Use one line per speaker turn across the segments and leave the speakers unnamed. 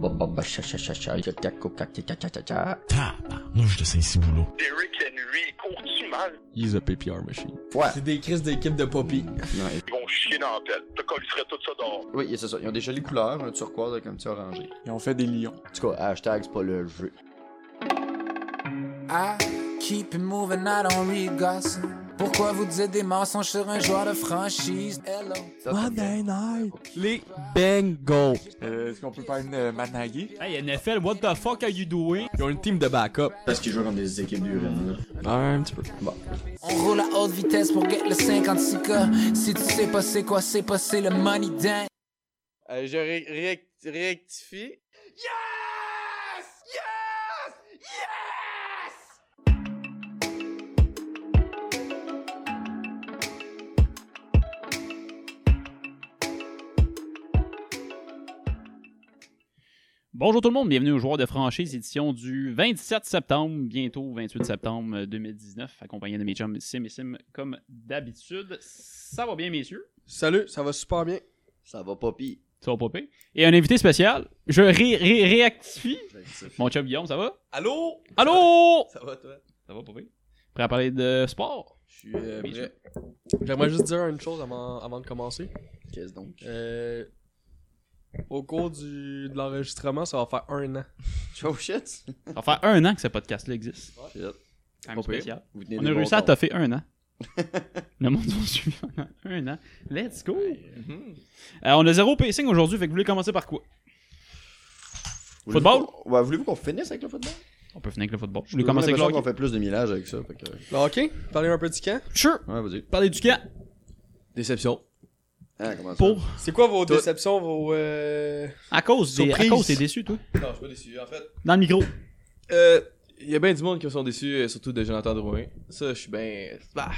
Ba, ba, ba, cha, cha, cha, cha, ya, ya, coca, ca, ca, ca, ca, ca.
Tabarnouche de Saint-Ciboulot.
Derrick Henry, il court-tu mal?
He's a PPR machine.
Ouais.
C'est des crises d'équipe de Poppy.
Non, et-
Ils vont chier dans la pelle. T'as collerait tout ça dehors.
Oui, c'est ça. Ils ont des jolies couleurs, un turquoise avec un petit orangé.
Ils ont fait des lions.
En tout cas, hashtag, c'est pas le jeu.
I keep it moving, I don't read gossip. Pourquoi vous disiez des mensonges sur un joueur de franchise? Hello.
Ça, c'est bien.
night. Les Bengals.
Euh, Est-ce qu'on peut faire une euh, Managui?
Hey NFL, what the fuck are you doing?
Ils ont une team de backup.
Parce qu'ils jouent contre des équipes d'urine, là.
Un petit peu.
On roule à haute vitesse pour get le 56K. Si tu sais pas c'est quoi, c'est pas c'est le money dang.
Euh, je ré- ré- rectifie.
Bonjour tout le monde, bienvenue aux joueurs de franchise, édition du 27 septembre, bientôt 28 septembre 2019, accompagné de mes chums Sim et Sim comme d'habitude. Ça va bien, messieurs?
Salut, ça va super bien.
Ça va pas pire.
Ça va pas pire. Et un invité spécial, je ré- ré- réactifie. Mon chum Guillaume, ça va?
Allô?
Allô?
Ça va, toi?
Ça va pas pire. Prêt à parler de sport?
Je suis euh,
Oui,
prêt. J'aimerais juste dire une chose avant, avant de commencer.
Qu'est-ce donc?
Euh, au cours du, de l'enregistrement, ça va faire un an.
Oh shit!
Ça va faire un an que ce podcast-là existe.
Shit.
Quand
Pas
même
pire.
spécial.
Vous venez
On
de
a
bon
réussi à
temps.
toffer un an. Le monde nous a suivi pendant un an. Let's go! Euh, on a zéro pacing aujourd'hui, fait que vous voulez commencer par quoi?
Voulez-vous
Football?
qu'on- Ouais, voulez-vous qu'on finisse avec le football?
On peut finir avec le football. Je voulais commencer avec
l'impression qu'on
l'hockey.
fait plus de millage avec ça. Fait que...
Le hockey? Parler un peu du camp?
Sure!
Ouais, vas-y.
Parler du camp
Déception.
Ah, comment ça?
pour.
C'est quoi vos
Tout.
déceptions, vos... Euh...
À cause, des- à
Surprise.
cause, t'es déçu, toi.
Non, je suis pas déçu, en fait.
Dans le micro.
Euh, y a bien du monde qui sont déçus, euh, surtout de Jonathan Drouin. Ça, je suis bien. Bah.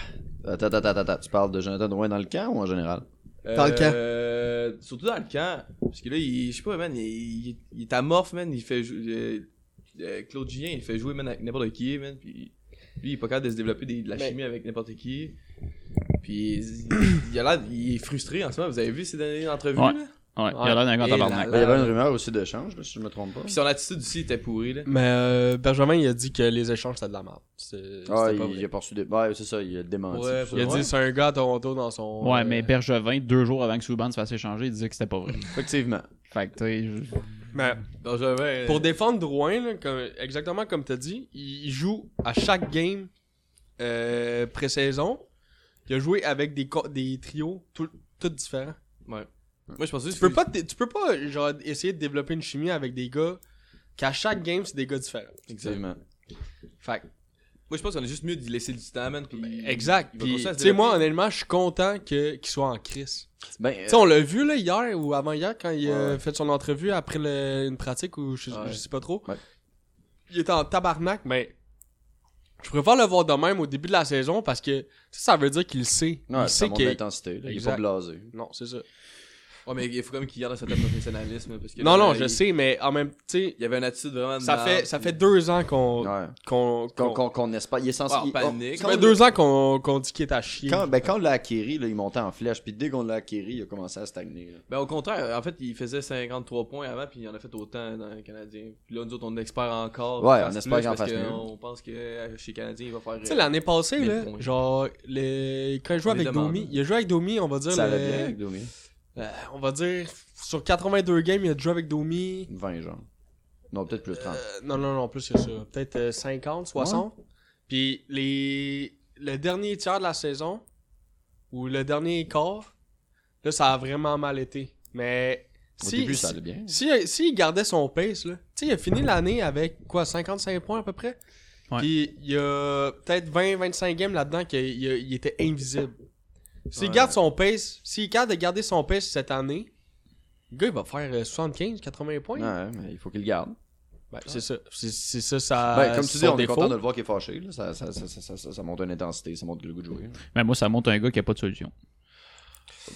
Attends, attends, attends, attends. Tu parles de Jonathan Drouin dans le camp ou en général?
Euh,
Dans
le camp.
Euh, Surtout dans le camp. Parce que là, il- je sais pas, man, il, il- il est amorphe, man. Il fait jouer. euh, euh, Claude Julien, il fait jouer, man, avec n'importe qui, man. Puis lui, il est pas capable de se développer des- de la
Mais-
chimie avec n'importe qui. Puis il, il a l'air. Il est frustré en ce moment. Vous avez vu ces dernières entrevues,
Ouais.
là?
Ouais, il y a l'air d'un grand
Et
tabarnak.
là,
Ben, Il y avait une rumeur aussi d'échange, là, si je me trompe pas.
Puis son attitude aussi était pourrie, là.
Mais euh, Benjamin, il a dit que les échanges, c'était de la merde. C'est- C'était
Ah,
pas
il,
vrai.
il a poursuivi des. Ouais, c'est ça, il a démenti.
Ouais,
tout
Il a
ça.
dit c'est un gars à Toronto dans son.
Ouais,
euh,
mais Bergevin, deux jours avant que Subban se fasse échanger, il disait que c'était pas vrai.
Effectivement.
Fait que, tu sais, je-
mais
Donc, j'avais.
pour défendre Drouin, là, comme- exactement comme t'as dit, il il joue à chaque game euh, pré-saison. Il a joué avec des, co- des trios tout, tout différents.
Moi, je pensais que
Tu peux pas, t- tu peux pas genre, essayer de développer une chimie avec des gars qu'à chaque game, c'est des gars différents.
Effectivement.
Fait que, ben,
Moi, je pense qu'on est juste mieux d'y laisser du temps, man. Puis...
exact.
il va
Puis,
continuer à se
Tu sais, moi,
développer.
honnêtement, je suis content que- qu'il soit en crise.
Ben,
Tu sais,
Euh.
on l'a vu là, hier ou avant-hier quand il a
Ouais, ouais.
fait son entrevue après le- une pratique ou je,
Ouais.
je sais pas trop.
Ouais.
Il était en tabarnak, mais je préfère le voir de même au début de la saison parce que ça, ça veut dire qu'il sait.
non,
il
ça
sait
monte
que.
l'intensité. là, Il est
Exact.
pas blasé.
Non, c'est ça.
Ouais, mais il faut quand même qu'il garde un certain professionnalisme. Parce que
Non,
là,
non,
il-
je sais, mais en même temps, tu
Il y avait une attitude vraiment.
sais, ça fait, ça fait deux ans qu'on.
Ouais.
qu'on,
Qu'on
qu'on-
qu'on- qu'on espère. Il est censé.
Ah,
il-
panique.
on-
ça
quand
fait
on-
deux ans qu'on, qu'on dit qu'il est à chier.
Quand, ben, quand on l'a acquéri, là, il montait en flèche. Puis dès qu'on l'a acquéri, il a commencé à stagner. là.
Ben, au contraire, en fait, il faisait 53 points avant, puis il en a fait autant dans les Canadiens. Puis là, nous autres, on espère encore.
Ouais,
qu'il
on
fasse
espère
plus,
qu'il en
parce
fasse
que
mieux.
On pense que euh, chez les Canadiens, il va faire.
Tu sais, l'année passée,
Mille
là,
points.
genre, les... quand il jouait
On les
avec
demande.
Domi, il a joué avec Domi, on va dire.
Ça
le-
allait bien avec Domi.
Euh, on va dire, sur 82 games, il a joué avec Domi.
20, genre. Non, peut-être plus 30.
Euh, non, non, non, plus que ça. Peut-être euh, 50, 60. Puis les... le dernier tiers de la saison, ou le dernier quart, là, ça a vraiment mal été. Mais
Au
si,
début,
si,
ça allait bien.
si- euh, s'il gardait son pace, là, tu sais, il a fini l'année avec quoi, 55 points à peu près?
Ouais.
Puis il y a peut-être 20-25 games là-dedans qu'il il- il était invisible. S'il
Ouais.
garde son pace, s'il est capable de garder son pace cette année, le gars, il va faire euh, 75-80 points.
Ouais, mais il faut qu'il le garde.
Ben, c'est ça. C'est Euh, c'est ça, ça.
Ben, comme tu dis,
son
on est
défaut.
content de le voir qui est fâché. là. Ça, ça, ça, ça, ça, ça- ça monte une intensité, ça monte le goût de jouer.
Mais moi, ça monte un gars qui a pas de solution.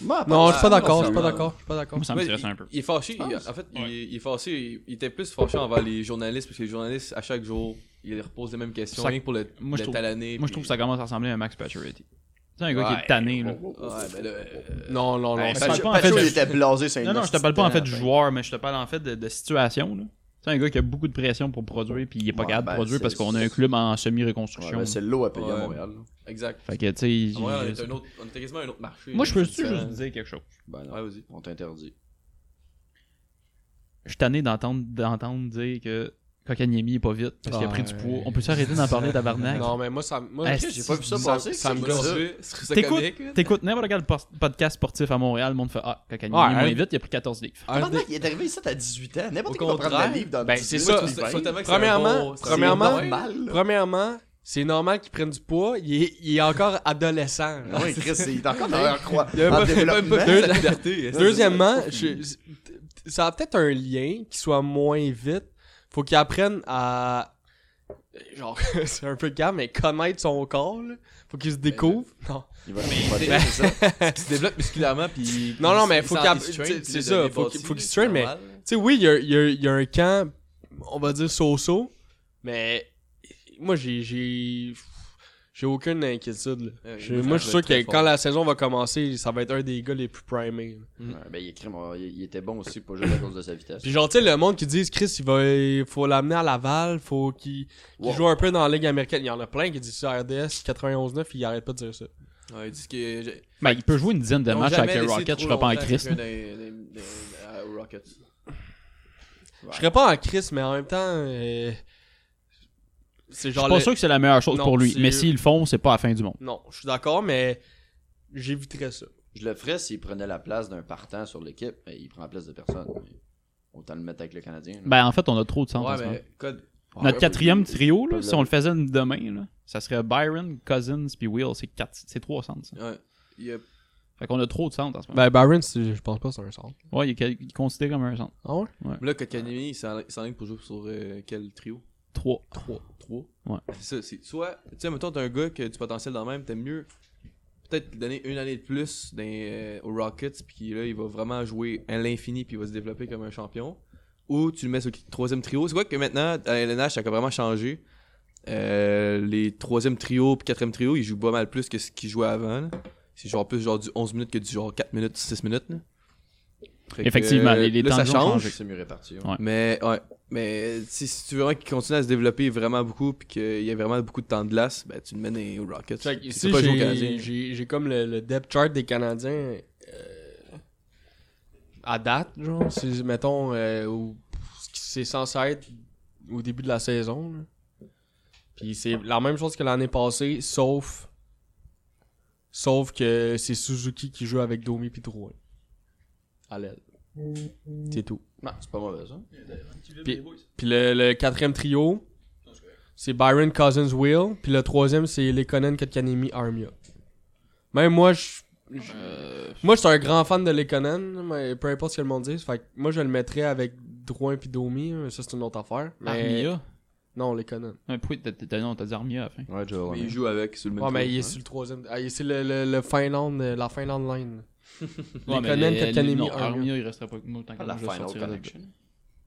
Non, je suis pas
Ah,
d'accord, je suis
non,
pas
ça-
d'accord, je suis pas d'accord.
Moi, ça me
Ouais,
stresse
il,
un peu.
il est fâché. il-
penses?
en fait, il, il est fâché. Il, il était plus fâché envers les journalistes, parce que les journalistes, à chaque jour, ils leur posent les mêmes questions.
Ça-
rien que pour le,
Moi, je
le
trouve-
talonner,
Moi, je
puis-
trouve que ça commence à ressembler à un Max Pacioretty. C'est un gars qui
Ouais.
est tanné, là.
Ouais, ben là. euh,
Non, non, non.
Ouais,
je
Pacho-
parle pas en fait
Pacho,
de-
il
il
était-
était blasé, c'est
Non, non, je te parle pas en fait du joueur, mais je te parle en fait de, de situation. là. C'est un gars qui a beaucoup de pression pour produire, puis il est pas
Ouais,
capable
ben,
de produire
c'est- ben,
parce qu'on a un club en semi-reconstruction.
C'est le lot à payer à
Ouais.
Montréal. là.
Exact.
fait que, tu sais, il-
Ah ouais, on était un autre- on était quasiment un autre marché.
moi,
là,
je peux-tu
c'est
juste
ça.
vous dire quelque chose?
Ben non,
Ouais, vas-y.
on t'interdit.
Je suis tanné d'entendre, d'entendre dire que Kokanyemi est pas vite parce qu'il a pris du
Ouais.
poids. On peut s'arrêter d'en parler, tabarnak?
Non, mais moi, ça. Moi,
Ah,
je-
si,
J'ai pas vu ça
ça-
passer.
ça me
c'est
gosse.
ça.
C'est
T'écoutes-
comique, hein. là.
T'écoutes n'importe quel po- podcast sportif à Montréal, le monde fait Ah, Kokanyemi
Ouais,
est moins
hein.
vite, il a pris 14 livres.
un des-
Tabarnak, il est arrivé ici à 18 ans. N'importe
Au
qui va prendre la
contraire.
livre dans
Ben,
18
c'est
ans,
ça.
il
Faut- faut
va.
tellement que c'est un
Premièrement-
bon- c'est un
premièrement-
bon-
normal. là.
Premièrement, c'est normal qu'il prenne du poids. Il est, il est encore adolescent. hein. genre.
Ouais, Chris, il est encore dans leur croix.
Il y avait
en
pas- il y avait même pas
développement.
fait sa liberté.
Deuxièmement, je- ça a peut-être un lien qu'il soit moins vite. Faut qu'il apprenne à. Genre, c'est un peu calme, mais connaître son corps. là. Faut qu'il se découvre. Non.
Il va
Ben,
c'est ça.
Il se développe musculairement, puis.
Non, non, mais
il
faut
sent-
qu'il-
il se train,
tu sais,
puis
c'est
il
ça,
devient
faut
bâti,
qu'il- faut qu'il se
c'est
train, mais-
normal.
Tu sais, oui, il y a, il y a- il y a un camp, on va dire so-so, mais moi, j'ai. J'ai j'ai aucune inquiétude. là.
Ouais,
J'ai-
moi,
moi,
ça va
je suis sûr
être
que
très
quand
fort.
la saison va commencer, ça va être un des gars les plus primés. là.
Ouais, Ben, il est crime, il il était bon aussi, pas juste à cause de sa vitesse.
Puis, genre, tu sais, le monde qui dit Chris, il va, il faut l'amener à Laval, faut qu'il qu'il
Wow.
joue un peu dans la Ligue américaine. Il y en a plein qui disent ça RDS 91-9, ils arrêtent pas de dire ça.
Ouais, ils disent que. euh, j'ai-
Ben, il peut jouer une dizaine de
ils ont
matchs
jamais
avec les
laissé
Rockets,
trop
je serais pas en
longtemps
crise.
quelqu'un dans- dans- dans- dans- aux Rockets.
Je serais pas en Chris, mais en même temps, euh, c'est
Je
genre.
suis pas
le-
sûr que c'est la meilleure chose
Non,
pour lui,
c'est-
mais s'ils le font, c'est pas la fin du monde.
Non, je suis d'accord, mais j'éviterais ça.
Je le ferais s'il prenait la place d'un partant sur l'équipe, mais il prend la place de personne. Mais Autant le mettre avec le Canadien. là.
Ben, en fait, on a trop de centres en
Ouais,
ce moment.
mais. code-
Notre quatrième trio, là,
Pas
si
là.
on le faisait demain, là, ça serait Byron, Cousins, puis Will. C'est quatre- C'est trois centres. ça.
Ouais. Il y a-
Fait qu'on a trop de centres en ce moment.
Ben, Byron, je pense pas que c'est un centre.
Ben-
ouais, il est quel- il est considéré comme un centre.
Ah ouais?
Mais Là, Kotkaniemi, il s'en- il s'enligne pour jouer sur euh, quel trio
Trois.
3. 3
Ouais.
Ah, C'est ça, c'est soit, tu sais, mettons, t'as un gars qui a du potentiel dans le même, t'aimes mieux peut-être lui donner une année de plus dans, euh, aux Rockets, puis là, il va vraiment jouer à l'infini, puis il va se développer comme un champion. Ou tu le mets sur le troisième trio. C'est quoi que maintenant, à LNH, ça a vraiment changé. Euh, les troisième trio puis quatrième trio, ils jouent pas mal plus que ce qu'ils jouaient avant. là. C'est genre plus genre du 11 minutes que du genre 4 minutes, 6 minutes. là. Fait que,
Effectivement,
euh,
les- les
là,
temps
ça
de jeu ont
change.
changé.
C'est mieux réparti. ouais.
Ouais.
Mais ouais, mais si, si tu veux vraiment qu'il continue à se développer vraiment beaucoup puis qu'il y a vraiment beaucoup de temps de glace, ben tu le mènes les Rockets.
Check,
Tu
ici,
peux pas jouer au
j'ai-
Canadien.
j'ai j'ai comme le, le depth chart des Canadiens euh, à date, genre, c'est, mettons, euh, au- ce qui- c'est censé être au début de la saison. là. Puis c'est la même chose que l'année passée, sauf sauf que c'est Suzuki qui joue avec Domi puis Drouin. À l'aile. C'est tout.
Ben,
Non, c'est pas mauvais ça.
Puis le, le quatrième trio, c'est Byron Cousins Will. Puis le troisième, c'est Lekonen Kotkanemi Armia. Même moi, je. je-
Euh,
Moi, je suis un grand fan de Lekonen, mais peu importe ce que le monde dit. Fait que moi, je le mettrais avec Drouin puis Domi. hein, Ça, c'est une autre affaire. Mais...
Armia.
Non, Lekonen.
Un point, t'as- t'as- non, t'as dit Armia à la fin.
Ouais, Joe
Mais
Roman.
il joue avec sur le
Ben,
même
Ouais, mais
trio,
il est
hein.
sur le troisième. Ah, il est sur le, le, le Finlande, euh, la Finlande line.
Ouais, mais
Lekonen,
les-
Kotkaniemi,
non,
Armia.
Armia, il resterait pas avec nous tant que
La
moi, je le
final
sortirais de-
connection.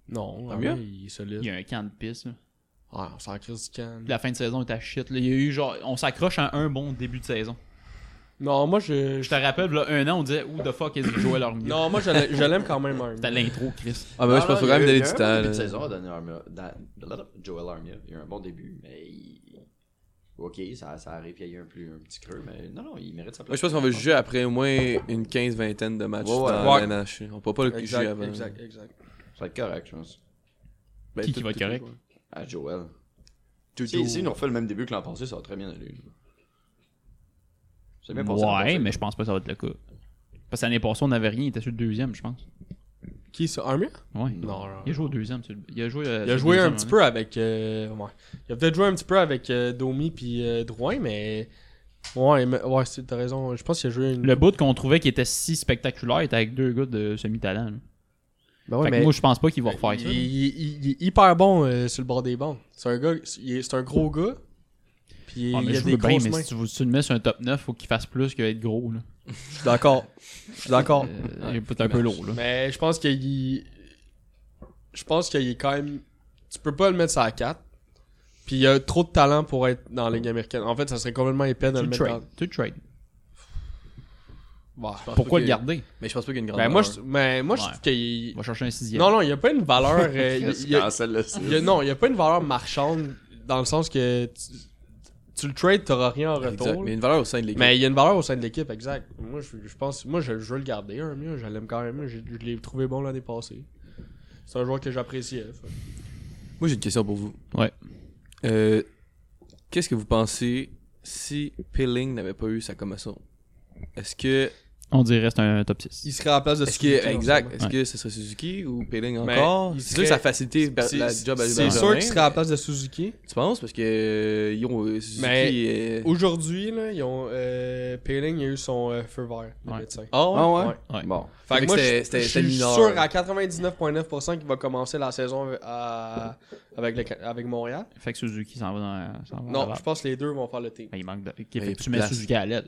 Non,
Armia?
Armia, il est solide.
Il y a un camp de piste. là.
Ah, on s'en crisse du camp.
Puis La fin de saison est à shit. là. Il y a eu genre, on s'accroche à un bon début de saison.
Non, moi, je.
Je te rappelle, là, un an, on disait Who the fuck is Joel Armia
Non, moi, je l'ai- je l'aime quand même, Armia.
C'était l'intro, Chris.
Ah, mais moi, je pense
Non,
qu'il faut
non,
quand
il y a
même
eu-
donner
il y a eu
du temps.
Un bon début
là.
de saison à donner Armia, Dan- blablabla, Joel Armia. Il y a eu un bon début, mais il... Ok, ça, ça arrive, il y a eu un, plus, un petit creux, mais non, non, il mérite sa
Moi,
place.
je pense qu'on va juger après au moins une 15 vingtaine de matchs
Ouais, ouais.
dans
Ouais.
la NH. On peut pas le juger
Exact,
avant.
exact, exact.
Ça va être correct, je pense.
Ben,
Qui
tout-
qui va être
tout-
correct?
À Joel. Si, si, on refait le même début que l'an passé, ça va très bien aller. là. C'est bien passé. l'an
Ouais,
passé.
mais je pense pas que ça va être le cas. Parce que l'année passée, on n'avait rien, il était sur le deuxième, je pense.
Qui, ça Armia?
Ouais.
Non, non.
Il a joué au deuxième. sur le- Il a joué, euh,
Il
sur
a
le
joué un
deuxième,
petit
hein.
peu avec. euh, ouais. Il a peut-être joué un petit peu avec euh, Domi puis euh, Drouin, mais. Ouais, mais- ouais c'est- t'as raison. Je pense qu'il a joué une.
Le bout qu'on trouvait qui était si spectaculaire était avec deux gars de semi-talent. là.
Bah
Ben ouais,
Fait que
mais
moi, je pense pas qu'il va refaire
il,
ça.
il- il- il est hyper bon euh, sur le bord des bancs. C'est un, gars, il est- c'est un gros gars. Puis
Ah, mais
il a
je
des
veux bien,
grosses mains.
mais si tu, veux- si tu le mets sur un top 9, faut qu'il fasse plus qu'être gros. Là.
Je suis d'accord. Je suis d'accord.
Euh, il peut être un peu lourd. Là.
Mais je pense qu'il. Je pense qu'il est quand même. Tu peux pas le mettre sur la 4. Puis il a trop de talent pour être dans la Ligue américaine. En fait, ça serait complètement épais
Tu
de le
le
mettre Bah, dans.
trades. Tu le trades. Pourquoi le garder
Mais je pense pas qu'il y a une grande
Ben, moi,
valeur.
je, ben, moi, je
Ouais.
trouve qu'il.
On va chercher un sixième.
Non, non, il n'y a pas une valeur. euh, il- il y a-
Cancel le site.
il y a- non, il n'y a pas une valeur marchande dans le sens que tu, tu le trades, tu n'auras rien en
Exact.
retour.
Mais il y a une valeur au sein de l'équipe.
Mais il y a une valeur au sein de l'équipe, exact. Moi, je, je pense, moi, je, je veux le garder, un mieux. Je l'aime quand même. Je, je l'ai trouvé bon l'année passée. C'est un joueur que j'appréciais. fait.
Moi, j'ai une question pour vous.
Ouais.
Euh, Qu'est-ce que vous pensez si Pilling n'avait pas eu sa commotion Est-ce que.
On dirait c'est un top 6.
Il serait à la place de
Est-ce
Suzuki,
que.
en ce
Exact.
moment.
Est-ce
Ouais.
que ce serait Suzuki ou Pilling
Mais
encore
il
C'est sûr que ça
serait-
facilite
C'est-
la job à
C'est
Benjamin,
sûr qu'il serait à la
mais-
place de Suzuki.
Tu penses Parce que. euh, ils ont, euh, Suzuki.
Mais-
est-
Aujourd'hui, là, ils ont, euh, Peeling a eu son euh, feu vert, le
Ouais.
médecin.
Ah ouais,
Ah ouais?
Ouais.
Bon.
Fait
Fait
que
que
moi,
c'était-
je
c'était-
je
c'était
suis
mineur.
sûr à 99,9% qu'il va commencer la saison à- avec, le- avec Montréal.
Fait que Suzuki s'en va dans. s'en va dans
Non,
la-
je pense que les deux vont faire le team.
Ben, il manque de. Ok,
il y a
fait que
plus
tu
de
mets
place.
Suzuki à l'aide.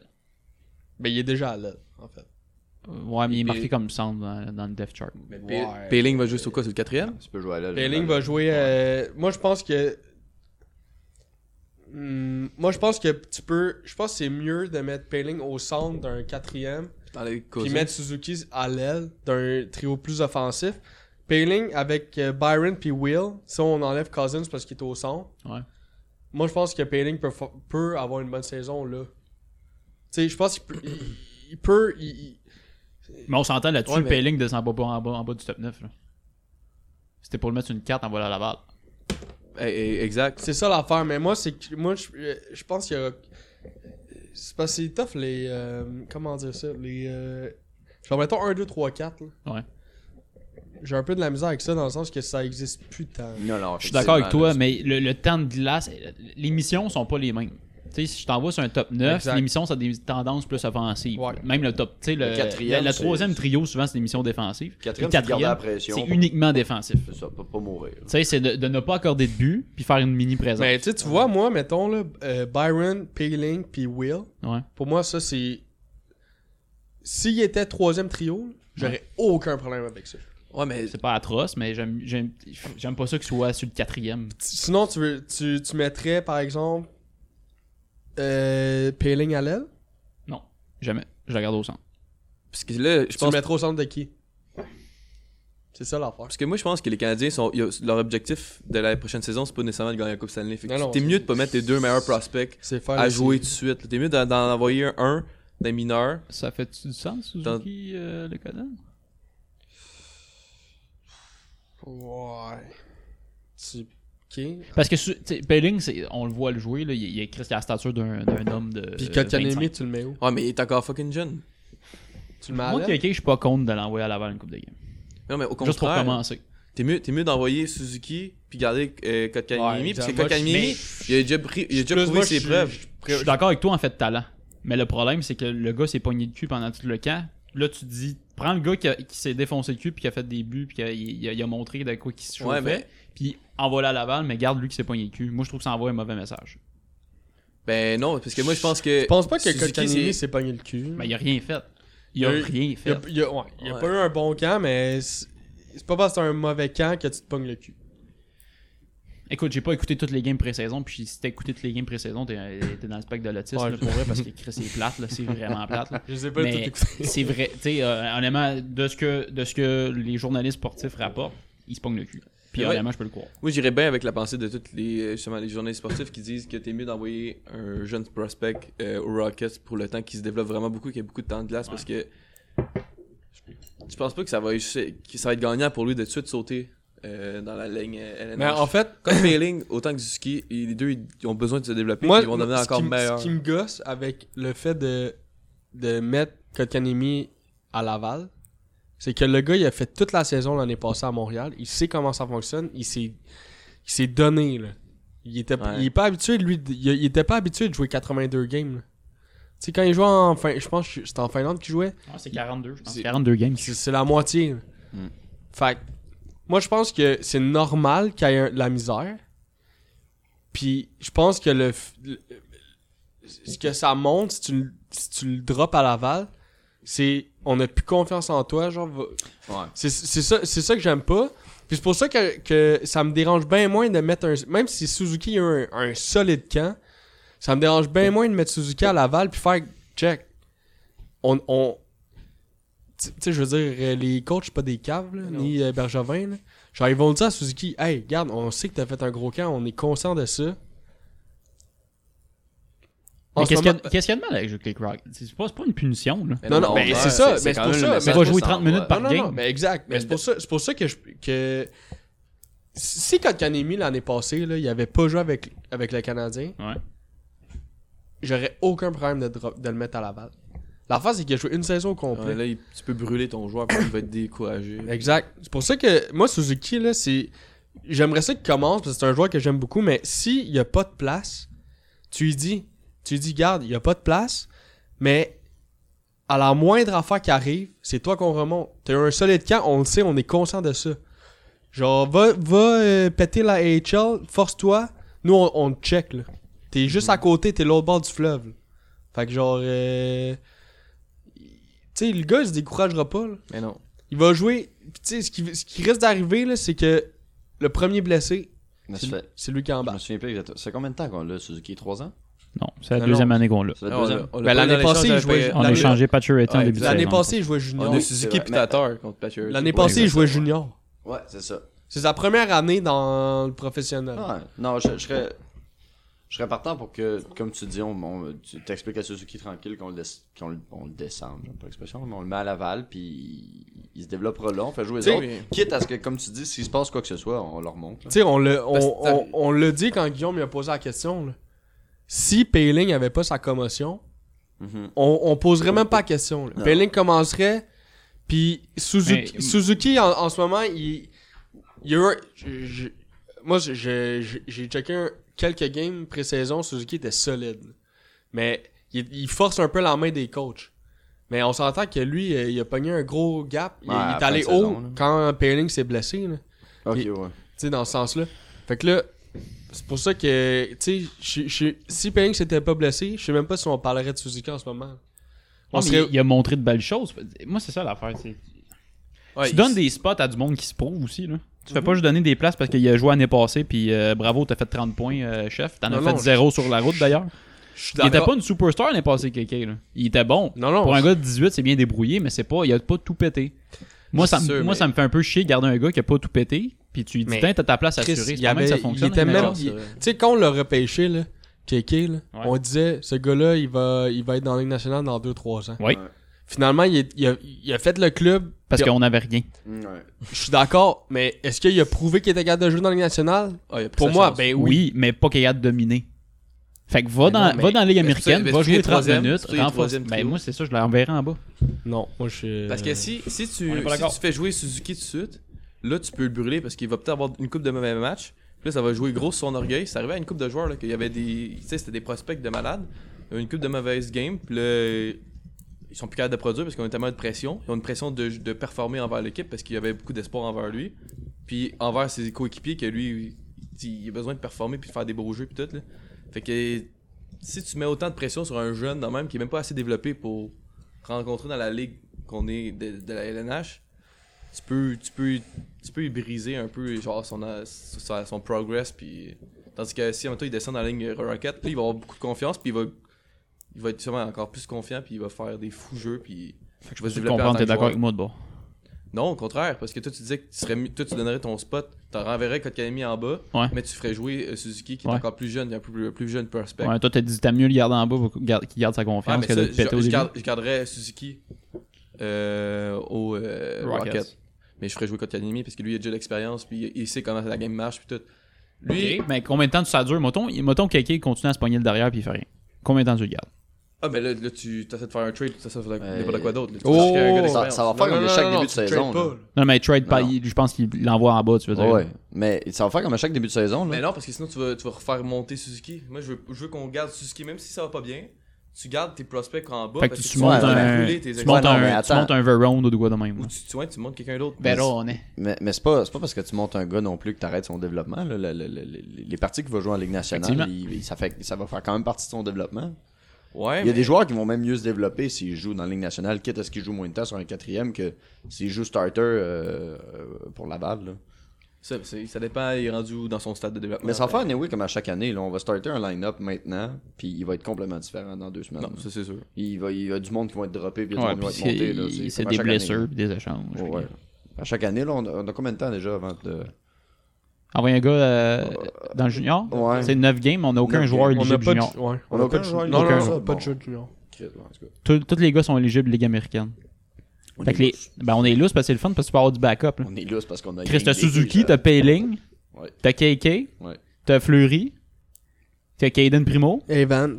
Mais il est déjà à l'aide, en fait.
Euh, Ouais, mais il est
Et-
marqué comme centre dans, dans le def chart.
Mais Pe-
Ouais.
Peeling va jouer sur quoi Sur le quatrième
Tu peux jouer à l'aile.
Peeling Ben, va jouer. euh, moi, je pense que. Hmm, moi, je pense que tu peux. Je pense que c'est mieux de mettre Peeling au centre d'un quatrième.
Dans les
Puis
causes.
mettre Suzuki à l'aile d'un trio plus offensif. Peeling avec euh, Byron puis Will. Si on enlève Cousins parce qu'il est au centre.
Ouais.
Moi, je pense que Peeling peut, fa- peut avoir une bonne saison là. Tu sais, je pense qu'il peut. il- il peut- il- il-
Mais on s'entend là-dessus,
Ouais,
le
mais-
Payling descend pas bas- en bas, en bas du top 9. là. C'était pour le mettre sur une carte en voilà la balle.
Eh, eh, Exact.
C'est ça l'affaire, mais moi, c'est que- moi je, euh, je pense qu'il y a. C'est parce que c'est tough les. euh, comment dire ça Les. Euh, genre, mettons 1, 2, 3, 4. là.
Ouais.
J'ai un peu de la misère avec ça dans le sens que ça existe plus tant.
Non, non,
Je suis d'accord avec toi, mais le, le temps de glace, les missions sont pas les mêmes. Tu sais, si je t'envoie sur un top 9,
Exact.
les missions, ça a des tendances plus offensives.
Ouais.
Même le top, tu sais, le,
Le quatrième,
la- la
c'est-
troisième trio, souvent, c'est des missions défensives.
Quatrième,
Le
c'est de garder la pression.
c'est uniquement défensif. Tu
C'est ça, pas, pas mourir.
sais, c'est de, de ne pas accorder de but, puis faire une mini présence.
Mais tu sais, tu vois, moi, mettons, là, euh, Byron, Peeling, puis Will.
Ouais.
Pour moi, ça, c'est. S'il était troisième trio, j'aurais aucun problème avec ça.
Ouais, mais.
C'est pas atroce, mais j'aime, j'aime, j'aime pas ça qu'il soit sur le quatrième.
Tu- Sinon, tu, veux, tu, tu mettrais, par exemple, euh, Peeling à l'aile
Non, jamais. Je le garde au centre.
Parce que là, je
Tu le
pense.
mettrais au centre de qui C'est ça l'affaire.
Parce que moi, je pense que les Canadiens, sont, y a- leur objectif de la prochaine saison, c'est pas nécessairement de gagner la Coupe Stanley. Fait que
Non, non,
t'es
c'est-
mieux de pas mettre tes deux meilleurs prospects
C'est faire
à
aussi.
jouer tout de suite. là. T'es mieux d'en d'en envoyer un, un d'un mineur.
Ça fait-tu du sens, Suzuki, euh,
Suzuki,
le Conan?
Ouais. Tu. Ok.
Euh,
Parce que su- tu sais, Pelling, c'est- on le voit le jouer, là, il, il a écrit la stature d'un, d'un homme de.
Puis
euh,
Kotkaniemi,
25.
tu le mets où
Ouais, mais il est encore fucking jeune.
Tu le mets à
Moi,
l'aile
quelqu'un, je suis pas contre de l'envoyer à Laval une Coupe de Game.
Non, mais au
Juste pour
contraire,
commencer.
t'es mieux, t'es mieux d'envoyer Suzuki puis garder euh, Kotkaniemi.
Ouais,
parce que
exact. Moi,
Kotkaniemi, il a déjà, pris, il a déjà
Plus,
prouvé
moi,
ses
je-
preuves.
je-
Je suis d'accord avec toi en fait de talent. Mais le problème, c'est que le gars s'est pogné le cul pendant tout le camp. Là, tu te dis, prends le gars qui, a- qui s'est défoncé le cul, puis qui a fait des buts, puis qui a, il a- il a montré de quoi qu'il se chauffait.
Ouais, mais.
Puis envoie-le à Laval, mais garde lui qui s'est pogné le cul. Moi, je trouve que ça envoie un mauvais message.
Ben non, parce que moi, je pense que.
Je pense pas que
Suzuki,
Kotkaniemi
c'est-
s'est pogné le cul.
Mais il a rien fait. Il a
Il y a eu-
rien
Il
fait.
a, il a- ouais, il a
Ouais.
pas eu un bon camp, mais c'est c'est pas parce que c'est un mauvais camp que tu te pognes le cul.
Écoute, j'ai pas écouté toutes les games pré-saison, puis si t'as écouté toutes les games pré-saison, t'es t'es dans le spectre de l'autisme,
Ouais,
là,
je-
pour vrai, parce que Chris, c'est plate, là, c'est vraiment plate. là.
Je sais pas
Mais c'est vrai, tu sais, euh, honnêtement, de ce, que, de ce que les journalistes sportifs rapportent, ils se pognent le cul. Puis
Ouais.
honnêtement, je peux le croire.
Moi, j'irais bien avec la pensée de tous les, euh, justement, les journalistes sportifs qui disent que t'es mieux d'envoyer un jeune prospect euh, aux Rockets pour le temps qui se développe vraiment beaucoup, qui a beaucoup de temps de glace, parce que je pense pas que ça va, être- que ça va être gagnant pour lui de tout de suite sauter euh, dans la ligne euh, LNH.
Mais en fait,
comme Payling, autant que Suzuki, ils- les deux ils ont besoin de se développer,
moi,
puis ils vont devenir
ce
encore
qui me-
meilleurs.
Ce qui me gosse avec le fait de, de mettre Kotkaniemi à Laval, c'est que le gars, il a fait toute la saison l'année passée à Montréal. Il sait comment ça fonctionne. Il s'est, il s'est donné, là. Il était,
Ouais.
il est pas habitué, lui, de- il, il était pas habitué de jouer 82 games, là. Tu sais, quand il jouait en fin, je pense que c'était en Finlande qu'il jouait.
Ah, c'est 42, je pense.
C'est-
42 games.
C'est c'est la moitié. là. Fait que, moi, je pense que c'est normal qu'il y ait un- de la misère. Puis, je pense que le, f- le- ce que ça montre, si tu, le- si tu le drops à Laval, c'est on a plus confiance en toi. genre va-
Ouais.
C'est c'est ça, c'est ça que j'aime pas. Puis c'est pour ça que, que ça me dérange bien moins de mettre un. Même si Suzuki a un, un solide camp, ça me dérange bien moins de mettre Suzuki à Laval puis faire check. On, on, tu tu sais, je veux dire, euh, les coachs, c'est pas des caves, là,
Non.
ni euh, Bergevin. là. Genre, ils vont le dire à Suzuki, hey, regarde, on sait que t'as fait un gros camp, on est conscient de ça. En
Mais
ce
qu'est-ce qu'il y a-
moment-
qu'est-ce qu'il y a de mal avec Jake Rock? C'est pas, c'est pas une punition, là.
Non, non, mais c'est ça, mais c'est pour ça, mais
va jouer 30 minutes par-
Euh, non, non,
game.
non, mais exact. Mais
Mais
c'est pour ça, c'est pour ça que je, que si Kotkaniemi l'année passée, là, il avait pas joué avec avec le Canadien,
Ouais.
j'aurais aucun problème de, dro- de le mettre à Laval. La phase c'est qu'il a joué une saison au complet.
Ouais, Ah, là, il- tu peux brûler ton joueur parce qu'il va être découragé.
Exact. C'est pour ça que moi Suzuki là, c'est j'aimerais ça qu'il commence parce que c'est un joueur que j'aime beaucoup, mais s'il y a pas de place, tu lui dis, tu lui dis garde, il y a pas de place, mais à la moindre affaire qui arrive, c'est toi qu'on remonte. T'as eu un solide camp, on le sait, on est conscient de ça. Genre va va euh, péter la AHL, force-toi, nous on, on te check là. T'es juste à côté, t'es l'autre bord du fleuve. là. Fait que genre euh, tu sais, le gars, il se découragera pas. là.
Mais non.
Il va jouer. Puis tu sais, ce qui, ce qui risque d'arriver, là, c'est que le premier blessé,
Je me
c'est
suis fait-
c'est lui qui est en
je me
bas.
souviens pas exactement. C'est combien de temps qu'on l'a, Suzuki 3 ans
Non, c'est la
Non,
deuxième
non.
année qu'on l'a.
C'est la
Ah, on l'a-
deuxième.
on l'a
Ben,
pas
l'année
dans les
passée,
chances,
je voyais-
j'avais-
On a
l'année-
échangé Patcher en
Ouais,
début de
L'année
saison.
passée, il jouait junior.
On a
Ah, c'est
Suzuki
vrai,
puis
mais-
Tatar contre Patcher.
L'année passée, il jouait
exactement.
junior.
Ouais, c'est ça.
C'est sa première année dans le professionnel.
Ouais. Non, je, je serais. Je serais partant pour que, comme tu dis, on, on- tu t'expliques à Suzuki tranquille qu'on le, laisse- qu'on le, on le descende, j'aime pas l'expression, mais on le met à Laval, puis il, il se développera là, on fait jouer les
Tu sais,
autres. Quitte à ce que, comme tu dis, s'il se passe quoi que ce soit, on leur monte.
Tu sais, on le, on,
Parce que t'as-
on, on l'a dit quand Guillaume m'a posé la question. là. Si Payling avait pas sa commotion, on, on poserait même pas la question.
Non.
Pelling commencerait, puis Suzuki,
Mais-
Suzuki en, en ce moment, il, il y a eu un- je- je- moi, je- je- je- j'ai checké un- quelques games pré-saison, Suzuki était solide. Mais il, il force un peu la main des coachs. Mais on s'entend que lui, euh, il a pogné un gros gap. Il,
Ouais,
il
à
est
la
allé
fin de
haut
saison, là.
quand Pelling s'est blessé. là.
Ok,
il-
ouais.
Tu sais, dans ce sens-là. Fait que là, c'est pour ça que, tu sais, je- je- si Pelling s'était pas blessé, je sais même pas si on parlerait de Suzuki en ce moment.
Non,
On
mais
serait-
il, il a montré de belles choses. Moi, c'est ça l'affaire. c'est-
Ouais,
tu donnes des spots à du monde qui se prouve aussi. Là. Tu fais pas juste donner des places parce qu'il a joué l'année passée, puis euh, bravo, t'as fait 30 points, euh, chef. T'en
Non,
as fait
non,
0 sur la route d'ailleurs.
Je suis
Il était
d'accord.
pas une superstar l'année passée, KK. Là. Il était bon.
Non, non.
Pour un
je-
gars de 18, c'est bien débrouillé, mais c'est pas, il a pas tout pété. Moi, ça, me-
sûr,
moi
mais-
ça me fait un peu chier de garder un gars qui a pas tout pété, puis tu lui dis,
Mais
tiens, t'as ta place
Chris,
assurée. C'est
il
pas mal que ça
avait- il
fonctionne.
était
mais
même-
genre,
il- Tu sais, quand on l'a repêché, là, KK, là, on disait, ce gars-là, il va, il va être dans la Ligue nationale dans 2-3 ans.
Oui.
Ouais.
Finalement, il, est- il a, il a fait le club.
Parce
puis
qu'on avait rien.
Mm, ouais.
Je suis d'accord, mais est-ce qu'il a prouvé qu'il était capable de jouer dans la Ligue nationale?
Ah, il a pris
Pour
sa
moi,
chance.
ben oui.
Oui, mais pas qu'il a de dominer. Fait que va,
Mais
dans,
non, mais-
va dans la Ligue
mais c'est pour ça-
américaine,
mais
va
c'est pour ça
jouer
qu'il est
30
troisième,
minutes,
c'est pour ça qu'il est
renforce-
troisième
Ben,
trio.
moi, c'est ça, je l'enverrai en bas.
Non, moi, je suis...
Parce que si, si, tu,
On est pas
si
d'accord.
tu fais jouer Suzuki tout de suite, là tu peux le brûler parce qu'il va peut-être avoir une coupe de mauvais match. Puis là ça va jouer gros sur son orgueil. C'est arrivé à une coupe de joueurs là, qu'il y avait des. Tu sais, c'était des prospects de malades. Il y avait Une coupe de mauvaise game. Puis là, ils sont plus capables de produire parce qu'ils ont tellement de pression. Ils ont une pression de, de performer envers l'équipe parce qu'il y avait beaucoup d'espoir envers lui. Puis envers ses coéquipiers que lui, il, il a besoin de performer puis de faire des beaux jeux puis tout. Là. Fait que si tu mets autant de pression sur un jeune dans même qui est même pas assez développé pour rencontrer dans la ligue qu'on est de, de la LNH, tu peux, tu peux, tu peux y briser un peu genre son, euh, son, son progress puis tandis que si en même temps il descend dans la ligne Rocket, là, il va avoir beaucoup de confiance puis il va il va être sûrement encore plus confiant puis il va faire des fous jeux puis fait que je vais se
Tu
développer en
comprends,
tant
t'es
que
d'accord
joueur.
avec moi de bas.
Non, au contraire, parce que toi tu disais que tu serais mieux- toi tu donnerais ton spot, tu renverrais Kotkaniemi en bas,
Ouais.
mais tu ferais jouer euh, Suzuki qui
Ouais.
est encore plus jeune, il est un peu plus, plus jeune prospect.
Ouais, toi, t'as dit, t'as mieux le garder en bas pour qu'il garde- qu'il garde sa
Ouais,
confiance
mais
que
ça,
de le péter au
je, je
début.
garde- je garderais Suzuki euh, au euh,
Rockets.
Rocket. Mais je ferais jouer Kotkaniemi parce que lui il a déjà l'expérience puis il sait comment la game marche puis tout. Lui,
Ok, Mais combien de temps ça dure? Mettons, mettons que KK continue à se pogner le derrière puis il fait rien. Combien de temps tu le gardes?
ah ben là, là, tu essaies de faire un trade, tu essaies de faire
Ouais.
n'importe quoi d'autre. là. Tu
Oh!
cherches un gars
ça,
d'expérience.
ça va faire comme à chaque début de
tu trades
saison.
pas,
là.
là.
Non, mais trade pas,
Non.
il- je pense qu'il l'envoie en bas, tu veux dire.
Ouais, mais ça va faire comme à chaque début de saison. Là.
Mais non, parce que sinon tu vas, tu vas refaire monter Suzuki. Moi je veux, je veux qu'on garde Suzuki même si ça va pas bien. Tu gardes tes prospects en bas
Fait que
parce
tu,
que
montes
vas
un,
brûler tes
tu, montes
Ouais, non, mais
un, tu
attends.
montes un Verone ou de quoi de même.
Ou
là. hein.
tu, tu, ouais, tu montes quelqu'un d'autre.
Ben,
Verone.
Mais, mais c'est pas, c'est pas parce que tu montes un gars non plus que t'arrêtes son développement. là. Le- le- le- le- les parties qu'il va jouer en Ligue
Effectivement.
nationale, il- il- ça, fait, ça va faire quand même partie de son développement.
Ouais,
Il y a des joueurs qui vont même mieux se développer s'ils jouent dans la Ligue nationale, quitte à ce qu'ils jouent moins de temps sur un quatrième que s'ils jouent starter euh, euh, pour Laval. Là.
Ça, c'est- ça dépend, il est rendu où dans son stade de développement.
Mais ça va faire anyway comme à chaque année. Là, on va starter un line-up maintenant, puis il va être complètement différent dans deux semaines.
Non, ça c'est sûr.
il, va, il y a du monde qui va être droppé, puis il y a
Ouais,
du monde
puis
qui va être monté.
c'est-
là,
il-
comme
c'est
à
des
chaque année.
blessures puis des échanges.
Ouais, ouais. À chaque année, là, on a, on a combien de temps déjà avant de.
Envoyer un gars euh, dans le junior,
Ouais.
c'est 9 games, on n'a aucun
Neuf
joueur
games.
On n'a
éligible
pas de.
junior.
Ouais.
On
On
a
n'a
aucun
pas de
joueur
junior.
junior.
Aucun.
Non, non, pas
Bon.
de jeu de junior.
Crête, ouais, en tout cas.
Tous tous les gars sont éligibles Ligue américaine.
On
Fait
est
que les...
lousse.
ben, on est lousse parce que c'est le fun parce que tu peux avoir du backup. là.
On est lousse parce qu'on a.
Chris, t'as
gagné des
Suzuki,
filles,
t'as Payling,
euh, Ouais.
t'as KK,
Ouais.
t'as Fleury, t'as Caden Primo,
Evans.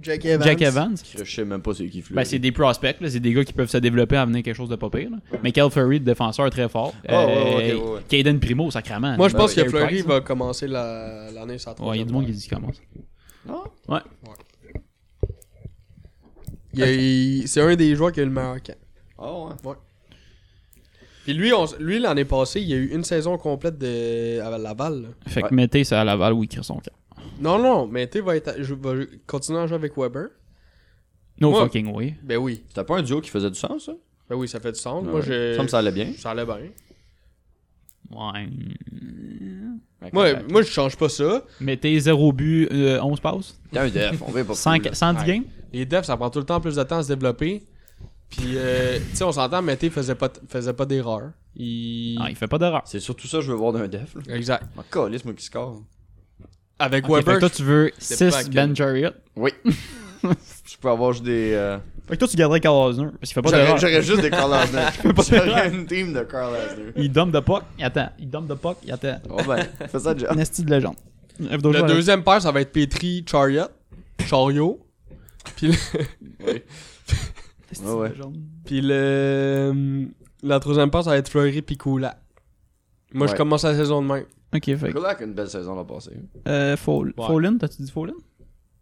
Jack Evans.
Jack Evans.
Chris, Je sais même pas c'est qui fleurit.
Ben, c'est des prospects, là, c'est des gars qui peuvent se développer à venir quelque chose de pas pire. là. Michael Fleury, le défenseur très fort.
Ah, ouais, ouais, ok, ouais, ouais.
Caden Primo, sacrément.
Moi, je pense
Ouais, Carey
que Fleury
Price,
va commencer la- l'année sans
hein. Ouais, il y a du monde qui dit qu'il commence.
Il y a- il- C'est un des joueurs qui a eu le meilleur camp.
Ah ouais.
Puis lui, on s- lui l'année passée, il y a eu une saison complète de... à Laval. là.
Fait
Ouais.
que mettez ça à Laval où il crée son camp.
Non, non, mais tu vas, être à- je- va continuer à jouer avec Weber.
No
Moi-
fucking way.
Ben oui.
C'était pas un duo qui faisait du sens, ça
Ben oui, ça fait du sens.
Ouais.
Moi, je...
Ça me allait bien.
Ça allait bien.
Ouais.
Moi, moi, je change pas ça.
Mettez 0 but, euh, 11 passes.
T'es un def, on veut pas.
100 110
Ouais.
games.
Les defs, ça prend tout le temps plus de temps à se développer. Puis, euh, tu sais, on s'entend, mais Mété faisait pas, t- faisait pas d'erreur. Il...
Ah, il fait pas d'erreur.
C'est surtout ça que je veux voir d'un def. là.
Exact.
Ma calisse, Ah, moi qui score.
Avec
Ok, fait
Weber,
que toi, tu veux
pas à
6
quel-
Ben Chariot.
Oui. je peux avoir juste des. euh,
Fait que toi, tu garderais Carl Osner. Parce qu'il fait pas
J'aurais
d'erreur.
j'aurais juste des Carl Asner.
pas
J'aurais une team de Carl Asner.
Il dump de puck. Il attend. Il dump de puck. Il attend.
Oh ben, fais ça déjà.
Nasty de légende.
le deuxième paire, ça va être Petri, Chariot, Chariot. Puis, le...
Ouais, ouais.
puis le... euh, la troisième paire, ça va être Fleury puis Koulak. Moi,
Ouais.
je commence la saison de même.
Ok, fait que.
Kulak a une belle saison l'an passé.
Euh, Fall-
Ouais.
Fallin, t'as-tu dit Fallin?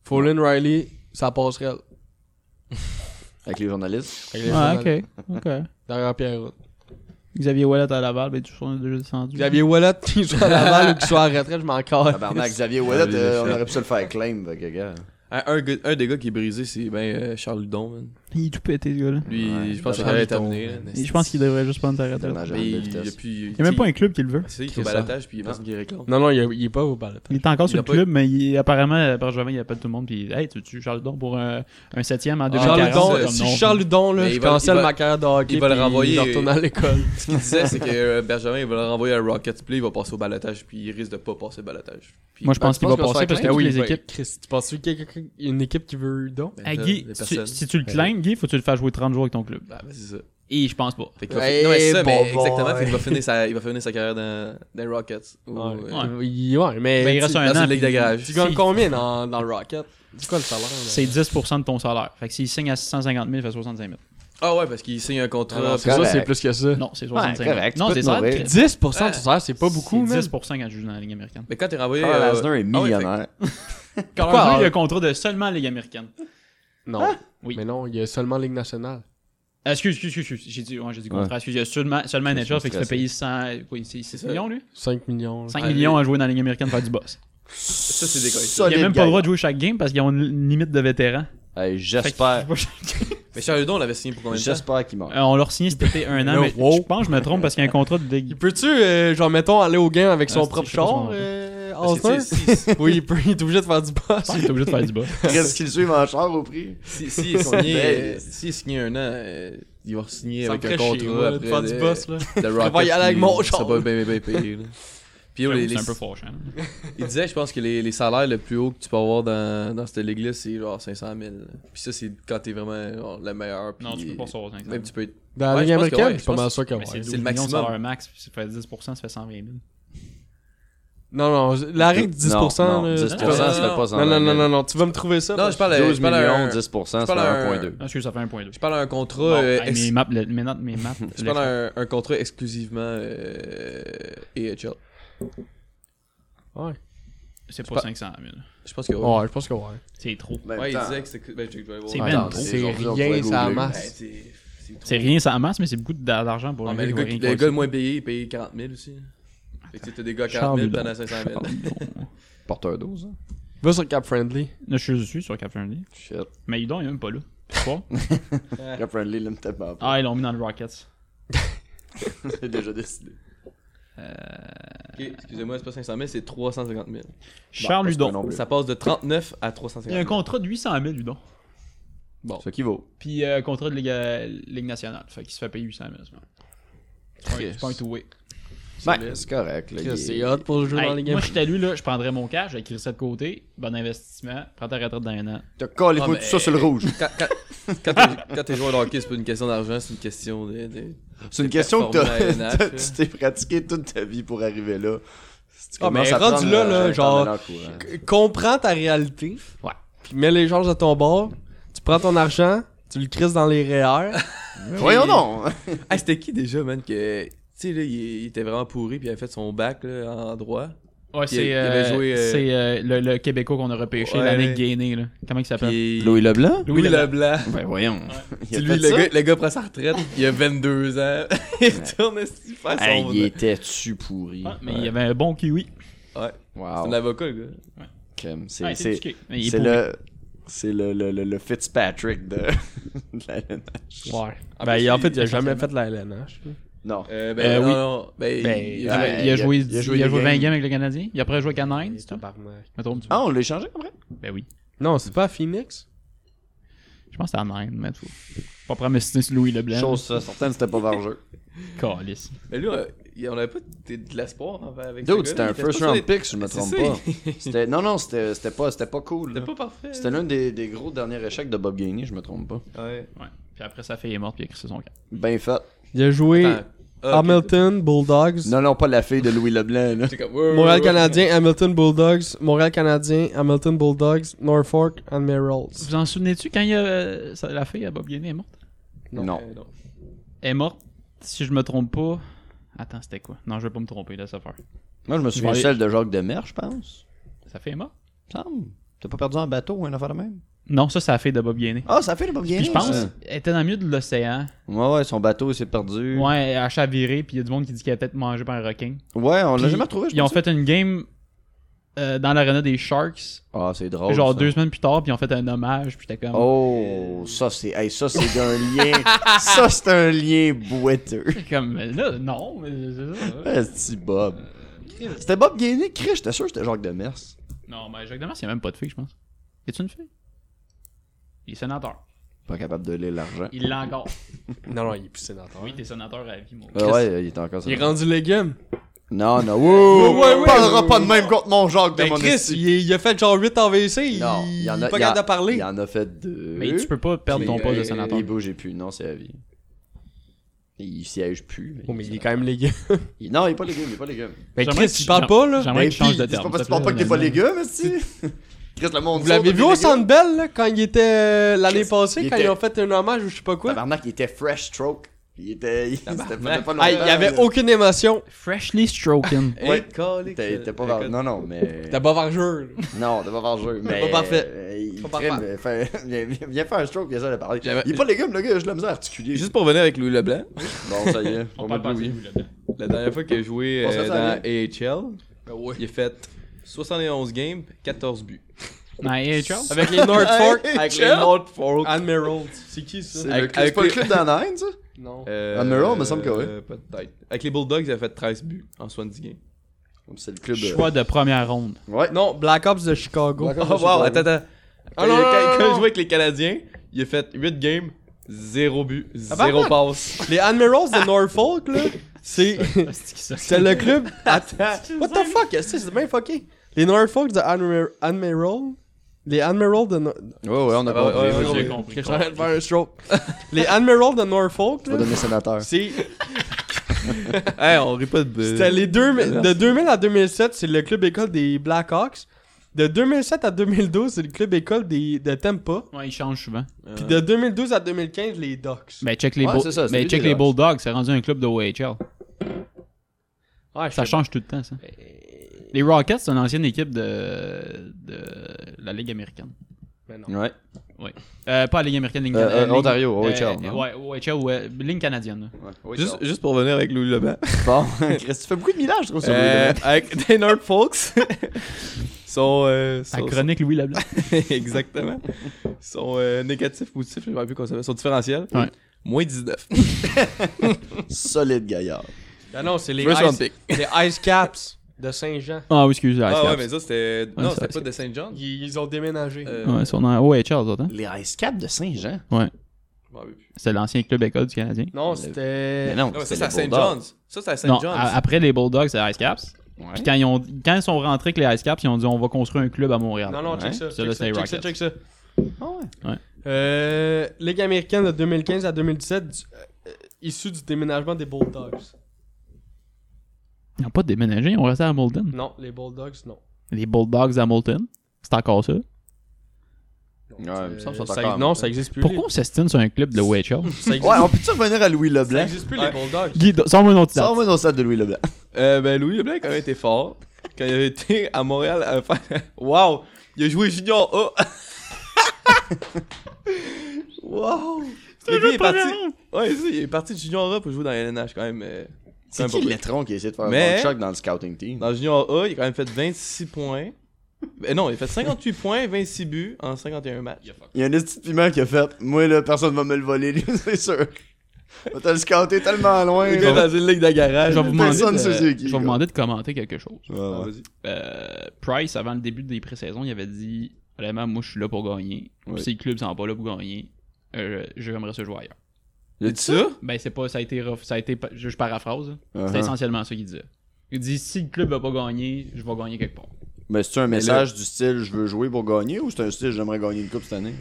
Follin, Riley, ça passerelle.
Avec les journalistes.
Avec les
Ah,
Canadiens.
ok. Ok.
Derrière Pierre
Xavier Wallet à Laval, ben, tu on est déjà descendu.
Xavier Wallet, qu'il soit à Laval ou qu'il soit à la retraite, je m'en casse.
Tabarnak, Xavier Wallet, euh, on aurait pu se le faire claim, fait que, gars.
Un, un gars- un des gars qui est brisé, c'est ben euh, Charles Ludon. man.
Il est tout pété, ce gars-là.
Lui,
Ouais,
je pense qu'il
Charles
avait
Ludon,
terminé. là.
Et Je pense qu'il devrait juste prendre sa retraite.
Dommage,
Mais
de
il- il y a
vitesse.
plus- il-
Il n'y a même pas
il-
un club qui le veut.
C'est
C'est
au
ça.
balatage, puis il y a personne qui réclame.
Non, non, il, est- il est pas au balotage.
Il est encore
Il
sur
a
le
pas
club, mais il, apparemment, euh, par Gervais, il appelle tout le monde. Puis, hey, tu tu Charles Don pour euh, un septième en 2040
Charles Ludon,
C'est comme
si
non.
Charles Ludon, là,
Mais
je
il va-
cancelle
il va-
ma carrière de hockey,
il va le
puis
renvoyer-
Il retourne à l'école.
euh, Ce qu'il disait, c'est que euh, Benjamin, il va le renvoyer à Rockets Play, il va passer au balotage, puis il risque de pas passer le balotage. Puis-
Moi, je
Ben,
pense
tu
qu'il va
penses se
passer
faire
parce que
claim?
toutes
oui,
les
ben,
équipes.
Chris, tu penses-tu qu'il y a quelqu'un- une équipe qui veut Ludon?
Ben,
Ah,
t'as-
Guy,
t'as
si,
personne.
si tu le claimes, Guy, faut que tu le fasses jouer 30 jours avec ton club.
Ah, ben, c'est ça.
Et je pense pas.
Fait qu'il va
Hey,
fi- non, mais c'est ça,
bon
mais
boy.
exactement. fait qu'il va finir sa, il va finir sa carrière dans, dans les Rockets. Ou, euh,
Ouais. Il- ouais, mais.
Ben, il
tu-
reste un
dans
an.
une ligue de
puis
garage.
Tu gagnes
si-
combien dans, dans le Rocket? C'est quoi le salaire? là?
C'est 10% de ton salaire. Fait que s'il signe à 650 000, il fait 65 000.
Ah ouais, parce qu'il signe un
Ah non,
contrat.
c'est ça,
correct.
c'est plus que ça.
Non, c'est 65 000.
correct, tu
Non,
peux
c'est
te
ça.
nourrir.
Chris.
10% de ton salaire, Euh, c'est pas beaucoup,
C'est
man.
10% quand je joue dans la Ligue américaine.
mais quand t'es renvoyé.
Carl
euh,
Asner est
ah ouais, fait-
millionnaire.
Quand
Pourquoi il y
même,
a
il Hein?
un contrat de seulement Ligue américaine
y a- Non.
Oui.
Mais non, il y a seulement Ligue nationale.
Ah, Excuse, excuse, excuse, excuse. J'ai dit, ouais, j'ai dit
Ouais.
contrat. Excuse, il y a seulement, seulement
Je
NHL,
suis
fait qu'il se fait
stressé.
payer 100, quoi, c'est 6
ça.
millions, lui
5 millions.
5
Allez.
millions à jouer dans la Ligue américaine pour faire du boss.
Ça, c'est des
Il
Solide
n'y a même pas le
gagnant.
droit de jouer chaque game parce qu'ils ont une limite de vétérans.
Hey,
Fait
J'espère.
qu'il joue pas chaque game.
Mais Charles Ludon, on l'avait signé pour combien de temps
J'espère qu'il meurt.
Euh, on leur signait c'était un an,
Là,
mais
wow.
je pense que je me trompe parce qu'il y a un contrat de
Il
Ligue.
peut-tu, euh, genre, mettons, aller au gain avec
Ah,
son
c'est-
propre
je sais pas
char,
son-
euh,
Parce que, tu
Osner?
sais, si- si-
Oui, il peut, il est obligé de faire du
Je
boss.
pense qu'il est obligé de faire du boss.
Qu'est-ce qu'il suit en char au prix?
si- si il est signé,
Ben,
euh, s'il est signé un an, euh, il va signer
Ça me
avec un
ferait chier,
contrat
moi, de
après. euh,
faire du
de-
boss, là.
de Rockets,
travaille avec
puis
mon
il sera
char.
pas bien, bien payé, là. Puis oh, les-
C'est
les-
un peu fort, hein.
il disait, je pense que les, les salaires le plus haut que tu peux avoir dans, dans cette ligue-là, c'est genre 500 000. là. Puis ça, c'est quand t'es vraiment genre, le meilleur. puis- euh,
Non, tu peux pas sortir cinq cents.
Même tu peux être.
Dans la
Ouais,
Ligue
je pense que
américaine,
ouais,
je
je
suis pas
pense-
mal sûr que
Mais
ouais.
c'est
c'est
12
le
millions de
maximum.
salaire max, puis ça fait 10%, ça fait 120 000.
Non, non, la règle du 10%,
Non, non,
là,
10%,
tu
non,
ça
vas-
fait
non,
pas
non, non, non, non, non, tu vas me trouver ça.
Non,
parce-
je parle,
12
je parle à
millions,
un,
10%, ça fait
je parle à un-
1.2.
Non, Ah, excuse, ça fait 1.2.
je parle à un contrat.
Bon,
euh,
hey,
ex-
mes maps, le- mes notes, mes maps.
je parle à un, un contrat exclusivement euh, AHL.
Ouais,
C'est
pas-
pas 500 000.
Je pense que. Ouais,
Ouais, je pense que ouais.
C'est trop.
Ouais, il disait que c'était. Ben, je je vais aller voir.
C'est
Ouais,
même
attends,
trop.
c'est-
C'est rien, ça amasse.
c'est- c'est
C'est
trop.
rien, ça amasse, mais c'est beaucoup d'a- d'argent pour
Ah,
un
mais
gars
le
qui
gars,
va
qui-
rien
le gars
coûter.
le moins payé, il paye 40 000 aussi. Fait que tu sais, t'as des gars à 40 000,
Charles
t'en as 500 000.
Porteur 12, hein?
Va sur Cap Friendly.
Là, je suis dessus sur Cap Friendly.
Shit.
Mais Udon, il est même pas là. Tu vois?
Cap Friendly l'aime tellement pas.
Ah, ils l'ont mis dans le Rockets.
C'est déjà décidé.
Ok, excusez-moi, c'est pas 500 000, c'est 350 000.
Bon,
Charles
c'est pas
Ludon.
non plus.
Ça passe de 39
Il y
à
a un
350 000.
contrat de 800 000, Ludon.
Ce qui vaut.
Puis euh, contrat de Ligue, euh, Ligue nationale. Fait qu'il se fait payer 800 000. c'est bon. C'est pas un- C'est pas un two-way.
Ben, c'est correct. Là, il est-
hot pour jouer
Hey, moi, je suis à lui, là, je prendrais mon cash, je ça de côté. Bon investissement, prends ta retraite dans un an.
T'as collé
Ah,
tout
mais-
ça sur le rouge.
Quand, quand- quand t'es- quand t'es joueur de hockey, c'est pas une question d'argent, c'est une question de. de-
C'est une question que
performant
t'as-
à NH,
t'as-
là.
tu t'es pratiqué toute ta vie pour arriver là. Si tu
Ah, mais
commences à
rendu
prendre
là,
le-
là,
euh,
le
genre-
temps de l'encourage.
C- Comprends ta réalité.
Ouais.
Puis mets les choses à ton bord. Tu prends ton argent. Tu le crises dans les REER.
Voyons non!
Ah, c'était qui déjà, man, que. Tu sais, là, il, il était vraiment pourri, puis il avait fait son bac, là, en droit.
Ouais,
il
c'est
avait
euh,
joué, euh,
c'est, euh, le, le Québécois qu'on a repêché,
Ouais,
l'année
ouais.
Gainé. Là. Comment il s'appelle
Puis.
Leblanc?
Hein? Louis
Louis
Leblanc.
Leblanc.
Ben voyons. Il a
C'est
fait
lui, le
ça?
gars, le gars prend sa retraite, il a 22 ans. il retourne à faire
Hey,
son.
il était-tu pourri?
Ouais, Ah, mais
Ouais.
il y avait un bon kiwi.
C'est
Wow.
un avocat, le gars.
Crème, C'est
Ouais, Ah, il
c'est-
était éduqué, mais il est
c'est
pourri.
le... C'est le, le, le, le Fitzpatrick de, de la LNH.
Ouais.
En
Ben,
plus,
il- en fait,
Il a jamais fait de la LNH.
Non.
Euh,
Euh,
ben,
oui.
oui. non, ben,
Ben,
il-
il,
il-
a-
ouais,
il a joué,
il a joué
il a
des
joué 20
games.
games avec le Canadien. Il a après joué à 9, c'est tout.
Tabarnak.
Me trompe-tu?
Ah, on l'a échangé après?
Non, c'est pas à Phoenix.
Ben Je pense que c'était à 9, mais tout. Pas prêt à me citer sur Louis Leblanc.
Chose certaine, c'était pas vergeux.
Calice.
Mais Ben, lui, on a- il- on avait pas de, de l'espoir en fait, avec ce
Dude,
gars-là,
c'était
il
un
était
first
pas
round
sur
pick, si je me
C'est
trompe
ça.
pas. C'était- Non, non, c'était c'était pas, c'était pas cool.
les-
là.
C'était pas parfait.
C'était l'un des, des gros derniers échecs de Bob Gainey, je me trompe pas.
Ouais.
Ouais. Puis après, sa fille est morte, puis il a crissé son camp.
Ben fait.
Il a joué
Attends. Ah, ok.
Hamilton, Bulldogs.
Non, non, pas la fille de Louis Leblanc, là.
C'est comme, ouais, ouais,
Montréal
ouais.
canadien, Hamilton Bulldogs, Montréal canadien, Hamilton Bulldogs, Norfolk Admirals.
Vous en souvenez-tu quand il y a, euh, sa- la fille à Bob Gainé est morte
Non.
Euh, non.
est morte, si je me trompe pas. Attends, c'était quoi Non, je vais pas me tromper, là, ça fait.
Moi, je me souviens
Allez.
celle de Jacques Demers, je pense.
Sa fille est morte
Il me semble. T'as pas perdu en bateau ou un affaire de même?
Non, ça, c'est la fille de Bob Gainé.
Ah, ça fait le Bob Gainey,
Puis je pense,
ça.
elle était dans le milieu de l'océan.
Ouais, ouais, son bateau, il s'est perdu.
Ouais, elle a chaviré, puis il y a du monde qui dit qu'elle a peut-être mangé par un requin.
Ouais, on l'a
Puis,
jamais retrouvé, je
Ils ont
pense.
fait une game euh, dans l'arena des Sharks,
Ah, c'est drôle.
genre
ça.
deux semaines plus tard, puis ils ont fait un hommage, puis j'étais comme.
Oh, ça, c'est. Hey, ça, c'est un lien. ça, c'est un lien boiteux.
Comme, mais là, non, mais c'est ça.
Esti Bob. C'était Bob Gainey, Chris, j'étais sûr que c'était Jacques Demers.
Non, mais Jacques Demers, il n'y a même pas de fille, je pense. Y a-tu une fille Il est sénateur.
Pas capable de lire l'argent.
Il l'a encore.
Non, non, il est plus sénateur.
Oui, t'es sénateur à vie, mon gars.
Ah ouais, il est encore ça.
Il est rendu légume.
Non, non, wow,
Ouais, ouais,
on
ouais,
parlera
ouais,
pas de
ouais.
même contre mon Jacques de
Ben
mon
Chris,
esti.
il, est- il a fait genre 8 en VC, il,
Non, il y en a.
est pas
il y en-
capable de parler.
Il y en a fait deux.
Mais tu peux pas perdre ton
Puis,
poste de
euh,
sénateur.
Il bouge plus, non, c'est à vie. Il siège plus. mais
Oh, mais il est quand même légume.
il- Non, il est pas légume, il est pas légume.
Mais
J'aimerais
Ben, Chris,
que
il
tu-
parle pas, là.
J'aimerais que
Ben,
tu changes de
puis,
terme.
C'est pas
s'il
parce que
te
tu parles
plaît,
pas que t'es pas
Daniel.
légume, esti. Chris, le monde
Vous l'avez vu au Centre Bell, là, quand il était euh, l'année
Chris,
passée,
il
quand
était- Ah,
ils ont fait un hommage ou je sais pas quoi.
Tabarnak, il était fresh stroke. Il était. Il c'était pas- pas
Ah, il y avait
longtemps,
aucune émotion.
Freshly stroking.
là. ben, Ouais.
Hey, calique,
T'es t'es pas
euh,
var- Non, non, mais.
T'as pas vargeur. là.
Non, t'es pas vargeux. Mais.
pas parfait.
euh, il
Pas
traîne,
parfait.
euh, fait- Viens viens faire un stroke, viens ça de parler.
J'avais-
Il est pas légume, le gars, je la misère articulée.
Juste pour venir avec Louis Leblanc,
Bon, ça y est.
On parle pas de vous, là.
la dernière fois qu'il a joué
On se
euh,
fait ça
dans AHL,
Ben
il a fait 71 games, 14 buts.
Dans AHL?
Avec les North Fork, avec les North
North Fork.
Admirals. C'est qui ça
C'est le-
Avec-
c'est pas le
avec-
club d'Anaheim, ça?
Non.
Euh,
Admiral, me semble que oui.
euh, Peut-être. Avec les Bulldogs, il a fait 13 buts en 70 games.
C'est le club. euh,
Choix de première ronde.
Ouais.
Non, Black Ops de Chicago.
Black Ops
Oh,
de Chicago.
wow, attends, attends.
Ah,
Quand,
non,
il,
non,
quand-
non,
quand il
non.
jouait avec les Canadiens, il a fait 8 games, 0 but, 0
Tabarnak.
passe.
Les Admirals de Norfolk, là, c'est c'est le club. Attends, what the fuck, est-ce que c'est bien fucké? Les Norfolk de Admir- Admiral, les Admirals de. No-
Ouais, ouais, on a
Ah, ouais,
compris.
ouais,
vas-y.
ouais.
J'ai compris.
Je suis en train de faire un stroke. Les Admirals de Norfolk,
Tu vas
là,
devenir sénateur.
c'est.
hey, on rit pas de.
C'était les deux, de 2000 à 2007, c'est le club école des Blackhawks. De 2007 à 2012, c'est le club école des, de Tampa.
Ouais, il change souvent.
Puis de 2012 à 2015, les Ducks.
Ben, check les,
Ouais,
Bull-
c'est ça, c'est
ben,
lui,
check
les
les
Ducks.
Bulldogs. C'est rendu un club de OHL.
Ouais, je
Ça
sais
change tout le temps, ça.
Ben,
Les Rockets, c'est une ancienne équipe de, de la Ligue américaine.
pas, mais non.
Ouais.
Euh, pas la Ligue américaine, Ligue
Euh, euh,
Ligue-
Ontario, hein.
euh,
OHL, non?
ouais, OHL, ouais, Ligue canadienne. là.
Juste, juste pour venir avec Louis Leblanc.
Bon, Chris, tu fais beaucoup de millages, je trouve, sur
Euh,
Louis
avec des North Folks. sont, euh,
Sa
sont-
chronique Louis Leblanc.
Exactement. Sont euh, négatifs, positifs, je ne sais plus comment ça s'appelle. Sont différentiels.
Ouais.
Moins 19.
Leblanc. Solide gaillard.
Ah non, c'est les
First round
Ice,
pick.
les Ice Caps. de Saint-Jean.
Ah oui, excusez,
Ah
Ice
ouais,
Caps.
mais ça c'était. Non,
ça,
c'était pas
c'est-
de Saint John.
Ils, ils ont déménagé.
Euh,
Ouais, ils sont en OHL, les autres, hein?
Les Ice Caps de Saint-Jean?
je m'en rappelle plus.
C'était l'ancien club école du Canadien.
non,
le-
c'était.
Mais non,
Non, mais ça
c'est
c'est à
les
Saint
Bulldogs.
John's. Ça c'est à Saint
non,
John's.
a- après les Bulldogs, c'est Ice Caps.
Ouais.
Puis quand ils, ont, quand ils sont rentrés avec les Ice Caps, ils ont dit on va construire un club à Montréal.
Non, non,
Ouais.
check ça.
Ça,
Check
là,
ça,
c'est les
check ça,
Rockets.
check ça.
Ah ouais.
Euh, Ligue américaine de 2015 à 2017, du- euh, issue du déménagement des Bulldogs.
Ils n'ont pas déménagé, ils ont resté à Hamilton.
Non, les Bulldogs, non.
Les Bulldogs à Hamilton, c'est encore ça.
Ouais, il me semble que
Euh,
sont
ça-
encore à
non,
Hamilton.
ça existe plus.
Pourquoi on s'estime sur un club de OHL?
les- Ça existe,
Ouais, on peut-tu revenir à Louis
ça
Leblanc?
existe plus,
Ouais.
les Bulldogs.
Guy, sors-moi une autre date.
Sors-moi nos sacs de Louis Leblanc.
Euh, ben Louis Leblanc a quand même été fort. Quand il avait été à Montréal, à faire- Wow! Il a joué Junior A! wow! Le gars est parti. Ouais, c'est ça, il est parti de Junior A pour jouer dans la LNH quand même. euh,
C'est
un
qui
peu.
le tronc qui a essayé de faire
Mais-
un bon choc dans le scouting team?
Dans Junior A, il a quand même fait 26 points. Ben non, il a fait 58 points, 26 buts en 51 matchs.
Il y a un petit piment qui a fait Moi là, personne va me le voler, lui, c'est sûr. On t'a le scouté tellement loin.
Le gars
là.
dans une ligue de garage.
Je vais vous demander
Personne
de-
Suzuki,
je vais vous
quoi.
demander de commenter quelque chose.
Ouais, ouais.
Euh, Price, avant le début des pré-saisons, il avait dit Vraiment, moi, je suis là pour gagner.
Ouais.
Si le club s'en va là pour gagner, euh, j'aimerais se jouer ailleurs.
Il a dit ça?
Ben, c'est pas, ça a été, ref- ça a été pa- je, je paraphrase. là.
Uh-huh.
C'est essentiellement ça qu'il disait. Il dit Si le club va pas gagner, je vais gagner quelque part.
Mais c'est-tu un message du style je veux jouer pour gagner ou c'est un style j'aimerais gagner une coupe cette année?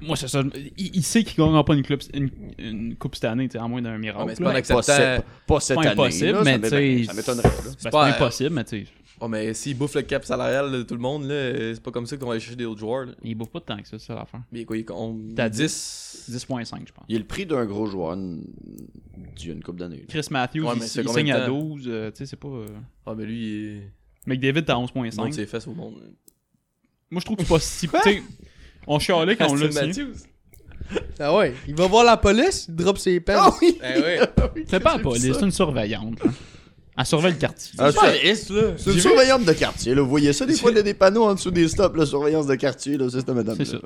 Moi, c'est ça. Il, il sait qu'il gagnera pas une, club, une, une coupe cette année, tu sais, à moins d'un miracle.
mais c'est
là.
Pas,
pas
cette-
acceptable.
pas cette
pas
année.
impossible,
là,
mais
ça m'étonnerait-
tu sais,
Ça m'étonnerait. là.
Ben, c'est
pas-
Bah,
euh,
pas
euh,
impossible, mais tu sais,
Oh, mais s'il bouffe le cap salarial de tout le monde, là, euh, c'est pas comme ça qu'on va aller chercher des autres joueurs. là.
il bouffe pas de temps que ça, c'est ça l'affaire.
Mais quoi, on.
T'as
10.
10.5, je pense.
Il y a le prix d'un gros joueur une- d'une coupe d'année. là.
Chris Matthews,
Ouais, mais
il,
c'est
il
combien
signe
de
à
temps?
12, euh, tu sais, c'est pas. euh,
Ah, mais lui, il est-
McDavid, t'as 11.5.
il monte ses fesses au monde.
Moi, je trouve que c'est pas si. tu sais, on chialait quand on l'a
Austin
dit.
Ah ouais, il va voir la police, il drop ses pelles.
Ah oui!
Eh ouais.
C'est pas la police, c'est une surveillante. là. Elle surveille le quartier.
Ah, ça-
là.
C'est une surveillante de quartier, là. Vous voyez ça, des fois, il y a des panneaux en dessous des stops, la surveillance de quartier, là. C'est cette madame.
C'est ça.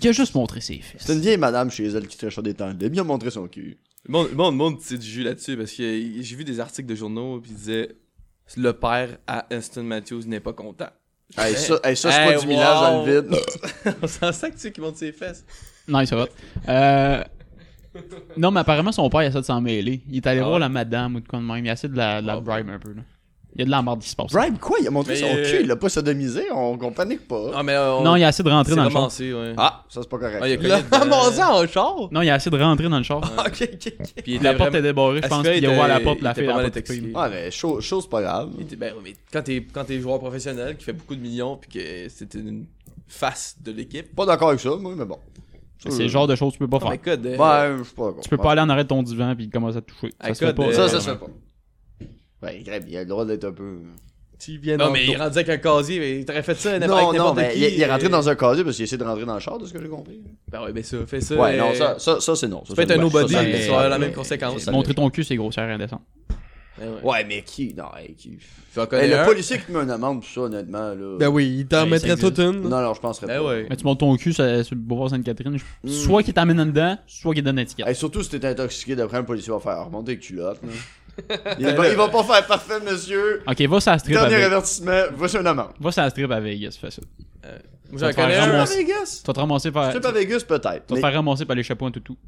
Il a juste montré ses fesses.
C'est une vieille madame chez elle qui sur des temps. Elle a bien montré son cul.
Le monde, le monde, le monde tire du jus là-dessus parce que euh, j'ai vu des articles de journaux puis ils disaient le père à Aston Matthews n'est pas content.
Hey, ça, hey, ça, c'est pas
Hey,
du millage dans le vide.
On s'en sent que tu qui monte ses fesses.
Nice, hot. Euh... Non, mais apparemment, son père, il essaie de s'en mêler. Il est allé
Ah
voir
ouais.
la madame ou de quoi de même. Il essaie de la, de la bribe un peu. Là. Il y a de la merde qui se passe.
Bribe, quoi? Il a montré
Mais,
son
euh,
cul, il l'a pas sodomisé, on, on panique pas.
Ah mais euh, on-
Non, il a essayé de
c'est
rentrer dans le char.
romancé, ouais.
Ah, ça c'est pas correct.
Ah, il a
ça.
cogné dedans.
Ramassé en char.
Non, il a essayé de rentrer dans le char.
Puis Ah, il était
La porte
vraiment-
est débarrée, je
Est-ce
pense.
qu'il
puis Il a ouvert la
était-
porte,
il
la
était
fille elle
pas
a
mal
pas coupé.
intoxiqué.
Ouais, mais chaud, chaud, c'est pas grave.
Il était- ben oui, mais quand t'es quand t'es joueur professionnel qui fait beaucoup de millions puis que c'est une face de l'équipe.
Pas d'accord avec ça, moi, mais bon. Ça,
C'est
je-
le genre de choses que tu peux pas
Oh my
faire.
God, euh,
Ouais, je suis pas d'accord.
Tu peux pas aller en arrêt de ton divan puis commencer à te toucher. Ça
Hey,
se fait
God,
pas.
euh,
Ça, ça se fait pas. Ouais, grave, il a le droit d'être un peu.
Tu viens
Non
dans
mais
le
il est
dos.
rendu avec un casier, mais il t'aurait fait ça n'importe-
Non,
avec
non,
n'importe
mais
qui,
il, il est rentré
euh,
dans un casier parce qu'il essaie de rentrer dans le char, de ce que j'ai compris.
Ben ouais, ben ça, fais ça.
Ouais, non,
euh,
ça, ça, ça c'est non. Ça,
peut être
c'est-
un
ouais,
nobody,
ça,
mais
c'est-
ça
a la
ouais,
même
mais-
conséquence.
ça,
Montrer ton cul, c'est grossière et indécent.
ben ouais.
Ouais, mais qui Non, hey, qui.
Faut en
Hey,
connaître
le
un.
policier qui te met une amende pour ça, honnêtement, là.
Ben oui, il t'en
Ouais,
mettrait
ça existe.
toute une.
Non, non, je penserais
Ben
pas.
ouais.
Mais tu montes ton cul sur, sur le boulevard Sainte-Catherine, je-
Mm.
soit qu'il t'amène en dedans, soit qu'il donne l'étiquette.
Hey, surtout si t'es intoxiqué, d'après un policier va faire oh, remonter les culottes. Ben là. il, va, il va pas faire parfait, monsieur.
Ok, va sur la strip à
Dernier
Vegas.
avertissement, voici une amende.
Va sur la strip à Vegas, fais ça. Tu
Moi, j'en
Faut faire
connais
Strip
un.
à
ramasser.
Vegas
vas te ramasser par. Tu
Strip à Vegas, peut-être.
vas
Mais
te faire ramasser par les chapeaux en toutou.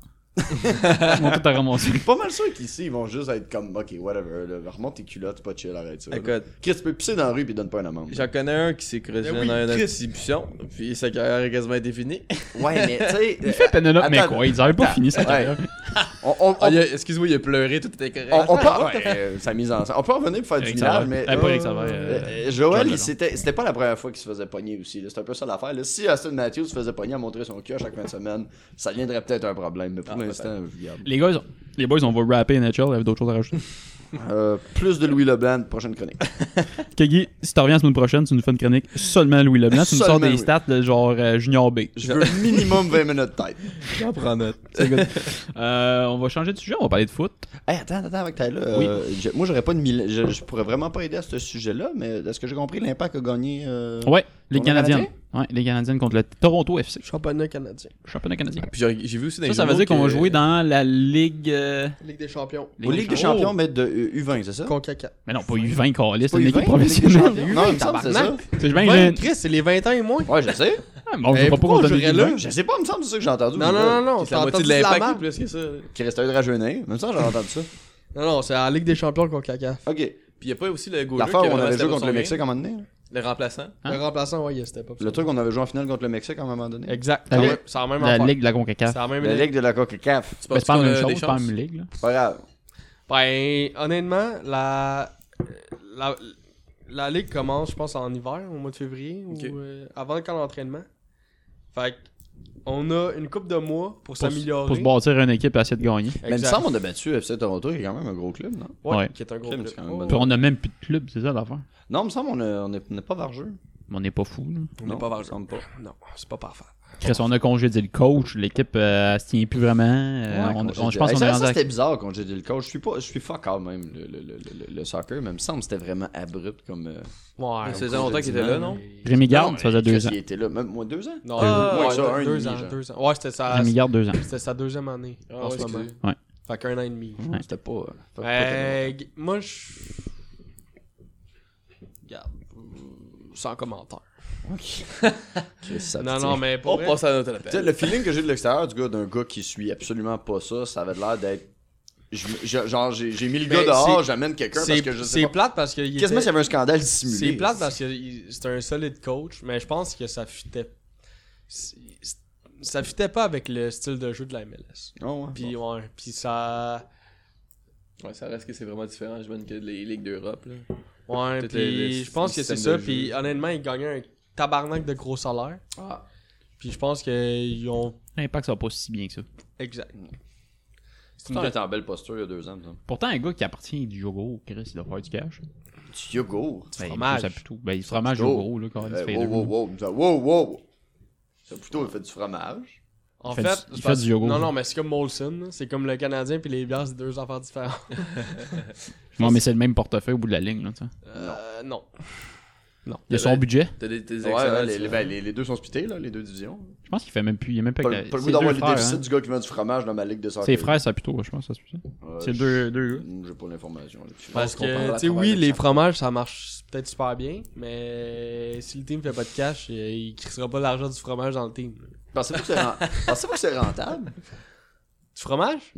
Ils vont tout te ramasser.
pas mal sûr qu'ici, ils vont juste être comme, ok, whatever, là, remonte tes culottes, c'est pas chill, arrête ça. là.
Écoute,
Chris, tu peux pisser dans la rue pis donne pas une amende.
J'en connais un qui s'est creusé
Ben oui,
dans une
Chris.
distribution, puis sa carrière est quasiment définie.
Ouais, mais tu sais. euh,
Il fait Penelope
Attends.
mais quoi Ils avaient pas
Attends.
fini ça.
Ouais. On, on, on,
Excuse-moi, il a pleuré, tout était correct.
on- on peut. ouais, euh, sa mise en scène. On peut revenir pour faire du
Eric
village,
Savard.
mais.
Eh, pas Eric
Euh,
Savard, euh,
euh,
John
Joël,
Legend.
il s'était- c'était pas la première fois qu'il se faisait pogner aussi. là. C'est un peu ça l'affaire. là. Si Aston Matthews se faisait pogner à montrer son cul à chaque fin de semaine, ça viendrait peut-être un problème. Mais pour l'instant, je garde.
Les gars, ils ont- les boys, on va rapper NHL, il y avait d'autres choses à rajouter.
Euh, plus de Louis Leblanc, prochaine chronique.
Keggy, si tu reviens la semaine prochaine, tu nous fais une chronique seulement Louis Leblanc, tu nous sors
Seulement
des
Louis.
stats de genre euh, Junior B.
Je veux minimum 20 minutes de tête.
J'en prends note.
C'est good. Euh, on va changer de sujet, on va parler de foot.
Hey, attends, attends, avec Tyler. euh, je- moi, j'aurais pas de mille- je, je pourrais vraiment pas aider à ce sujet-là, mais est-ce que j'ai compris l'impact a gagné. euh,
Ouais, les
Pour le
Canadiens.
Canadien?
Ouais, les Canadiennes contre le Toronto FC.
Championnat canadien.
Championnat canadien.
Puis j'ai j'ai vu aussi dans
Ça,
les
ça veut
journaux
dire qu'on va
que-
jouer dans la Ligue. euh,
Ligue des champions.
Aux Ligue des Champions, mais de euh, U20, c'est ça?
Concacaf.
Mais non, pas U20
Pas
Calis, c'est une équipe
U20, mais Ligue des
professionnelle.
Champions. Non, il me semble que c'est ça.
C'est bien
Ouais,
jeune.
Chris, c'est les 20 ans et moins.
Ouais, je sais. Oh,
Ah, Bon, je vois
Eh,
pas qu'on
pourquoi
donne
on
des
jouerait là?
U20.
Je sais pas, il me semble que c'est ça que j'ai entendu.
Non, non, non, non.
C'est la moitié de
la
l'impact
marque.
plus que ça.
Qui restait de rajeunir. Même ça, j'ai entendu ça.
Non, non, c'est la Ligue des champions contre CACAF.
Ok.
Puis il y a pas aussi le goaler
L'affaire
qui
où on
ramasse
avait
la
joué
balle
contre
sur
le
rien,
Mexique à un moment donné.
Le remplaçant.
Hein?
Le remplaçant, ouais, il c'était pas
Le truc qu'on avait joué en finale contre le Mexique à un moment donné.
Exact.
La
Ah
Ligue-
ouais, C'est la même
La
affaire.
Ligue de la
C'est
CONCACAF.
la même
La
ligue.
Ligue de la Coca-Caf.
Tu
Ben,
penses
C'est pas la
qu'on
même
a des
chose, c'est pas la
chances?
même ligue. là.
Pas grave.
Ben, honnêtement, la... la... la Ligue commence, je pense, en hiver, au mois de février,
Ok.
ou euh, avant le camp d'entraînement. Fait que, on a une coupe de mois pour
Pour s-
s'améliorer.
Pour se Ben, bâtir une équipe à essayer de gagner.
Mais il me
Exact.
semble qu'on a battu FC Toronto, qui est quand même un gros club, non?
Ouais,
Ouais.
qui est un gros
Crime,
club.
c'est quand même une bonne
Puis on a même plus de club, c'est ça l'affaire.
Non, il me semble qu'on a- on est- on n'est pas vers jeu.
Mais on n'est pas fou. là.
On n'est pas vers
il me
le
semble pas.
Non, c'est pas parfait.
Chris, on a congédié le coach, l'équipe euh, elle se tient plus vraiment. euh,
Ouais,
on-
congédié.
on- je pense
Hey,
qu'on est
ça, ça,
rendu à-
c'était bizarre quand j'ai dit le coach. Je suis pas, je suis fuck quand même le, le, le, le, le soccer, mais il me semble que c'était vraiment abrupt comme. euh,
Ouais.
Ça faisait longtemps qu'il était là, non
Rémi
non,
Garde, ça faisait
mais
deux
Chris,
ans.
Il était là, même moi deux ans.
Non, euh,
Ah,
ouais,
ouais, ça, un et
deux
demi,
ans,
genre. Ah,
deux ans. Ouais, c'était sa,
Rémi Garde, deux ans.
c'était sa deuxième année en ce moment.
Ouais.
Fait qu'un an et demi.
Ouais.
C'était pas. euh, pas- pas terrible.
Euh, gu- moi, je. Regarde. euh, Sans commentaire.
Chris, ça Oh,
non,
te
non,
tient.
mais pour.
On
vrai-
passe à notre
Tu sais,
appel.
le feeling que j'ai de l'extérieur du gars d'un gars qui suit absolument pas ça, ça avait l'air d'être. je- je- Genre, j'ai j'ai mis le gars
Mais
dehors,
c'est-
j'amène quelqu'un parce que je
C'est
sais
c'est
pas.
plate parce que. il
Quasiment
était-
s'il y avait un scandale dissimulé.
C'est plate parce que il- c'était un solide coach, mais je pense que ça fitait. c'est- Ça fitait pas avec le style de jeu de la MLS.
Oh, ouais.
Puis, euh, ouais, puis ça.
Ouais, ça reste que c'est vraiment différent, je que les ligues d'Europe. là.
Ouais,
Tout le-
puis
le
je pense que c'est
système
ça.
de
Puis,
jeu.
honnêtement, ils gagnaient un tabarnak de gros salaires.
Ah.
Puis, je pense qu'ils ont.
L'impact, ça va pas si bien que ça.
Exact.
Tout le temps, il était en belle posture il y a deux ans. me semble.
Pourtant, un gars qui appartient du yogourt, Chris, il doit faire du cash.
Ben, Du yogourt.
Ben,
fromage.
Ça plutôt. Ben, il fromage
plutôt.
yogourt, là, quand il se
Euh,
fait
wow,
deux.
wow, wow, Ça- wow, wow. Ça, plutôt, il fait du fromage.
En
Il fait
fait,
du-
c'est
il fait
parce-
du yogourt.
Non, non, mais c'est comme Molson. là. C'est comme le Canadien puis les bières, c'est deux affaires différentes.
Non, mais c'est le même portefeuille au bout de la ligne, là, tu sais.
Euh, non.
Il a son budget.
T'as des, des
Ouais, ouais, les, les-
excellents.
ben, les- les deux sont splités, là, les deux divisions.
Je pense qu'il fait même plus. Il a même pas
Pas,
que
le-
la-
pas le
c'est
goût d'avoir
deux
le
frères,
déficit
hein.
du gars qui vend du fromage dans ma ligue de soccer.
C'est les frères, ça plutôt, je pense, ça suffit.
Euh,
C'est
je-
deux, deux gars.
J'ai pas l'information. là-dessus.
Parce
Je pense qu'on parle
que,
à
tu sais,
travers
oui,
le
les
chat.
fromages, ça marche peut-être super bien, mais si le team fait pas de cash, euh, il crissera pas l'argent du fromage dans le team. Du
Pensez-vous que c'est ren- pensez-vous que c'est rentable?
fromage?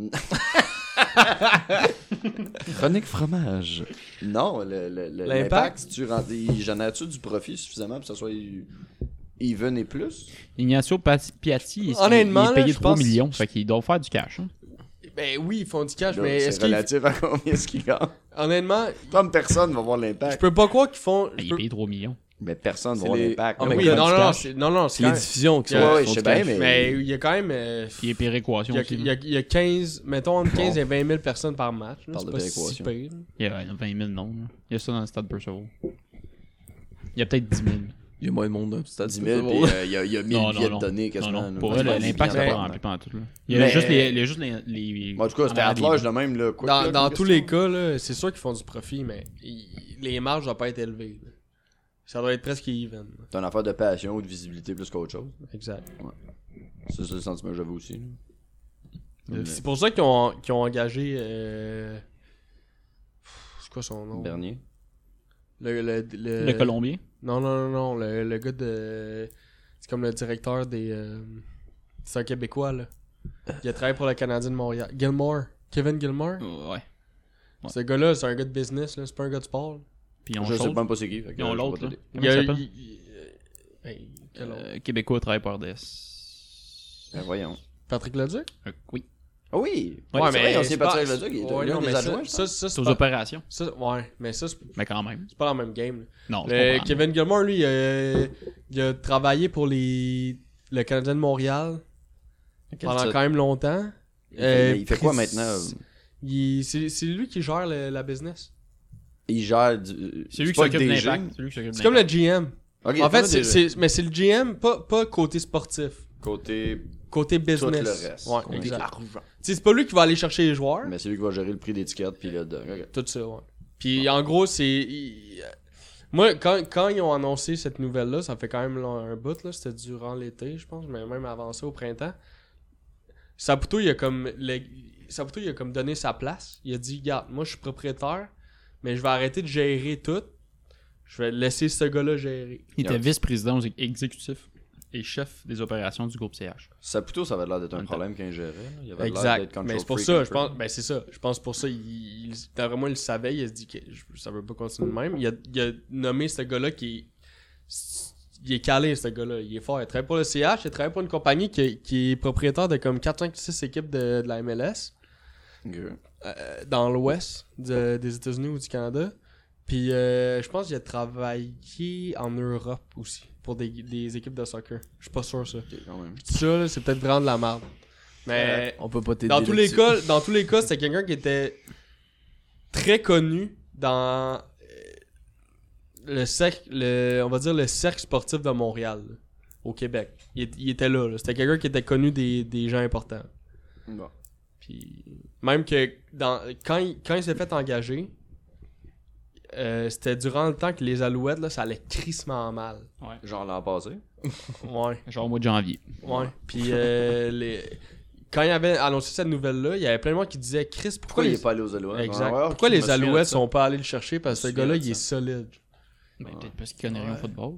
Chronique fromage. Non, le- le- le-
L'impact?
l'impact, si tu rends- il génère-tu du profit suffisamment pour que ça soit even et plus?
Ignacio Pati- Piatti, il,
Honnêtement,
il est payé
là, je
3
pense-
millions, fait qu'il doit faire du cash. hein.
Ben oui, ils font du cash,
Là,
mais est-ce
C'est
qu'ils...
relatif à combien est-ce qu'il gagne.
Honnêtement,
Comme personne va voir
je
l'impact.
peux pas croire qu'ils font...
Ben,
je
il est
peux-
payé 3 millions.
Mais personne va
C'est
voir
les-
l'impact.
Ah,
Là,
mais
on
Oui,
va
Ils
non,
font
non,
du
non,
cash.
c'est- non, non,
C'est
c'est
les
quand-
diffusions qui sont.
Ouais, ouais,
qui font
je sais
du cash.
bien, mais-
Mais il y a quand même... euh,
Puis il est payé
Il
rééquation
y, a,
aussi.
il y a- il y a 15, mettons entre 15 et 20 000 personnes par match. là,
Parle
C'est
de
pas si
péréquation.
pire.
Il y a euh, 20 000 noms. là. Il y a ça dans le stade Perceval. Il y a peut-être 10 000.
Il y a moins de monde hein, dans le stade.
10 000, puis euh, il y a- il y a 1000
Non, non,
billets
non.
de données quasiment.
non,
là.
non. Pour
Ouais,
elle,
c'est
l'impact,
bien
c'est pas
rempli.
rempli pendant tout. Là. Il y a
Mais-
juste les. les- juste les, les...
Bon, en tout cas, c'était
Ah,
à
les-
l'âge de même. Là, quoi,
Dans,
là,
dans
comme
tous les
question.
cas, là, c'est sûr qu'ils font du profit, mais il- les marges doivent pas être élevées. là. Ça doit être presque even. là.
C'est une affaire de passion ou de visibilité plus qu'autre chose.
Exact.
C'est ça le sentiment que j'avais aussi. là.
Euh,
C'est pour ça qu'ils ont, qu'ils ont engagé. euh, pff, C'est quoi son nom
Bernier.
le, le, le-
Le Colombien.
Non, non, non, non. Le, le gars de. C'est comme le directeur des. euh, C'est un Québécois, là. Il a travaillé pour le Canadien de Montréal. Gilmore. Kevin Gilmore.
Ouais.
Ce gars-là, c'est un gars de business, là. C'est pas un gars de sport. là.
Puis on
Je sais
saute.
même pas c'est qui. fait que,
Ils ont
euh, je vais
l'autre.
pas
là.
t'aider.
Comment
y
il
a-
s'appelle
il- il- euh, hey, quel autre?
Euh, Québécois travaille pour RDS.
Ben, voyons.
Patrick Leduc?
Euh, Oui.
Ah oui!
Ouais,
c'est vrai, on s'est battu avec le Duc, il était
Ouais,
l'un
non,
des
mais ça-
adjoints, je
ça,
C'est
ça, c'est
aux
pas-
opérations.
ça, ouais, mais ça, c'est
Mais quand même.
c'est pas la même game. là.
Non,
Le-
je comprends.
Kevin Gilmore, lui, il a, il a travaillé pour les, le Canadien de Montréal pendant
titre?
quand même longtemps.
Il fait-
Euh,
il fait quoi
Chris-
maintenant? euh,
il- C'est c'est lui qui gère le- la business.
Il gère du.
C'est lui qui
pas le
s'occupe de
DG.
l'impact. C'est lui qui s'occupe de
C'est comme le GM.
Ok,
en
pas
fait,
le
c'est-
DG.
c'est- mais c'est le GM, pas, pas côté sportif,
Côté.
côté business.
le reste.
Ouais,
Côté
exact. Tu sais, C'est pas lui qui va aller chercher les joueurs.
Mais c'est lui qui va gérer le prix d'étiquette, puis le. Ok.
Tout ça, ouais. Puis en gros, c'est. il- Moi, quand, quand ils ont annoncé cette nouvelle-là, ça fait quand même long- un bout, là. C'était durant l'été, je pense, mais même avant ça, au printemps. Saputo, il a comme. le- Saputo, il a comme donné sa place. Il a dit, regarde, moi, je suis propriétaire, mais je vais arrêter de gérer tout. Je vais laisser ce gars-là gérer.
Il était vice-président exécutif et chef des opérations du groupe CH.
Ça plutôt, ça avait l'air d'être
En
un
même
problème qu'un gérait. là. Il avait l'air d'être
Exact.
control
Mais c'est pour
freak,
ça,
un
je
peu.
pense. Ben c'est ça. Je pense pour ça, il, il, d'après moi, il le savait. Il se dit que je- ça veut pas continuer de même. Il a, il a nommé ce gars-là qui. Il est calé, ce gars-là. Il est fort. Il travaille pour le CH. Il travaille pour une compagnie qui, qui est propriétaire de comme 4, 5, 6 équipes de, de la MLS
Ok.
euh, dans l'ouest de- des États-Unis ou du Canada. Puis euh, je pense qu'il a travaillé en Europe aussi pour des, des équipes de soccer. Je suis pas sûr, ça.
Ok, quand même.
Je dis ça, là, c'est peut-être vraiment de la merde. Mais.
On peut pas t'aider.
Euh, Dans tous, les
là-dessus.
cas, dans tous les cas, c'était quelqu'un qui était très connu dans euh, le cercle, le- on va dire le cercle sportif de Montréal, là, au Québec. Il, est- il était là. là. C'était quelqu'un qui était connu des, des gens importants.
Bon.
Puis même que dans, quand, il, quand il s'est fait engager, euh, c'était durant le temps que les Alouettes, là, ça allait crissement mal.
Genre l'an passé.
Ouais.
Genre au mois de janvier.
Ouais. Puis euh, les... quand il avait annoncé cette nouvelle-là, il y avait plein de monde qui disaient Chris,
Pourquoi
pourquoi,
il
les...
est pas allé aux Alouettes Ah
Exact.
Ouais, ouais,
pourquoi
je me
les
souviens de
Alouettes
ça.
sont pas allés le chercher Parce que
Je
ce
me souviens
gars-là,
de
il est
ça.
solide.
Ben, Peut-être parce qu'il connaît rien au football.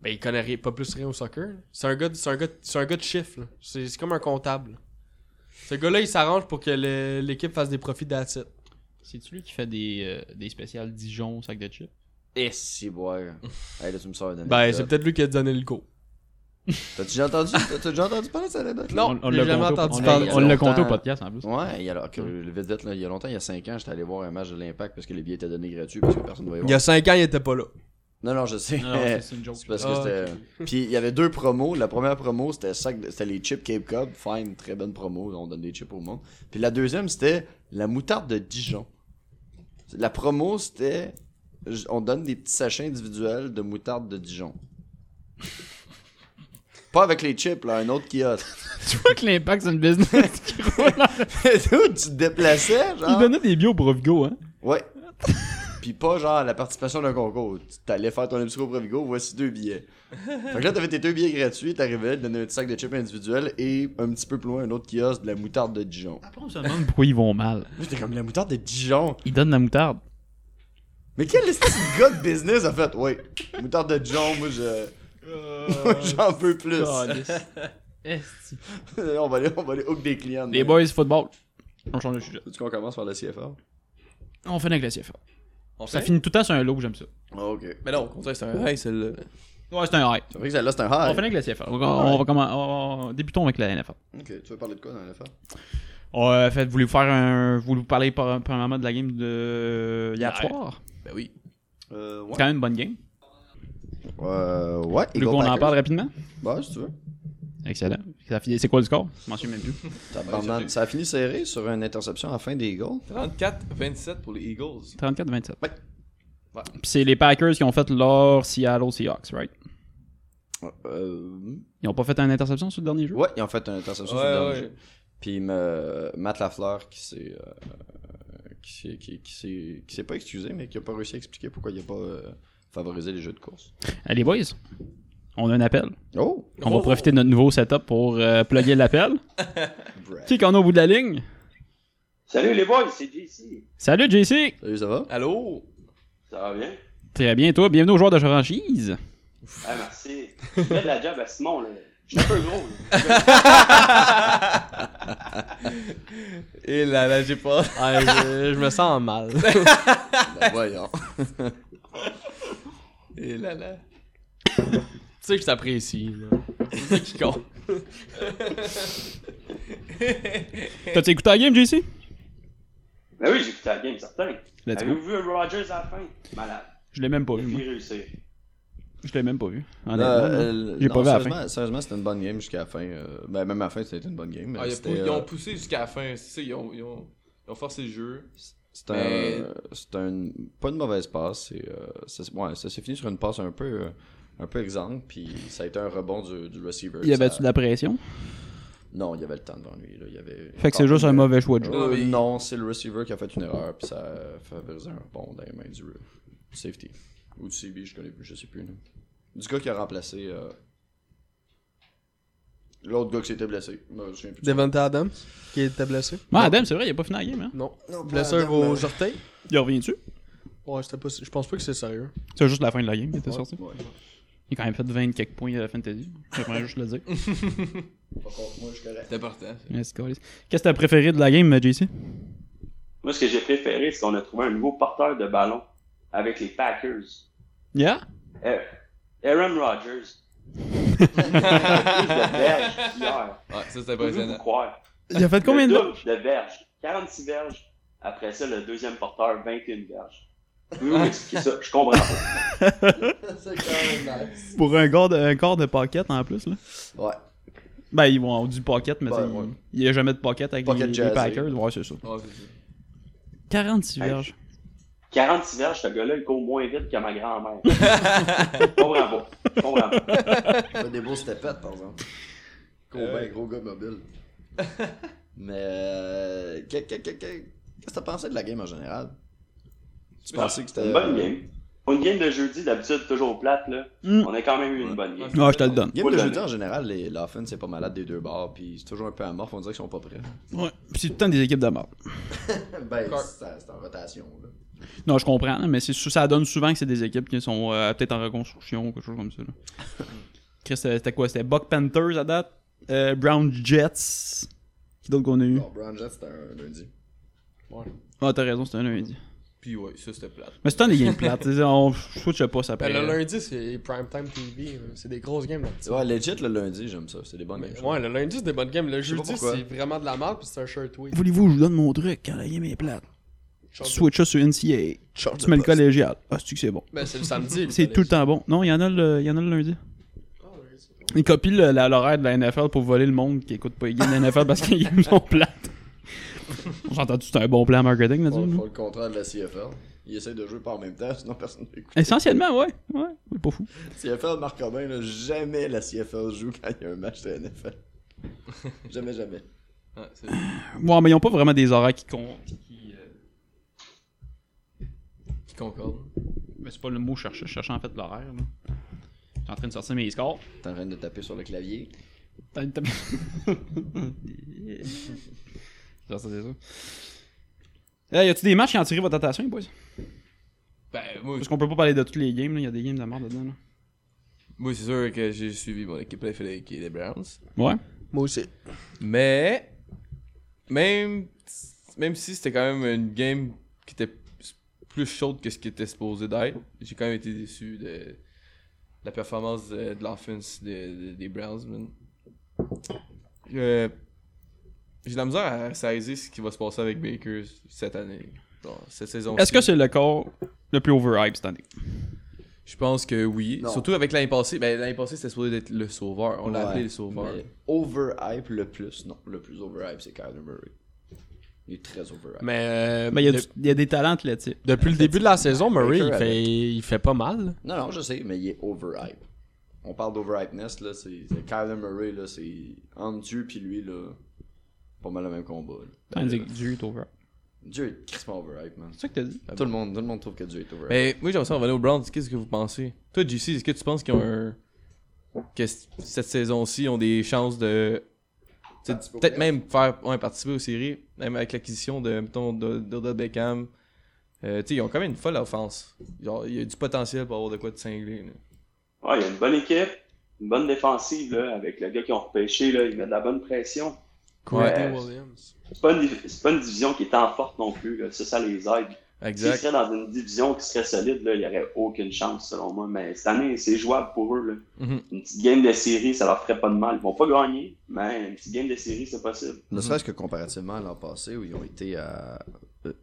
Ben, il connaît rien- pas plus rien au soccer. C'est un gars, de- c'est un gars, de- c'est un gars de chiffres. là. C'est c'est comme un comptable. Ce gars-là, il s'arrange pour que le- l'équipe fasse des profits d'asset.
C'est-tu lui qui fait des, euh, des spéciales Dijon, sac de chips
Eh si, boire. hey, là, tu me sors une
Ben, c'est
anecdote.
peut-être lui qui a donné le go.
T'as-tu déjà entendu, t'as-tu déjà entendu parler de cette anecdote?
Non, j'ai jamais entendu
on
parler.
l'a-
On l'a compté au
longtemps.
podcast en plus.
Ouais, et alors que le vite vite, là, il y a longtemps, il y a 5 ans, j'étais allé voir un match de l'Impact parce que les billets étaient donnés gratuits parce que personne ne voyait
Il y a 5 ans, il était pas là.
Non, non, je sais.
Non, c'est- c'est une joke.
C'est parce que
Ah,
c'était. euh, Puis il y avait deux promos. La première promo, c'était sac de- c'était les chips Cape Cod. Fine, très bonne promo. On donne des chips au monde. Puis la deuxième, c'était la moutarde de Dijon. La promo, c'était. j- On donne des petits sachets individuels de moutarde de Dijon. Pas avec les chips, là, un autre kiosque.
Tu vois que l'impact, c'est une business qui roule.
Dude, tu te déplaçais, genre.
des bio au Vigo, hein.
Ouais. Puis pas genre la participation d'un concours. Tu t'allais faire ton épicerie au Provigo, voici deux billets. Fait que là, t'avais tes deux billets gratuits, t'arrivais, te donnais un petit sac de chips individuel et un petit peu plus loin, un autre kiosque de la moutarde de Dijon.
Après, on se demande pourquoi ils vont mal.
Là, J'étais comme la moutarde de Dijon.
Ils donnent la moutarde.
Mais quel est ce gars de business a fait? Ouais, moutarde de Dijon, moi je. Moi j'en peux plus.
Esti.
on va aller, on va aller hook des clients.
Les boys football. On change de sujet.
Tu qu'on commence par le CFA?
On finit avec la CFA.
On
Ça
fait?
finit tout le temps sur un low, j'aime ça.
Ah, Ok.
Mais non, au contraire, c'est un hey, celle-là.
Ouais, c'est un high.
C'est vrai que celle-là, c'est un
On
high.
finit avec la CFA. On, on va comment- on- on- débutons avec la NFL.
Ok, tu veux parler de quoi dans l'affaire?
On, euh, fait, voulez-vous faire un, voulez-vous parler par, premièrement de la game de euh, hier
Hier.
soir?
Ben oui.
Euh,
C'est
ouais.
quand même une bonne game.
Euh, ouais.
Du coup, on en parle rapidement.
Bah, si tu veux.
Excellent. Ça finit- C'est quoi le score? Je m'en souviens même plus.
Tabarnak. ça a fini serré sur une interception à la fin des Eagles.
34-27 pour les Eagles.
34-27.
Hmm. Ouais.
Ouais.
Puis c'est les Packers qui ont fait leur Seattle Seahawks, right?
Euh,
Ils n'ont pas fait un interception sur le dernier jeu?
ouais, ils ont fait une interception
Ouais,
sur le dernier
ouais.
jeu. Puis me- Matt Lafleur qui s'est. euh, qui s'est- qui, qui s'est- qui s'est pas excusé, mais qui a pas réussi à expliquer pourquoi il a pas euh, favorisé les jeux de course.
Allez, Les boys, on a un appel.
Oh!
On va profiter de notre nouveau setup pour euh, plugger l'appel.
Brad.
Qui qu'on a au bout de la ligne?
Salut les boys, c'est JC.
Salut JC!
Salut, ça va?
Allô?
Ça va bien?
Très bien, toi, bienvenue aux joueurs de franchise.
Ah, merci. Je fais de la job à Simon, là. Je suis un peu gros, là.
Eh
Et là, là, j'ai pas.
Ouais, je, je me sens mal.
Ben, voyons.
Et là, là.
tu sais que je t'apprécie. là. C'est qui compte.
T'as-tu écouté la game, JC?
Ben oui, j'ai écouté la game, certain.
Let's go.
Avez-vous vu Rogers à la fin? Malade.
Je l'ai même pas vu,
Il
moi.
a réussi.
Je l'ai même pas vu.
Euh,
honnêtement, là.
euh,
J'ai
non,
pas vu à la fin.
sérieusement, sérieusement, c'était une bonne game jusqu'à la fin. euh, ben, même à la fin, c'était une bonne game. mais
Ah, y a
c'était,
pas- ils
euh,
ont poussé jusqu'à la fin, c'est ça, ils ont, ils ont, ils ont forcé le jeu.
C'est un,
Mais-
c'est un- pas une mauvaise passe. c'est, euh, c'est- ouais, ça s'est fini sur une passe un peu, euh, un peu exempte, puis ça a été un rebond du, du receiver.
Il y
Ça-
avait-tu de la pression?
Non, il y avait le temps devant lui. Là. Il y avait...
Fait que c'est juste un mauvais choix de jeu.
Euh,
Non, mais-
Non, c'est le receiver qui a fait une erreur, puis ça a favorisé un rebond dans les mains du euh, safety. Ou du CB, je connais plus, je sais plus. là. Du gars qui a remplacé. euh, L'autre gars qui s'était blessé. Je me souviens plus du
Devante Adams, qui était blessé.
Ouais, Adam, c'est vrai, il a pas fini la game, hein?
Non.
Non, pas
Bah, Blessure
Adam,
aux
mais-
orteils.
Il revient-tu?
Ouais, c'était pas- je pense pas que c'est sérieux.
C'est juste la fin de la game, il était
Ouais.
sorti.
Ouais.
Il a quand même fait 20 quelques points à la fantasy. J'aimerais juste le dire.
nom. Par contre, moi, je connais.
C'est important.
Ouais, c'est cool. Qu'est-ce que t'as préféré de la game, euh, JC?
Moi, ce que j'ai préféré, c'est qu'on a trouvé un nouveau porteur de ballon avec les Packers.
Yeah?
Euh, Aaron Rodgers. Plus de verges hier.
Ouais, ça c'est
Pouvez-vous
impressionnant.
croire?
Il a fait combien
Le
de
double de verges. 46 verges. Après ça, le deuxième porteur, 21 verges. Pouvez-vous m'expliquer ça? Je comprends pas.
C'est quand même nice.
Pour un corps de, un corps de pocket en plus, là.
Ouais.
Ben, ils vont du pocket, mais
Ouais,
tu sais,
ouais.
il n'y a jamais de pocket avec
Pocket
les, les
jazzé.
Packers. Ouais, c'est ça.
Ouais, c'est ça.
46
Hey.
verges.
46 verges, ce gars-là, il court moins vite que ma grand-mère. Je comprends pas. Je comprends pas.
Il fait des beaux stepettes, par exemple. Gros, ben, gros gars mobile. Mais. euh, que- que- que- que- Qu'est-ce que t'as pensé de la game en général Tu pensais que c'était.
Une bonne game. Pour une game de jeudi, d'habitude, toujours plate, là.
Mm.
On a quand même eu une bonne game.
Ah, je te le donne.
Game
Faut
de
le
jeudi
donner.
en général, les- l'offense c'est pas malade des deux bords, puis c'est toujours un peu amorphe, on dirait qu'ils sont pas prêts.
Ouais. Puis C'est tout le temps des équipes de mort.
ben, c'est c'est en rotation. Là.
Non, je comprends, là, mais c'est sou- ça donne souvent que c'est des équipes qui sont euh, peut-être en reconstruction ou quelque chose comme ça. là. Chris, euh, c'était quoi C'était Buck Panthers à date Euh, Brown Jets Qui d'autre qu'on a eu
Bon, Brown Jet, c'était un lundi.
Ah, t'as raison, c'était un lundi.
Puis ouais, ça c'était plate.
Mais c'est tant des games plates. tu sais, On switch pas ça
Ben,
paye,
le
euh,
lundi, c'est prime time TV. hein. C'est des grosses games. là.
Tu vois, legit le lundi, j'aime ça, c'est des bonnes
Mais
games.
ouais, le lundi, c'est des bonnes games. Le
Je sais pas
jeudi,
pourquoi.
c'est vraiment de la merde, puis c'est un shirt week.
Voulez-vous que je vous donne mon truc quand la game est plate Switch ça sur NCAA. Tu mets le collégial. Ah, c'est-tu que c'est bon
Ben, c'est le samedi.
C'est tout le temps bon. Non, il y en a le, il y en a le lundi. Ils copient le- la- l'horaire de la NFL pour voler le monde qui écoute pas les games de la NFL parce qu'ils sont plates. J'entends tout c'est un bon plan marketing là-dessus.
Faut,
là?
faut le contraire de la CFL. Ils essayent de jouer pas en même temps, sinon personne ne l'écoute.
Essentiellement, ouais. Ouais, c'est pas fou.
CFL, Marc Robin, là, jamais la CFL joue quand il y a un match de NFL. jamais, jamais.
Ouais, c'est-
Ouais, mais ils ont pas vraiment des horaires qui con. qui, euh,
Qui concorde.
Mais c'est pas le mot chercher, je cherchais en fait l'horaire. là. J'étais en train de sortir mes scores.
T'es en train de taper sur le clavier.
T'as une table- Genre, ça, c'est ça. Euh, y a-tu des matchs qui ont tiré votre attention, les boys?
Ben, moi,
Parce qu'on peut pas parler de toutes les games, là. Y a des games de merde dedans, là.
moi c'est sûr que j'ai suivi mon équipe préférée qui est les Browns.
Ouais.
Moi aussi.
Mais, même, même si c'était quand même une game qui était plus chaude que ce qui était supposé d'être, j'ai quand même été déçu de la performance de, de l'offense de- de- des Browns. man. Euh, j'ai de la misère à saisir ce qui va se passer avec Baker cette année. Genre, cette saison
Est-ce que c'est le corps le plus overhype cette année?
Je pense que oui.
Non.
Surtout avec l'année passée. Ben, l'année passée, c'était supposé être le sauveur. On l'a appelé le sauveur.
Mais Overhype le plus. Non, le plus overhype, c'est Kyler Murray. Il est très overhype.
Mais, euh,
Ben, y a,
de-
du- y a des talents athlétiques.
depuis le début de la saison, Murray, il
Baker
fait, il fait pas mal.
Non, non, je sais, mais il est overhype. On parle d'overhypeness, là, c'est c'est Kyler Murray, là, c'est en Dieu, puis lui, là, pas mal le même combat. là.
Tandis que Dieu est overhype.
Dieu est crissement overhype, man.
C'est ça que t'as dit?
Tout le monde, tout le monde trouve que Dieu est overhype.
Ah Mais moi, j'aimerais ça revenir aux Browns. Qu'est-ce que vous pensez Toi, JC, est-ce que tu penses qu'ils ont un. que c- cette saison-ci, ils ont des chances de. tu sais,
Participer aux
Peut-être
playoffs.
même faire ouais, participer aux séries, même avec l'acquisition de, mettons, de- d'Odell Beckham. Euh, tu sais, ils ont quand même une folle offense. Genre, il y a du potentiel pour avoir de quoi de cingler. là.
Ouais, il y a une bonne équipe, une bonne défensive là, avec le gars qui ont repêché, là, il met de la bonne pression.
Courtney Williams.
C'est pas, une- c'est pas une division qui est en forte non plus, là. ça, ça les aide. S'ils
Exact.
seraient dans une division qui serait solide, là, il n'y aurait aucune chance selon moi, mais cette année, c'est jouable pour eux. Là.
Mm-hmm.
Mhm.
Une petite game de série, ça leur ferait pas de mal. Ils vont pas gagner, mais une petite game de série, c'est possible.
Ne serait-ce que comparativement à l'an passé où ils ont été à euh,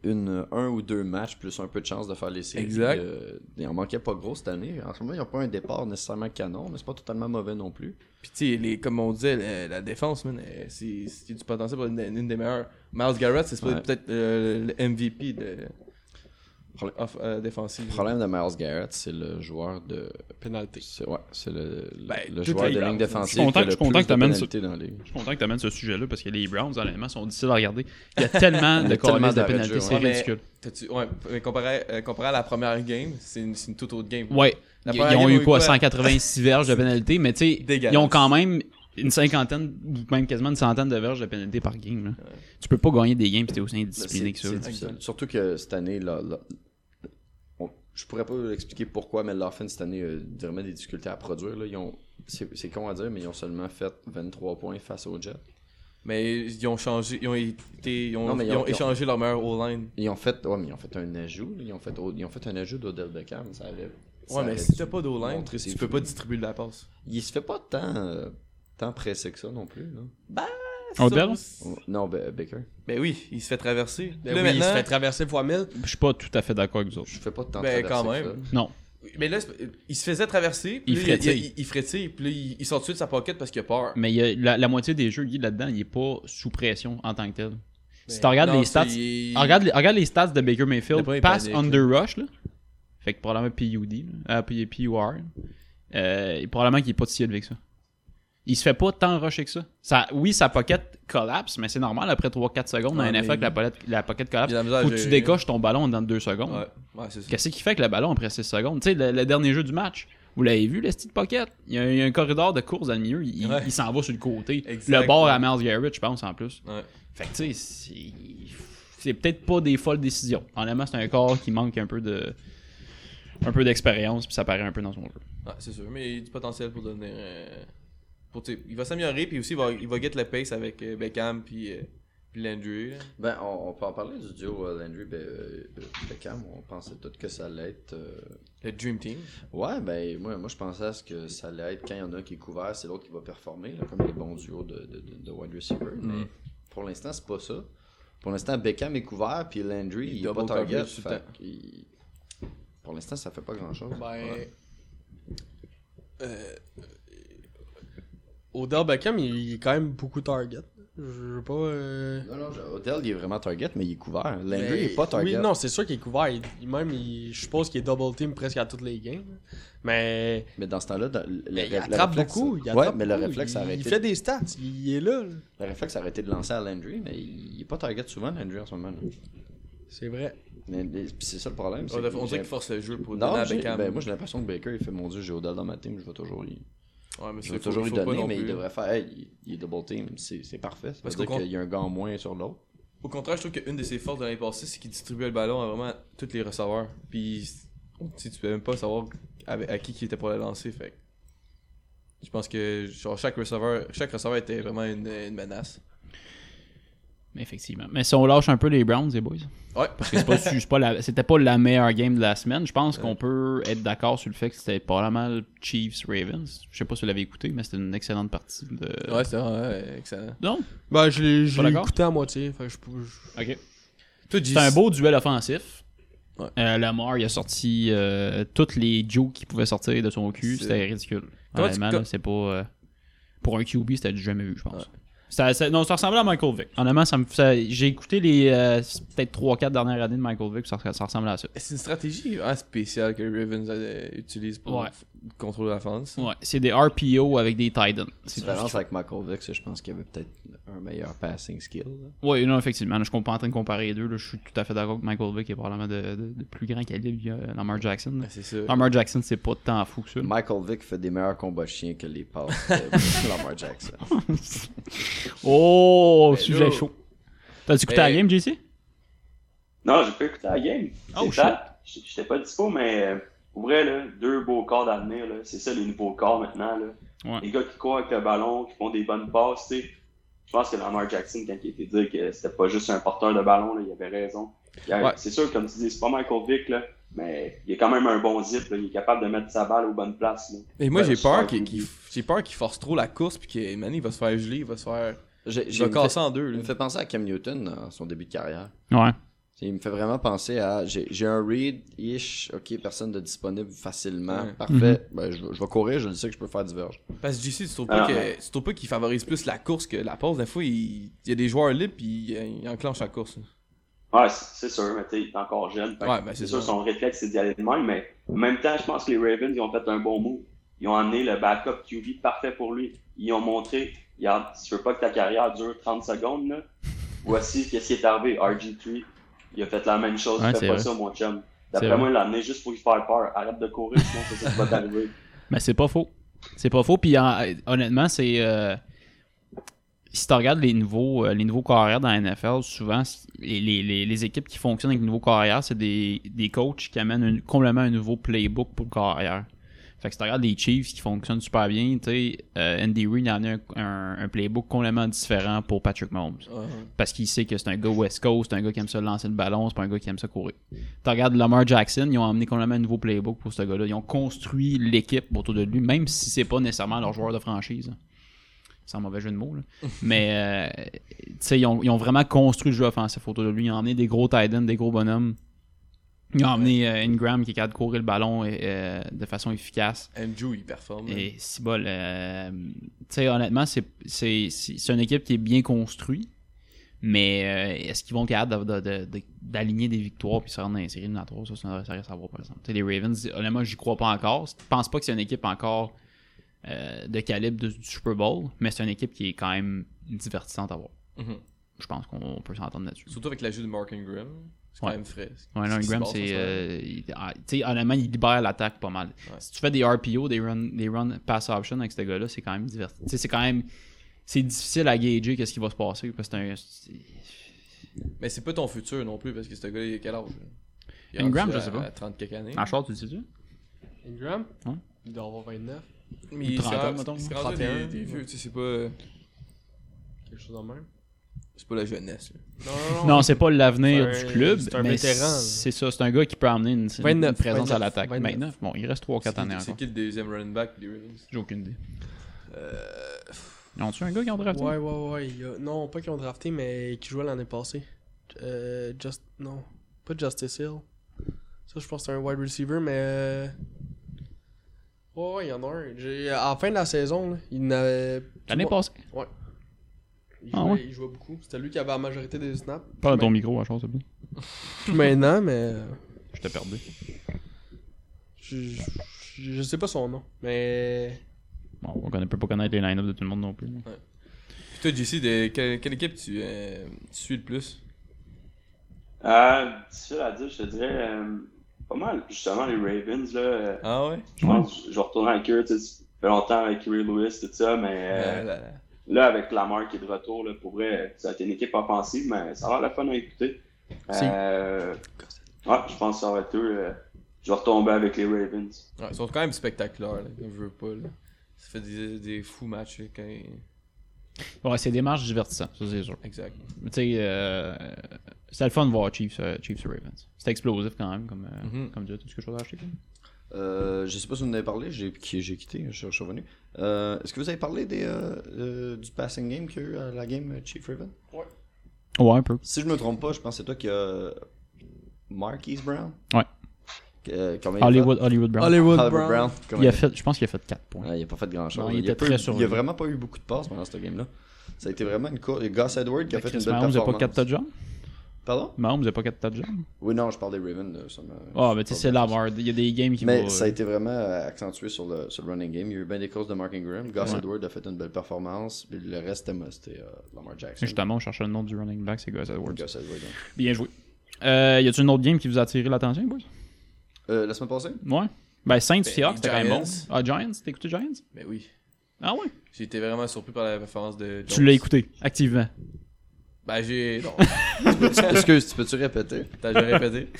une, un ou deux matchs plus un peu de chance de faire les séries.
Exact.
euh, il en manquait pas gros cette année. En ce moment, ils n'ont pas un départ nécessairement canon, mais c'est pas totalement mauvais non plus.
Puis, tu sais, les- comme on disait, la, la défense, man, euh, c'est c'est du potentiel pour une, une des meilleures. Miles Garrett, c'est supposé
Ouais.
peut-être euh, le MVP de. off- euh, défensive.
Le problème de Miles Garrett, c'est le joueur de.
Pénalité.
C'est, ouais, c'est le, le-
Ben,
le
toutes
joueur
les
de ligne
Browns.
Je
défensive.
suis content-
qui a
je
le
suis content
plus
que t'amènes
de
ce-
pénalités dans la ligue.
Je suis content que tu amènes ce sujet-là parce que les Browns, honnêtement, sont difficiles à regarder. Il y a tellement
Il y
de
a tellement
corps de
d'arrêts de
pénalités,
jeu,
c'est
ouais. Mais-
ridicule.
T'as-tu- Ouais, mais comparé, euh, comparé à la première game, c'est une, c'est une toute autre game.
Ouais.
La
Ils,
première
ils ont
game,
eu quoi
quoi?
186 verges de pénalité, mais tu sais,
Dégueulasse.
ils ont quand même une cinquantaine, ou même quasiment une centaine de verges de pénalité par game. là. Tu peux pas gagner des games si t'es aussi indiscipliné que ça.
C'est difficile. Surtout que cette année, là, là, on- je pourrais pas expliquer pourquoi, mais l'offense cette année a vraiment des difficultés à produire. là. Ils ont, c'est, c'est con à dire, mais ils ont seulement fait 23 points face aux Jets.
Mais ils ont changé, ils ont, été, ils ont,
Non, mais
ils
ils
ont
ont-
échangé leur meilleur O-line.
Ils ont fait, ouais, mais ils ont fait un ajout. là. Ils ont fait, au- ils ont fait un ajout d'Odell Beckham. Ça allait- ça
Ouais, mais
allait
si t'as pas d'O-line,
montrer ses
tu peux
fruits.
pas distribuer de la passe.
Il se fait pas tant, euh, tant pressé que ça non plus. là.
Odell?
Ça,
Non, Be- Baker.
Ben oui, il se fait traverser.
Ben
Là,
oui, il se
maintenant-
fait traverser fois 1000.
Je suis pas tout à fait d'accord avec vous autres.
Je fais pas tant traverser
Ben, quand
que
même.
ça.
Non.
Mais là, c'est- il se faisait traverser, puis
Il
là,
frétille.
Il, il- il frétille, puis là, il, il sort tout de suite de sa pocket parce qu'il a peur.
Mais il y a la, la moitié des jeux, Guy, là-dedans, il est pas sous pression en tant que tel. Si tu
Non,
regardes les
c'est-
stats,
il-
regarde, les- regarde les stats de Baker
Le
Mayfield,
point est
pass
panique,
under rush, là. Fait que probablement PUD, là. Euh, P- PUR. Euh, et probablement qu'il est pas si élevé que ça. Il se fait pas tant rusher que ça. ça oui, sa pocket collapse, mais c'est normal après 3-4 secondes
Ouais,
en NFL
mais-
que la pocket, la pocket
il
collapse.
a de la misère à
Faut que tu
gérer.
décoches ton ballon dans 2 secondes.
Ouais, ouais c'est ça.
Qu'est-ce qui fait que le ballon après 6 secondes? Tu sais, le, le dernier jeu du match, vous l'avez vu, le style pocket? Il y, a, il y a un corridor de course dans le milieu, il
Ouais.
il s'en va sur le côté.
Exact,
le bord
ouais.
à Miles Garrett, je pense, en plus.
Ouais.
Fait que tu sais, c'est- c'est peut-être pas des folles décisions. Honnêtement, c'est un corps qui manque un peu de un peu d'expérience, puis ça paraît un peu dans son jeu.
Ouais, c'est sûr, mais il a du potentiel pour devenir. euh, pour, tu sais, il va s'améliorer, puis aussi il va, il va get le pace avec euh, Beckham, puis, euh, puis Landry. là.
Ben, on, on peut en parler du duo euh, Landry Be- euh, Beckham. On pensait tout que ça allait être. euh,
Le Dream Team.
Ouais, ben, moi, moi je pensais à ce que ça allait être quand il y en a un qui est couvert, c'est l'autre qui va performer, là, comme les bons duos de, de, de- de wide receiver.
Mm.
Mais pour l'instant, c'est pas ça. Pour l'instant, Beckham est couvert, puis Landry, il, est pas
double
target.
coverage tout
fait
le temps.
qu'il- Pour l'instant, ça fait pas grand-chose.
Ben,
Ouais.
euh, Odell Beckham, il est quand même beaucoup target. Je veux pas. euh,
Non, non, je- Odell, il est vraiment target, mais il est couvert.
Ben,
Landry,
mais-
il est pas target.
Oui, non, c'est sûr qu'il est couvert. Il- il- même, il- je suppose qu'il est double team presque à toutes les games. Mais.
Mais dans ce temps-là, dans- le,
mais
le-
il
le
attrape
réflexe-
beaucoup. Il
Ouais,
attrape
mais le
beaucoup.
réflexe a
Il-
arrêté.
Il fait des stats. Il est là. là.
Le réflexe a arrêté de lancer à Landry, mais il est pas target souvent, Landry, en ce moment. là.
C'est vrai.
Mais, mais- puis c'est ça le problème. c'est
On,
que
on dirait
j'ai-
qu'il force le jeu pour
Non,
donner à
j'ai-
Beckham.
ben, moi j'ai l'impression que Baker, il fait mon dieu, j'ai Odell dans ma team, je vais toujours y,
ouais, mais
je
ça,
vais
faut-
toujours y
faut pas
donner,
non
mais il
plus.
devrait faire, hey, il- il est double team, c'est c'est parfait. Ça veut
Parce
dire
qu'au compte-
qu'il y a un gant moins sur l'autre.
Au contraire, je trouve qu'une de ses forces de l'année passée, c'est qu'il distribuait le ballon à vraiment tous les receveurs. Puis, tu sais, tu peux même pas savoir avec- à qui qui était pour le lancer. Fait que je pense que genre, chaque, receveur, chaque receveur était vraiment une, une menace.
Mais effectivement. Mais si on lâche un peu les Browns, les boys.
Ouais.
Parce que c'est pas- c'est pas la- c'était pas la meilleure game de la semaine. Je pense qu'on peut être d'accord sur le fait que c'était pas mal Chiefs-Ravens. Je sais pas si vous l'avez écouté, mais c'était une excellente partie de.
c'est vrai, excellent.
Non?
Bah,
Ben, je l'ai je
Pas
l'ai
d'accord?
écouté à moitié. Fait que je, peux- je-
Ok.
Toi, Gis-
C'est un beau duel offensif.
Ouais.
Euh, Lamar, il a sorti euh, toutes les Joe qui pouvaient sortir de son cul.
C'est-
C'était ridicule.
Comment tu-
Honnêtement, là,
com-
c'est pas. euh, pour un QB, c'était du jamais vu, je pense. Ça, ça- non, ça ressemblait à Michael Vick. Honnêtement, ça me- ça- j'ai écouté les euh, peut-être 3-4 dernières années de Michael Vick, ça, ça ressemblait à ça.
C'est une stratégie hein, spéciale que les Ravens euh, utilisent pour
Ouais.
f- contrôler la France.
Ouais, c'est des RPO avec des Titans.
C'est
C'est tout ce
différence avec Michael Vick, c'est que je pense qu'il y avait peut-être un meilleur passing skill. là.
Oui, non, effectivement. là, je suis pas en train de comparer les deux. là. je suis tout à fait d'accord que Michael Vick est probablement de, de- de plus grand calibre que euh, Lamar Jackson. là.
Ah, c'est ça.
Lamar Jackson, c'est pas tant fou que ça.
Michael Vick fait des meilleurs combats de chiens que les passes de Lamar Jackson.
Oh,
Ben
sujet
là.
chaud. T'as-tu écouté
Ben-
la game, JC?
Non, j'ai pas écouté la game.
Oh,
C'est tard. J- J'étais pas dispo, mais euh, pour vrai, là, deux beaux corps d'avenir, là. C'est ça les nouveaux corps maintenant, là.
Ouais.
Les gars qui courent avec le ballon, qui font des bonnes passes, tu sais. Je pense que Lamar Jackson, quand il était dit que c'était pas juste un porteur de ballon, là, il avait raison. Il a-
Ouais.
C'est sûr, comme tu dis, c'est pas Michael Vick, là, mais il est quand même un bon zip, là. Il est capable de mettre sa balle aux bonnes places, là.
Et moi,
Ouais,
j'ai
je
peur
sors
qu'il
une-
qu'il- j'ai peur qu'il force trop la course puis que Manny va se faire geler, il va se faire.
J'ai
Il va
j'ai-
casser
fait-
en deux.
il
là.
me fait penser à Cam Newton dans son début de carrière.
Ouais.
Il me fait vraiment penser à j'ai j'ai un read ish, ok, personne de disponible facilement,
Ouais. Mm-hmm.
parfait. Ben, je, vais- je vais courir, je le sais que je peux faire du verge.
Parce que JC, tu trouves pas
Ah,
que-
ouais.
tu trouves pas qu'il favorise plus la course que la passe. Des fois, il, il y a des joueurs libres puis il, il enclenche la course.
Ouais, Ouais, Ah, c'est c'est sûr, mais tu sais, il est encore jeune. Fait que
Ouais, ben, c'est
c'est sûr,
ça.
son réflexe, c'est d'y aller de même, mais en même temps, je pense que les Ravens, ils ont fait un bon move. Ils ont amené le backup QB parfait pour lui. Ils ont montré, regarde, si tu veux pas que ta carrière dure 30 secondes, là, voici qu'est-ce qui est arrivé. RG3, il a fait la même chose.
Ouais, c'est
Fais pas
vrai.
ça, mon chum.
C'est
D'après moi, il l'a amené juste pour lui faire peur. Arrête de courir, sinon c'est ça qui va t'arriver.
Mais Ben, c'est pas faux. C'est pas faux. Puis en- honnêtement, c'est. euh, si tu regardes les nouveaux, euh, les nouveaux carrières dans la NFL, souvent, c- les, les- les- les équipes qui fonctionnent avec les nouveaux carrières, c'est des, des coachs qui amènent un- complètement un nouveau playbook pour le carrière. Fait que si tu regardes les Chiefs qui fonctionnent super bien, tu sais, euh, Andy Reid a amené un, un- un playbook complètement différent pour Patrick Mahomes. Parce qu'il sait que c'est un gars West Coast, c'est un gars qui aime ça lancer le ballon, c'est pas un gars qui aime ça courir. Tu regardes Lamar Jackson, ils ont emmené complètement un nouveau playbook pour ce gars-là. Ils ont construit l'équipe autour de lui, même si c'est pas nécessairement leur joueur de franchise. C'est un mauvais jeu de mots. là. Mais euh, tu sais, ils, ont, ils ont vraiment construit le jeu offensif autour de lui. Ils ont emmené des gros tight ends, des gros bonhommes. Ils ont emmené euh, Ingram qui est capable de courir le ballon et, euh, de façon efficace.
Andrew, il performe.
Et si bol, euh, tu sais, honnêtement, c'est- c'est c'est- c'est une équipe qui est bien construite, mais euh, est-ce qu'ils vont être capables de- de- de- d'aligner des victoires puis se rendre dans les séries éliminatoires? Ça, ça, ça reste à voir, par exemple. Tu sais, les Ravens, honnêtement, j'y crois pas encore. Je pense pas que c'est une équipe encore euh, de calibre de- du Super Bowl, mais c'est une équipe qui est quand même divertissante à voir.
Mhm.
Je pense qu'on peut s'entendre là-dessus.
Surtout avec l'ajout de Mark Ingram. C'est quand
Ouais.
même frais.
Ouais, là,
Ce qui se
Ingram,
passe en ce
c'est.
moment.
euh, il- ah, tu sais, honnêtement, il libère l'attaque pas mal.
Ouais.
Si tu fais des RPO, des run, des run pass option avec ce gars-là, c'est quand même diverti. Tu sais, c'est quand même. C'est difficile à gager qu'est-ce qui va se passer parce que c'est un. c'est-
Mais c'est pas ton futur non plus parce que ce gars-là, il a quel âge là? Il est
Ingram,
rendu
je sais
à-
pas. Ah,
à 30 quelques années.
En short, tu le sais-tu
Ingram
Hein?
Il doit avoir 29.
Mais
Ou
il
30
s'est-
ans, mettons.
il s'est rendu à des- des vieux, tu sais, c'est pas.
Quelque chose de même.
C'est pas la jeunesse. là.
Non, non, non.
Non, c'est pas l'avenir
C'est
du
un-
club.
c'est un
mais
vétéran, là.
C'est ça, c'est un gars qui peut amener une, une
29,
présence à
29,
l'attaque.
29.
29. Bon, il reste 3-4 années
C'est qui- C'est
encore.
qui le deuxième running back des Ravens
J'ai aucune idée. Euh... Ont-tu un gars qui ont drafté
Ouais, ouais, ouais. il y a- Non, pas qui ont drafté, mais qui jouait l'année passée. Euh, just... Non, pas Justice Hill. Ça, je pense que c'est un wide receiver, mais. euh, Ouais, ouais, il y en a un. J'ai- À la fin de la saison, là, il n'avait.
L'année passée
Il
Ah
jouait,
ouais.
il jouait beaucoup. C'était lui qui avait la majorité des snaps.
Pas dans ton micro, à short, c'est bien.
Plus maintenant, mais. euh,
Je t'ai perdu.
Je, je- je sais pas son nom. Mais.
Bon, on connaît- peut pas connaître les line-up de tout le monde non plus. là.
Puis toi, JC, de quelle, quelle équipe tu, euh, tu suis le plus
Euh, difficile à dire, je te dirais, euh, pas mal, justement, les Ravens, là. euh,
Ah ouais
Je pense que je vais retourner avec eux. tu sais, Ça fait longtemps avec Ray Lewis, tout ça, mais euh,
Euh, la-
là, avec Lamar qui est de retour, là, pour vrai, ça a été une équipe offensive, mais ça va la fun à écouter. Euh, ouais, je pense que ça va être eux. euh, je vais retomber avec les Ravens.
Ouais, ils sont quand même spectaculaires, là, comme je veux pas. Là. Ça fait des, des fous matchs. là, Quand...
Ouais, c'est des marches divertissantes, ça c'est sûr.
Exact.
Mais tu sais, euh, c'était le fun de voir Chiefs, euh, Chiefs et Ravens. C'était explosif quand même, comme,
Mm.
euh,
Mhm.
comme tu as quelque chose à acheter. Kevin?
Euh, je sais pas si vous en avez parlé, j'ai qui- j'ai quitté, je suis revenu. Euh, Est-ce que vous avez parlé des, euh, euh, du passing game qu'il y a eu à la game Chief Raven
Ouais, un peu.
Si je me trompe pas, je pense que c'est toi qui a Marquise Brown
Ouais.
Euh, combien il a fait?
Hollywood, Hollywood Brown.
Hollywood
Albert
Brown.
Brown.
Il
combien
a fait, je pense qu'il a fait 4 points.
Ouais, il a pas fait grand chose.
Non, il
a,
était
pas
très
eu-
sur
il a
lui.
vraiment pas eu beaucoup de passes pendant ce game-là. Ça a été vraiment une course. Gus Edward qui a fait une
Chris
belle
Mahomes n'a
performance.
pas 4 touchdowns.
Pardon
Mahomes n'a pas 4 touchdowns.
Oui, non, je parle des Ravens. là, ça me-
Ah, mais tu sais, c'est Lamar. Il y a des games qui
Mais
vont-
ça a été vraiment euh, accentué sur le, sur le running game. Il y a eu bien des courses de Mark Ingram. Gus
Ouais.
Edward a fait une belle performance. Puis le reste, c'était, c'était euh, Lamar Jackson.
Justement, on cherchait le nom du running back, c'est Gus Edwards.
Gus Edward. hein.
Bien joué. Euh, y a-tu une autre game qui vous a attiré l'attention, boys
Euh, la semaine passée
Ouais. Ben, Saints, Seahawks,
les
c'était quand même bon.
Giants.
Ah, Giants T'as écouté Giants
Mais oui.
Ah ouais
J'ai été vraiment surpris par la performance de.
Tu
Jones.
l'as écouté, activement.
Ben, j'ai. Non,
Excuse, tu peux-tu répéter
attends, je vais répéter.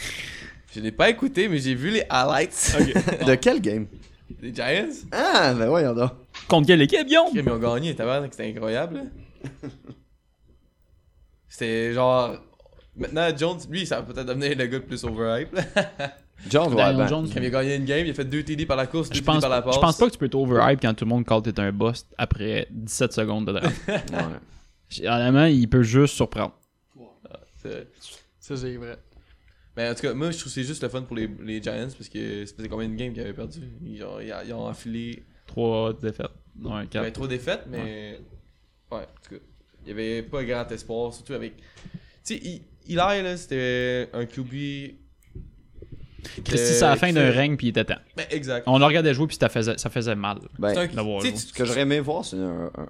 Je l'ai pas écouté, mais j'ai vu les highlights
De quel game
des Giants.
Ah, ben voyons donc.
Contre quelle équipe, Guillaume
Crime, Ils ont gagné, tabarnak, c'était incroyable. là. C'était genre. Maintenant, Jones, lui, ça va peut-être devenir le gars le plus overhype. là.
Jones, ouais,
Daniel
ben,
Jones.
Crime, Il a gagné une game, il a fait 2 TD par la course, 2
Je
TD
pense,
par la passe.
je pense pas que tu peux être overhype quand tout le monde call t'es un boss après 17 secondes de draft.
ouais.
Honnêtement, il peut juste surprendre.
C'est-
Ça, c'est vrai.
Mais en tout cas, moi, je trouve que c'est juste le fun pour les, les Giants parce que ça faisait combien de games qu'ils avaient perdu Ils ont, ils ont- ils ont enfilé.
3 défaites. Ouais,
Il y avait
4.
trop défaites, mais. Ouais, en tout cas. Il y avait pas grand espoir, surtout avec. Tu sais, ils, Eli, là, c'était un QB.
Christy, c'est la fin d'un règne, puis il était temps.
Ben, exact.
On le regardait jouer, puis ça faisait, ça faisait mal.
C'est un-
Ben,
d'avoir
tu sais,
joué.
tu-
ce que j'aurais aimé voir, c'est un, un-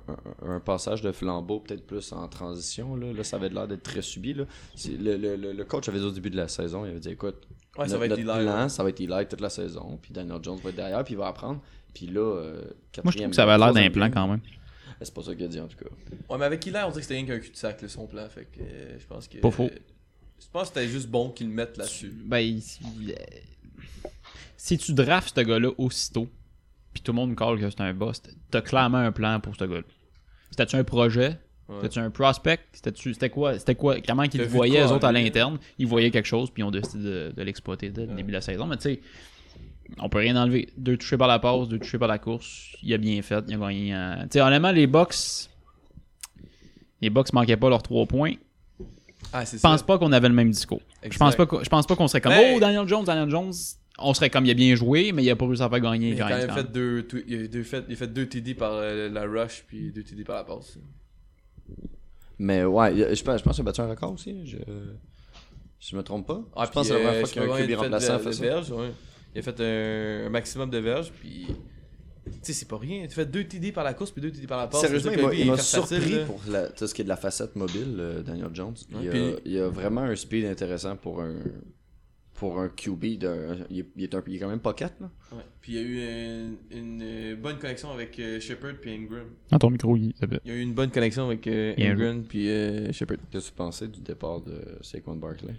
un- un passage de flambeau, peut-être plus en transition. Là, Là, ça avait l'air d'être très subi. Là. C'est- Le, le- le- le coach avait dit au début de la saison, il avait dit, écoute,
Ouais,
notre-
ça va être
notre
Eli.
plan,
ouais.
ça va être Eli toute la saison, puis Daniel Jones va être derrière, puis il va apprendre. Puis là, euh,
Moi, je trouve
quatrième-
que ça avait l'air d'un
troisième
plan
game,
quand même.
C'est pas ça qu'il a dit en tout cas.
Ouais, mais avec Eli, on dirait que c'était rien qu'un cul-de-sac, là, son plan. Fait que euh, je pense que.
Pas faux.
Je pense que c'était juste bon qu'ils le mettent là-dessus.
Ben, il- il- euh, si tu drafts ce gars-là aussitôt, puis tout le monde colle que c'est un boss, t'as clairement un plan pour ce gars-là. C'était-tu un projet?
Ouais.
C'était-tu un prospect? C'était-tu- C'était quoi? C'était quoi? Comment
T'as
ils le
vu de
voyaient,
quoi,
les autres, à
lui?
l'interne? Ils voyaient quelque chose, puis ils ont décidé de, de l'exploiter dès le début de la saison. Mais tu sais, on peut rien enlever. Deux touchés par la passe, deux touchés par la course. Il a bien fait, il a gagné. en- Tu sais, honnêtement, les box les box manquaient pas leurs trois points.
Ah, c'est
Je pense pas qu'on avait le même discours. Je pense
Exact.
pas qu'on- je pense pas qu'on serait comme
Mais-
oh Daniel Jones, Daniel Jones, on serait comme il a bien joué mais il a pas réussi à faire gagner
Il a
quand
quand
même.
même fait deux, tw- il a deux fait, il a fait deux TD par euh, la rush puis deux TD par la passe.
Mais ouais, il- je pense, je pense qu'il a battu un record aussi. hein. Je, si je me trompe pas.
Ah,
je pense que c'est la
euh,
première fois qu'un QB remplaçant fait ça.
Il a fait un, un maximum de verges puis tu sais c'est pas rien. Il a fait deux TD par la course puis deux TD par la passe.
Sérieusement,
C'est
il
sûr
m'a-
que lui,
il m'a
est versatile,
surpris
là.
pour la- tout ce qui est de la facette mobile, euh, Daniel Jones. Il,
Ouais,
a,
puis-
il a vraiment un speed intéressant pour un pour un QB. d'un- il, est- il est un- il est quand même pas 4. Là.
Ouais. Puis il y a eu une, une, euh, bonne connexion avec euh, Shepard puis Ingram.
Dans Ah, ton micro, il
Il y a eu une bonne connexion avec euh,
Il y a eu-
Ingram puis euh, Shepard.
Qu'est-ce que tu pensais du départ de Saquon Barkley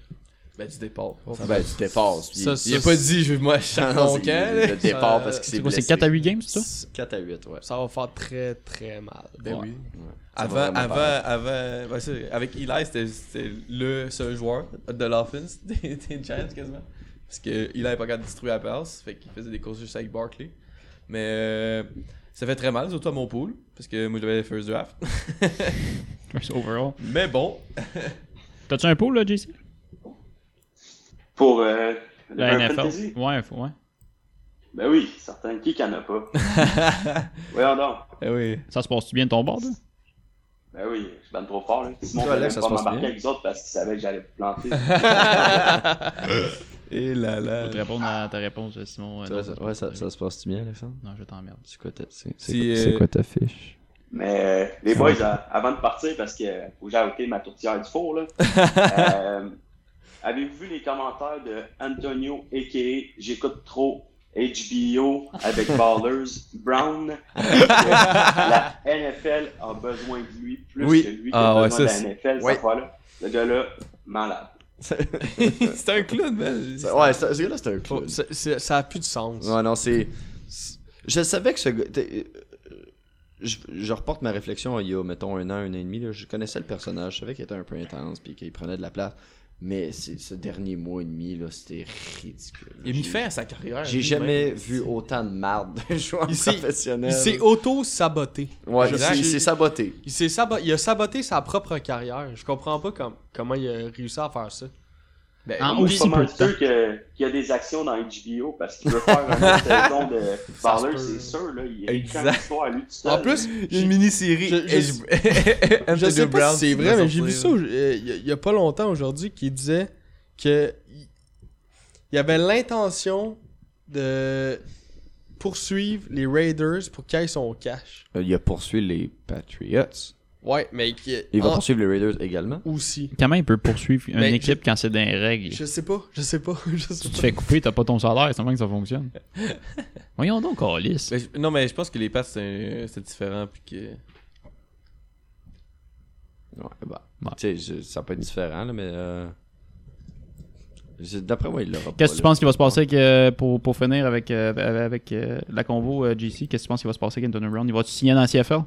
Ben du départ.
Ben, du départ. puis-
Ça,
il a pas dit je veux moi
Ah
chaque
non,
mon
c'est-
camp.
le
là.
départ
Ça-
parce qu'il s'est
C'est quoi
blessé.
c'est 4 à 8 games c'est ça
4 à 8, ouais.
Ça va faire très très mal.
Ben oui.
Ouais. Ça
Avant,
va vraiment
avant,
paraître.
avant, ben, c'est- avec Eli, c'était- c'était le seul joueur de l'offense des, des Giants quasiment. Parce que Eli n'est pas capable de distribuer la passe, fait qu'il faisait des courses juste avec Barkley. Mais euh, ça fait très mal, surtout à mon pool, parce que moi j'avais first draft.
First overall.
Mais bon,
T'as-tu un pot là JC
Pour euh, le
La
Burn
NFL.
Fantasy?
Ouais, faut- ouais.
Ben oui, certain. Qui qu'en a pas? Voyons donc.
eh oui.
Ça se passe tu bien de ton bord là
Ben oui, je banne trop fort. Là. Simon
Toi,
voulait
Alex, ça
pas
se passe
m'embarquer
bien?
avec les autres parce qu'il savait que j'allais planter.
Et là là.
Faut te répondre à ta réponse Simon. euh,
Tu
non,
vois, ça- Ouais, ça, ça se passe-tu bien, Alexandre
Non, je t'emmerde.
C'est quoi ta, c'est,
Si,
c'est, c'est
euh,
quoi ta fiche
Mais euh, les boys, euh, avant de partir, parce que euh, faut que j'aille ôter ma tourtière du four, là, euh, avez-vous vu les commentaires de Antonio, a.k.a. J'écoute trop HBO avec Ballers Brown? la NFL a besoin de lui plus
Oui.
que lui
Ah
a
ouais,
besoin
ça,
de la NFL
ouais.
cette fois-là. Le gars-là, malade.
c'est un clown, man.
Ça- Ouais, ça- ce gars-là, c'est un
Faut-
clown.
c'est- c'est- ça a plus de sens.
Ouais, non, c'est. c'est- Je savais que ce gars. t'es- euh, Je, je reporte ma réflexion il y a, mettons, un an, un an et demi. là. je connaissais le personnage, je savais qu'il était un peu intense puis qu'il prenait de la place. Mais c'est- ce dernier mois et demi, là, c'était ridicule.
Il a mis
J'ai-
fin à sa carrière.
J'ai
lui-même.
jamais vu autant de marde d'un joueur
Il s'est-
professionnel.
Il s'est auto-saboté.
ouais,
je
il
sais.
s'est- il s'est saboté.
Il, s'est sabo- il a saboté sa propre carrière. Je comprends pas comme- comment il a réussi à faire ça.
Ben,
En
Moi, je
Ah, aussi
suis pas
peu
mal
de temps.
sûr que- qu'il y a des actions dans HBO parce qu'il veut faire une autre saison de
Ça se
Ballers,
peut.
c'est sûr. Là, il
Exact.
écrit une histoire à lui tout seul.
En plus,
il y a une mini-série.
Je- je-
Et je-
je sais
Antonio
pas
Brown
si c'est
qui
vrai,
va
mais j'ai vu ça
sortir.
au- euh, il y a- il y, a pas longtemps aujourd'hui qui disait que il il avait l'intention de poursuivre les Raiders pour qu'ils aient son cash.
Euh, Il a poursuivi les Patriots.
Ouais, mais qui
Il va
en-
poursuivre les Raiders également.
aussi.
Comment il peut poursuivre une
Ben,
équipe quand c'est dans les règles
Je sais pas, je sais pas, je
Tu
sais
te
pas.
fais couper, t'as pas ton salaire, c'est comment que ça fonctionne Voyons donc Alice.
Ben, je- non, mais je pense que les passes,
Euh,
c'est c'est différent. Puis que...
Ouais, bah,
Ouais.
tu sais, je- ça peut être différent, là, mais. euh, je- D'après moi, il l'aura
Qu'est-ce que
pas,
tu
là.
penses qu'il va se passer avec, euh, pour, pour finir avec, euh, avec euh, la convo euh, JC? Qu'est-ce que tu penses qu'il va se passer avec Antonio Brown? Il va-tu signer dans la CFL?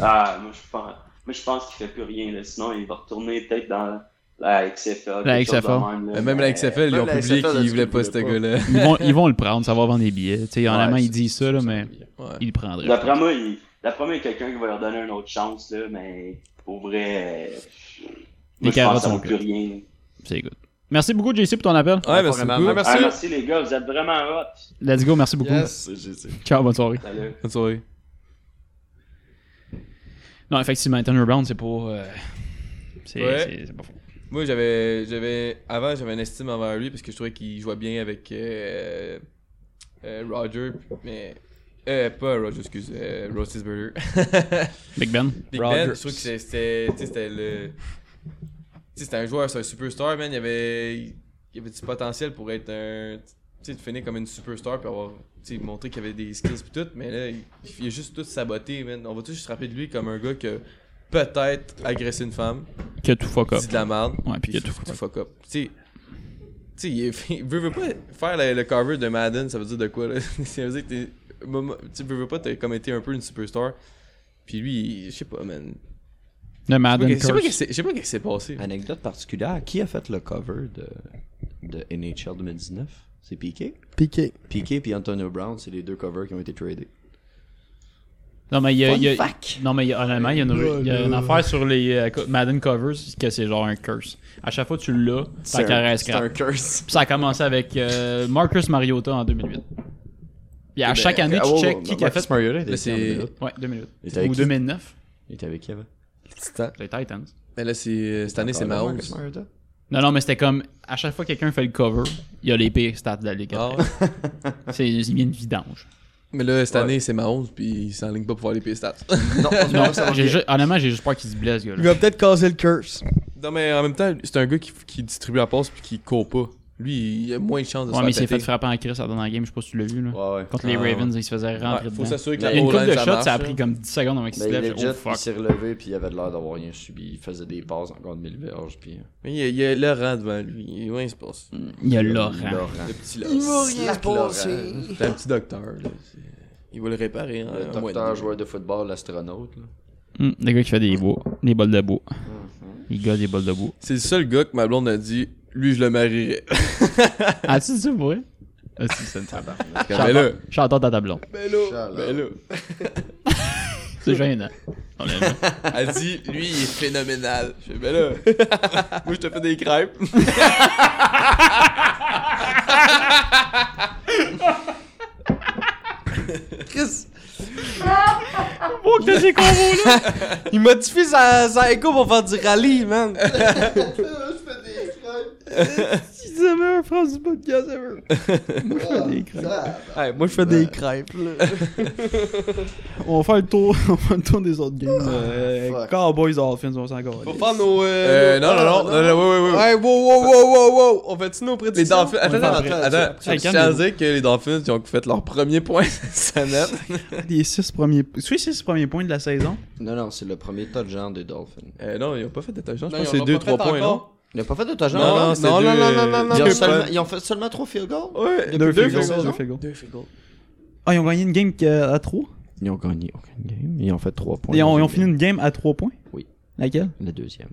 Ah, moi, je pense, moi, je pense qu'il fait plus rien. Là. Sinon, il va retourner peut-être dans la XFL.
La
quelque chose de
XFL.
même, là.
Euh, Même
Mais,
la XFL, ils
Même
ont
la
publié
XFL,
qu'ils
là,
voulaient
tu
pas ce
voulais pas.
gars-là.
Ils vont, ils vont le prendre, ça va vendre des billets. Tu sais,
Ouais,
honnêtement,
c'est-
ils disent ça, là, mais
Ouais.
ils le prendraient.
D'après moi, il, d'après moi, il y a quelqu'un qui va leur donner une autre chance, là, mais pour vrai, euh, moi, je pense
carottes
que ça
sont
vaut plus
cuites.
rien.
C'est good. Merci beaucoup, JC, pour ton appel.
Ouais, ben, merci
Apparemment,
beaucoup.
merci.
Ah, merci les gars, vous êtes vraiment hot.
Let's go, merci beaucoup.
Yes.
C'est- c'est- c'est-
Ciao, bonne soirée.
Salut.
Bonne soirée.
Non, effectivement, Antonio Brown, c'est pas. euh, c'est
Ouais.
c'est- c'est pas faux.
Moi, j'avais. j'avais Avant, j'avais une estime envers lui parce que je trouvais qu'il jouait bien avec euh, euh, Roger, mais. Euh, pas Roger, excuse, euh, Roethlisberger.
Big Ben.
Big
Rodgers.
Ben, je trouve que c'est- c'était. tu sais, c'était le. tu sais, c'était un joueur, c'est un superstar, man. Il y avait, il y avait du potentiel pour être un. Tu sais, de finir comme une superstar puis avoir. Tu sais, montrer qu'il avait des skills puis tout, mais là, il, il a juste tout saboté, man. On va tout juste se rappeler de lui comme un gars qui a peut-être agressé une femme,
Que tout fuck up.
dit de la merde.
Ouais, puis que tout
fuck, up. Tu sais. Tu sais, il est- il veut, veut pas faire le, le cover de Madden, ça veut dire de quoi là? Ça veut dire que t'es- moment- tu veux veux pas, t'as comme été un peu une superstar. Puis lui, il- je sais pas, man.
Le Madden
Je sais pas
Curse.
qu'est-ce- je sais pas qu'est-ce qui s'est passé.
Anecdote particulière, qui a fait le cover de, de NHL 2019 C'est Piqué
Piqué.
Piqué puis Antonio Brown, c'est les deux covers qui ont été tradés.
Non, mais il y a.
Fun
il y a-
fact.
Non, mais il y a- honnêtement, il y a, une, il y a une
Là, là.
affaire sur les euh, co- Madden Covers que c'est genre un curse. À chaque fois que tu l'as, ta
un-
carrière
c'est un
scrap.
curse.
Puis ça a commencé avec euh, Marcus Mariota en 2008. Puis à chaque année, tu
oh,
check
oh,
qui, qui a
Marcus
fait.
Mariota était
Là,
ici en
c'est-
2008.
Ouais, 2008.
Il était avec
Ou
qui?
2009.
Il était avec qui avant Ah,
Les Titans.
Mais là, c'est, euh, cette année, c'est
Encore
Mahomes.
Marcus Mariota?
Non, non, mais c'était comme à chaque fois que quelqu'un fait le cover, il y a les pires stats de la Ligue.
Ah
après. C'est il y a une vidange.
Mais là, cette année, c'est Mahomes, puis il s'enligne pas pour faire les pires stats.
Non, c'est
Non,
pas ça,
j'ai ju- honnêtement, j'ai juste peur qu'il se blesse, ce
Il
gars-là.
va peut-être caser le curse.
non, mais en même temps, c'est un gars qui, qui distribue la passe, puis qui court pas. Lui, il a moins de chances de
Ouais, mais il s'est
se faire
fait
péter.
frapper en crise dans la dernière game, je sais pas si tu l'as vu. Là.
Ouais, ouais.
Contre les
Ah, ouais.
Ravens, il se faisait
Ouais,
rentrer
faut
dedans.
s'assurer que
Il y
la
a une coupe
O-line,
de
ça
shot,
marche, hein.
ça a
là.
pris comme 10 secondes avant qu'il se
Ben,
lève.
legit,
j'ai- Oh
il
fuck.
s'est relevé puis il avait l'air d'avoir rien subi. Il faisait des passes encore de mille verges puis. euh,
Mais il y a, il y a Laurent devant lui. Il y a rien qui se passe.
Il y a hein. Laurent.
Euh,
Le petit Euh, Laurent.
Il va rien
Slack
se passer.
Laurent.
C'est un petit docteur. là. C'est- Il va le réparer. en-
Le
en mois et
docteur,
demi.
joueur de football, l'astronaute. là.
Hum, le gars qui fait des bois, des bols de bois. Il gosse des bols de bois.
C'est le seul gars que ma blonde a dit lui, je le marierais.
As-tu dit ça pour vrai? Ah, si, c'est une table.
mais là,
J'entends dans ta blonde.
mais ben là,
Chaleur.
mais là.
C'est gênant. On l'a vu.
Elle dit lui, il est phénoménal. Je fais, mais là, moi, je te fais des crêpes.
Il modifie sa, sa écho pour faire du rallye, man.
Ouais, moi je fais des crêpes là. on va faire le tour, on va faire le tour des autres games. euh,
fuck.
Cowboys Dolphins, on s'en calisse.
Faut faire nos.
Euh,
Euh,
non, non, non, non, non, ouais, ouais, ouais.
Ouais, wow, wow, wow, wow, wow. On fait-tu nos
Les
prédictions?
Dolphins, attends,
pas
attends,
prêt,
attends.
tu es prêt.
Je tiens à dire que les Dolphins, ils ont fait leur premier point cette année.
Les six premiers, soit les six premiers points de la saison.
Non, non, c'est le premier touchdown des Dolphins.
Euh, non, ils ont pas fait de touchdown. Je
Non,
pense
ils
que c'est
ont
2
pas fait
3 points, non
encore.
Il n'a pas fait de touchdown.
Non, non, c'est
non,
deux,
non, non,
euh,
non, non, non,
ils,
non,
ont
mais
seulement-
pas-
ils ont fait seulement trois field goals.
Ouais,
Deux
deux
field
field
goals,
goals.
deux field goals. Ah, ils ont gagné une game que- à trois.
Ils ont gagné aucune game. Ils ont fait trois points.
Et on- ils ont fini une game à trois points.
Oui.
Laquelle
La deuxième.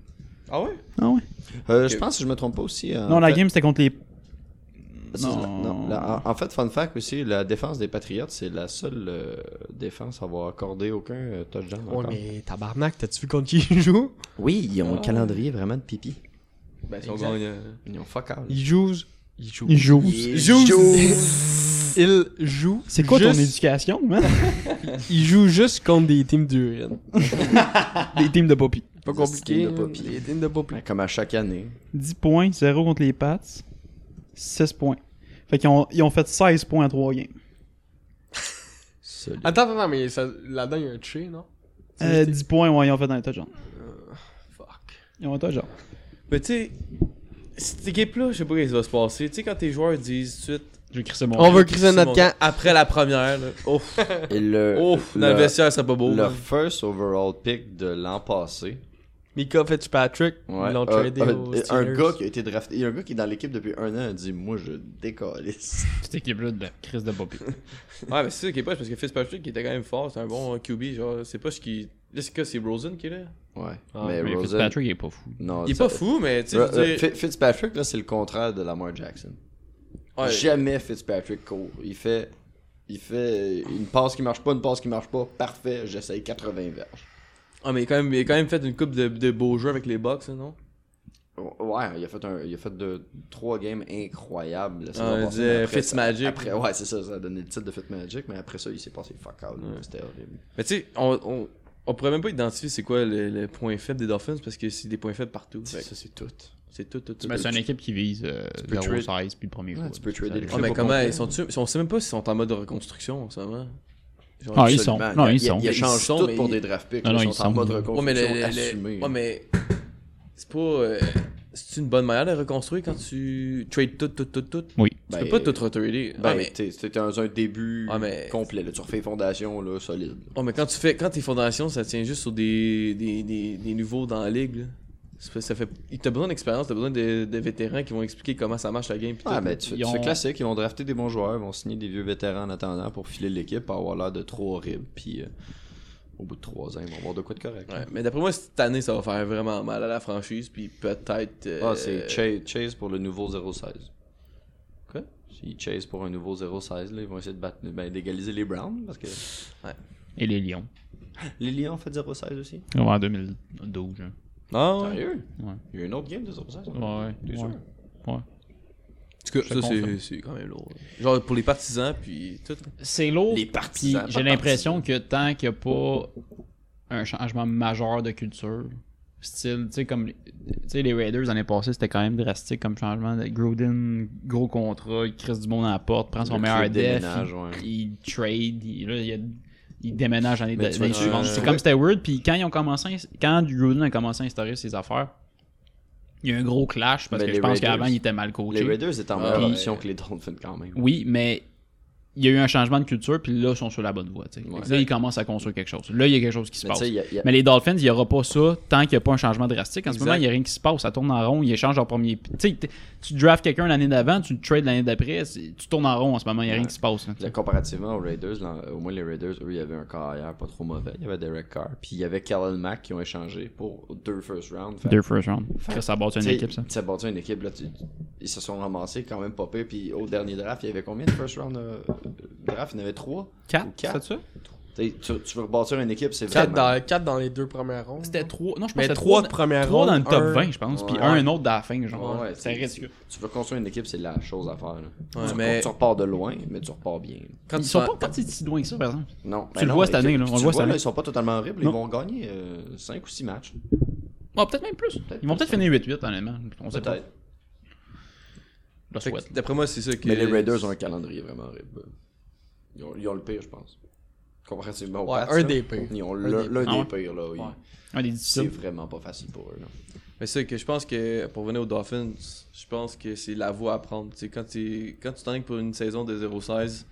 Ah ouais
Ah ouais.
Euh,
Ok.
Je pense, si je me trompe pas aussi. euh,
non,
en
la
fait-
game c'était contre les.
c'est- non, la- en en fait, fun fact aussi, la défense des Patriots, c'est la seule euh, défense à avoir accordé aucun euh, touchdown.
Ouais,
encore.
mais tabarnak, t'as-tu vu contre qui il joue?
Oui, ils ont
Ah.
un calendrier vraiment de pipi.
Ben, ils ont gagné.
Ils ont fuck all.
Il joue. Il joue.
Ils jouent.
Il joue.
C'est quoi ton
juste-
éducation, man
Il joue juste contre des teams d'urine.
Les teams de Poppy.
Pas
Les
compliqué.
teams de
hein.
poppy.
Les teams de poppy.
Ben, comme à chaque année.
10 points, 0 contre les Pats. 6 points. Fait qu'ils ont, ils ont fait 16 points à 3 games.
Solide.
Attends, attends, attends, mais ça- là-dedans, il y a un tree, non?
Euh, 10 points, ouais, ils ont fait dans les touchdowns.
Fuck.
Ils ont un touchdown.
Mais tu sais, cette équipe-là, je sais pas ce qui va se passer. Tu sais, quand tes joueurs disent tout de suite.
Je vais crisser mon.
On veut criser
c'est
notre
mon-
camp.
Après la première, là. Ouf,
Et le,
ouf. Dans
Euh, le-
le vestiaire, Oh, ça serait pas beau.
leur
là.
first overall pick de l'an passé.
Mika Fitzpatrick.
Ouais.
Ils l'ont
Un-
tradé
un,
aux
un
Steelers.
gars qui a été drafté. Il y a un gars qui est dans l'équipe depuis un an a dit Moi, je décalisse.
Cette équipe-là de crise de Bobby.
Ouais, mais c'est ça qui est pas parce que Fitzpatrick, qui était quand même fort, c'est un bon QB. Genre, c'est pas ce qui. Là, c'est quoi, c'est Rosen qui est là
Ouais.
Ah,
mais
Mais
Rosen.
Fitzpatrick il est pas fou.
non,
Il est
Ah, ça-
pas fou, mais tu sais, je
Ro-
veux
euh,
dire-
Fi- Fitzpatrick, là, c'est le contraire de Lamar Jackson.
Ouais.
Jamais Fitzpatrick court. Il fait, il fait une passe qui marche pas, une passe qui marche pas. Parfait, j'essaye 80 verges.
Ah, mais il a quand même, il a quand même fait une coupe de, de beaux jeux avec les Bucks, hein, non
Ouais, il a fait, un, il a fait deux, trois games incroyables. la saison
Ah, on
passée,
disait
mais après,
Fitzmagic.
ça- Après, ouais, c'est ça, ça a donné le titre de Fitzmagic, mais après ça, il s'est passé fuck out. là, C'était horrible.
Mais tu sais, on, on, on pourrait même pas identifier c'est quoi le, le point faible des Dolphins parce que c'est des points faibles partout. Fait que
Ça, c'est tout.
C'est tout, tout, tout.
Mais c'est
tout.
une équipe qui vise euh,
peux
0
trade-
16 puis le premier
Ouais,
jour.
tu peux trader
Ça
les
arrive.
Ah, mais comment ils sont On sait même pas s'ils sont en mode de reconstruction en ce moment. Genre,
Ah, ils
absolument.
sont. Non,
Il y a-
ils
il y a-
sont.
il y a-
Ils changent
sont,
tout
mais
pour
ils-
des draft picks.
Non, non,
là, ils
ils
sont en
sont.
mode
Ouais, mais, le-
reconstruction
le-
assumée.
ouais, mais c'est pas. euh, c'est une bonne manière de reconstruire quand tu trades tout, tout, tout, tout.
Oui.
Tu
Ben,
peux pas tout retrader.
Ben,
ah, mais,
t'es- t'es dans un début
ah, mais,
complet. là. Tu refais les fondations là, solides.
ah, mais quand tu fais. Quand tes fondations, ça tient juste sur des, des, des, des nouveaux dans la ligue. là. Ça fait- Ça fait, t'as besoin d'expérience, t'as besoin de, de vétérans qui vont expliquer comment ça marche la game. pis
Ah,
tout, là.
mais tu,
Ils
tu
ont-
fais classique, ils vont drafter des bons joueurs, ils vont signer des vieux vétérans en attendant pour filer l'équipe, pour avoir l'air de trop horrible, puis euh, au bout de trois ans, ils vont avoir de quoi de correct.
Ouais, mais d'après moi, cette année, ça va faire vraiment mal à la franchise. Puis peut-être. euh,
Ah, c'est Chase, Chase pour le nouveau 016.
Quoi?
Ils Chase pour un nouveau 016, là, ils vont essayer de battre, ben, d'égaliser les Browns, parce que
Et les Lions.
les Lions ont fait 016 aussi.
On va en 2012. hein.
Non, ouais.
Sérieux?
Ouais.
Il y a une autre game de 016?
Ouais, ouais.
T'es sûr?
ouais.
En tout cas,
Je
ça,
te
c'est-
confirme.
c'est quand même lourd. là. Genre pour les partisans, puis tout.
C'est lourd.
Les
Oh. Puis
partisans.
j'ai l'impression que tant qu'il n'y a pas un changement majeur de culture, style, tu sais, comme les- tu sais, les Raiders l'année passée, c'était quand même drastique comme changement. de- Gruden, gros contrat, il crisse du monde à la porte, prend son
Le
meilleur
club
def,
déménage,
il,
ouais.
il trade, il, là, il, y a- il déménage l'année
Mais
de-
tu vois, euh,
l'année
tu-
suivante.
tu
C'est
vois-
comme c'était weird, puis quand, ils ont commencé, à ins- quand Gruden a commencé à instaurer ses affaires, il y a eu un gros clash parce
Mais
que
les
je pense
Raiders-
qu'avant, il était mal coaché.
Les Raiders étaient en
Ah,
meilleure
puis-
position que les Dolphins quand même.
Oui, mais il y a eu un changement de culture, puis là, ils sont sur la bonne voie. tu sais. Fait que Là, ils commencent à construire quelque chose. Là, il y a quelque chose qui se
Mais tu
passe.
sais, il y a- il y a-
Mais les Dolphins, il n'y aura pas ça tant qu'il n'y a pas un changement drastique. En
Exact.
ce moment, il n'y a rien qui se passe. Ça tourne en rond, ils échangent leur premier. Tu sais, t- tu drafts quelqu'un l'année d'avant, tu le trades l'année d'après, c'est- tu tournes en rond en ce moment, il n'y a rien
Ouais.
qui se passe. là, tu sais.
Là, comparativement aux Raiders, là, au moins les Raiders, eux, il y avait un carrière pas trop mauvais. Il y avait Derek Carr. Puis il y avait Kellen Mack qui ont échangé pour deux first round. Fait-
Deux first round. Ça, ça bâtit une
T'sais,
équipe, ça.
Ça bâtit une équipe. Là, tu- ils se sont ramassés quand même pas pire. Puis au dernier draft, il y avait combien de first round euh, draft Il y en avait trois
Quatre,
ou quatre.
c'est ça?
T'sais, Tu, tu veux rebâtir une équipe, c'est
4
vraiment.
dans, euh, quatre dans les deux premières rondes.
C'était trois. Non, je pense que
Mais
c'était
3
trois.
de première
Trois
ronde.
dans le top
un-
20, je pense. Puis
Ouais.
un, un autre dans la fin, genre.
Ouais, ouais,
c'est
c'est-
ridicule.
Tu veux construire une équipe, c'est la chose à faire. là.
Ouais,
tu,
mais-
tu repars de loin, mais tu repars bien.
Quand
Ils
tu
sont
fais-
pas partis de si loin que ça, par exemple.
Non,
le vois cette
et
année,
tu-
là, on
tu
le voit cette année.
Ils sont pas totalement horribles. Ils
Non.
vont gagner 5 ou 6 matchs.
Ah, peut-être même plus. Ils vont peut-être finir 8-8, honnêtement. On sait pas.
Peut-être.
Je le
Fait que
souhaite.
D'après moi, c'est ça que.
Mais les Raiders ont un calendrier vraiment horrible. Ils ont, ils ont le pire, je pense. Comparativement aux
Ouais,
Pats,
un
là.
des pires.
Ils ont
des
l'un
pires.
l'un
Ah
des,
ouais.
pires, là. oui.
Ouais. Un des
C'est
difficiles.
vraiment pas facile pour eux, là.
Mais c'est que je pense que, pour venir aux Dolphins, je pense que c'est la voie à prendre. Tu sais, quand, t'es- quand tu t'enlignes pour une saison de 0-16,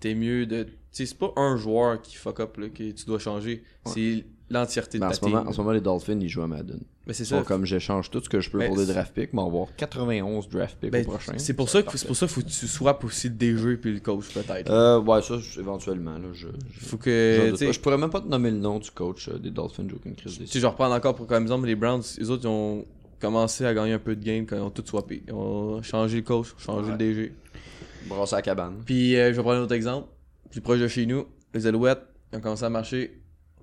t'es mieux de. Tu sais, c'est pas un joueur qui fuck up, là, que tu dois changer. C'est l'entièreté de
Mais en
ta
ce, moment,
team.
en ce moment, les Dolphins, ils jouent à Madden.
Mais c'est
Ils
ça.
sont comme j'échange tout ce que je peux
Mais
pour des
c'est-
draft picks, mais on va avoir 91 draft picks
Ben,
au prochain.
c'est pour ça que
va être
c'est pour ça faut que tu swaps aussi le DG puis le coach peut-être.
parfait. Euh, ouais, ça, je- éventuellement, là, je, je,
faut
j'en
que
doute
tu sais,
pas. Je pourrais même pas te nommer le nom du coach euh, des Dolphins, Joaquin Chris.
Tu sais, je reprends encore pour comme exemple les Browns, les autres ils ont commencé à gagner un peu de game quand ils ont tout swappé. Ils ont changé le coach, changé le
Ouais.
DG.
Brasse à la cabane.
Puis euh, je vais prendre un autre exemple, plus proche de chez nous, les Alouettes, ils ont commencé à marcher.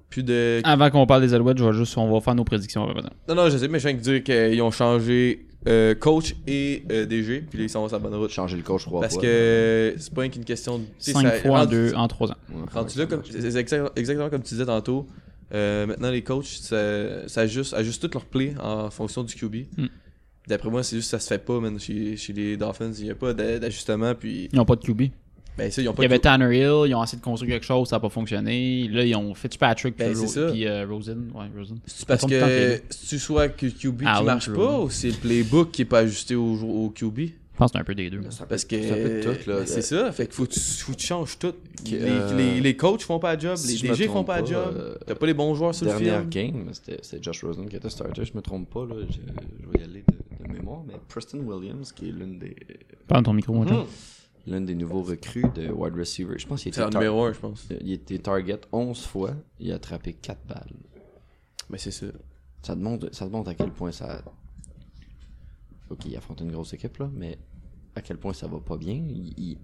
Plus de.
Avant qu'on parle des Alouettes, je vais juste, on va faire nos prédictions après maintenant.
Non, non, je sais, mais je viens de dire qu'ils ont changé euh, coach et euh, DG, puis là ils sont sur la bonne route.
Changer le coach trois
Parce
fois.
que c'est pas une question de. tu sais,
5
ça-
fois en,
rendu-
deux, en 3 ans.
Ouais,
Rendu
ça
là, comme-
marche.
c'est c'est exact- exactement comme tu disais tantôt, euh, maintenant les coachs ça- s'ajustent ajustent toutes leurs plays en fonction du QB.
Mm.
D'après moi, c'est juste que ça se fait pas, man, chez, chez les Dolphins. Il n'y a pas d'a- d'ajustement, puis.
Ils n'ont pas de QB.
Ben, ça, ils ont
Il
pas
y avait
de-
Tanner Hill, ils ont essayé de construire quelque chose, ça n'a pas fonctionné. Là, ils ont Fitzpatrick puis,
Ben, c'est
Ro-
ça.
puis euh, Rosen. Ouais, Rosen.
C'est parce
Ça tombe tant qu'il
que
est là.
tu soit que le QB qui
Ah, oui,
marche
Drew.
pas ou c'est le playbook qui est pas ajusté au, jou- au QB
Je pense que c'est un peu des deux.
Ça peut-
Parce que.
ça peut être tout, là.
ben, c'est ça, fait qu'il faut que tu- faut que tu changes tout.
Que,
les,
euh,
les, les coachs font pas la job,
si je
les
me
DG font
trompe
pas la
pas,
job,
euh,
t'as pas les bons joueurs sur le
dernière
film.
game, c'était c'était Josh Rosen qui était starter, je me trompe pas, là, je, je vais y aller de, de mémoire, mais Preston Williams, qui est l'une des,
Parle dans ton micro, moi.
Hmm,
Jean.
l'un des nouveaux recrues de wide receiver, je pense qu'il
C'est
était,
le
tar-
numéro 1, je pense.
il était target 11 fois, il a attrapé 4 balles.
Mais Ben, c'est ça.
Ça te montre, ça te montre à quel point ça... Ok, il affronte une grosse équipe, là, mais à quel point ça va pas bien. Il- il-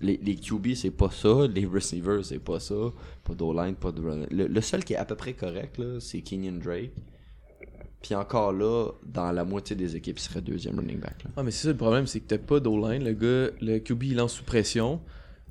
Les, les QB, c'est pas ça. Les receivers, c'est pas ça. Pas d'O-line, pas de runner. Le, le seul qui est à peu près correct, là, c'est Kenyon Drake. Puis encore là, dans la moitié des équipes, il serait deuxième running back. là.
Ah, mais c'est ça le problème, c'est que t'as pas d'O-line. Le gars, le QB, il lance sous pression.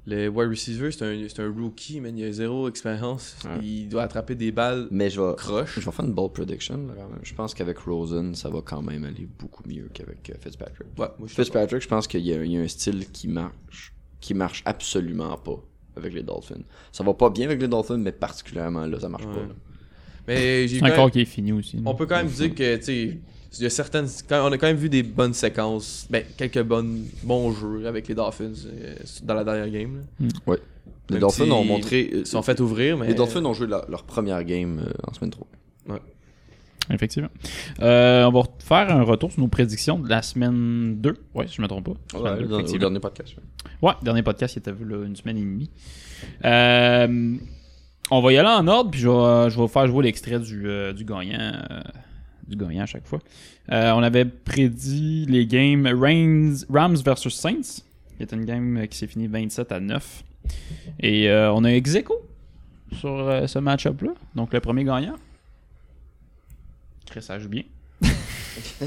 Le wide receiver, c'est un, c'est un rookie, man. Il a zéro expérience. Il doit attraper des balles.
Mais je vais, je vais faire une bold prediction. là, quand même. Je pense qu'avec Rosen, ça va quand même aller beaucoup mieux qu'avec euh, Fitzpatrick.
Ouais, moi, je suis
Fitzpatrick, je pense qu'il y, a- il y a un style qui marche, qui marche absolument pas avec les Dolphins. Ça va pas bien avec les Dolphins, mais particulièrement là, ça marche pas. là.
Mais j'ai
C'est un
quand
corps
même-
qui est fini aussi, là.
On peut quand même dire que, tu sais, il y a certaines. quand- On a quand même vu des bonnes séquences. Ben, quelques bonnes, bons jeux avec les Dolphins euh, dans la dernière game. là.
Ouais. Les
Même
Dolphins
si
ont montré. euh,
ils se sont fait ouvrir, mais-
Les
euh,
Dolphins ont joué la- leur première game euh, en semaine 3.
Effectivement. Euh, on va faire un retour sur nos prédictions de la semaine 2. Ouais, si je ne me trompe pas.
Ouais,
Semaine deux,
dans- au
effectivement.
dernier podcast,
Ouais, dernier podcast, il était là, une semaine et demie. Euh, on va y aller en ordre, puis je vais, euh, je vais vous faire jouer l'extrait du, euh, du gagnant. euh, du gagnant à chaque fois. Euh, on avait prédit les games Reigns, Rams versus Saints, qui est une game qui s'est finie 27 à 9. Et euh, on a ex aequo sur euh, ce match-up-là. Donc le premier gagnant. Chris, ça joue bien. Ce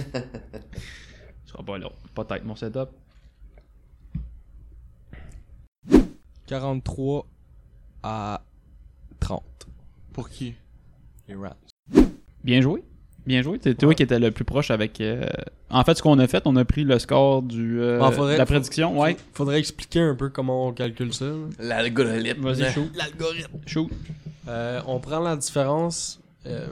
sera pas long. Peut-être mon setup.
43 à 30. Pour qui Les Rams.
Bien joué. Bien joué. C'est toi qui étais le plus proche avec. euh, En fait, ce qu'on a fait, on a pris le score du, euh,
Ah, faudrait-
de la prédiction.
faut-
ouais.
Faudrait expliquer un peu comment on calcule ça.
L'algorithme.
Vas-y, shoot.
L'algorithme.
Shoot.
Euh, on prend la différence. Euh...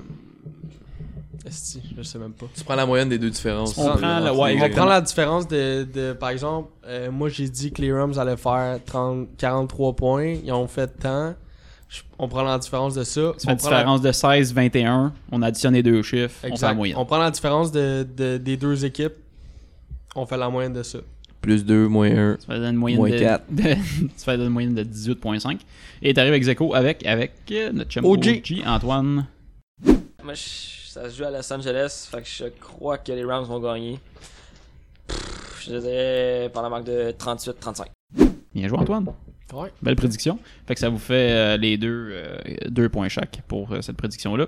Esti, je sais même pas.
Tu prends la moyenne des deux différences.
On, prend,
la-
la,
ouais, exactement.
différence de, de- par exemple, euh, moi j'ai dit que les Rams allaient faire 30, 43 points, ils ont fait tant. Je- on prend la différence de ça.
Ça fait
on
une
prend la-
différence de 16-21. On a additionné deux chiffres. On fait
Exact.
la moyenne.
On prend la différence de, de- des deux équipes, on fait la moyenne de ça.
Plus 2, moins 1.
Ça fait une moyenne
Moins
de,
quatre.
de- tu fais une moyenne de 18.5. Et t'arrives ex aequo avec, avec euh, notre chum
OG.
OG, Antoine.
Moi, je- ça se joue à Los Angeles, fait que je crois que les Rams vont gagner. Pff, Je dirais par la marque de 38-35.
Bien joué, Antoine.
Ouais.
Belle prédiction. Fait que ça vous fait euh, les deux, euh, deux points chaque pour euh, cette prédiction-là.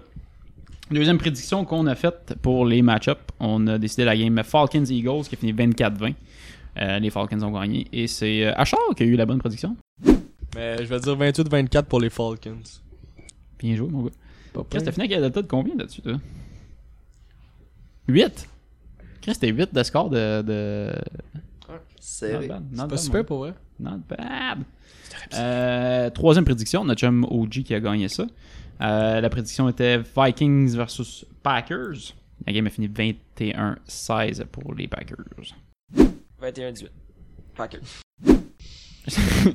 Deuxième prédiction qu'on a faite pour les match-ups, on a décidé la game Falcons-Eagles qui a fini 24-20. Euh, les Falcons ont gagné et c'est euh, Achard qui a eu la bonne prédiction.
Mais je vais dire 28-24 pour les Falcons.
Bien joué, mon gars. Chris,
pire.
t'as fini avec la delta de combien là-dessus, toi 8 Chris, t'es 8 de score de. de...
Serré.
Not bad,
C'est
not
pas
bad,
super
mon
pour vrai.
Not bad. Euh, troisième prédiction, notre chum OG qui a gagné ça. Euh, la prédiction était Vikings versus Packers. La game a fini 21-16 pour les Packers.
21-18. Packers.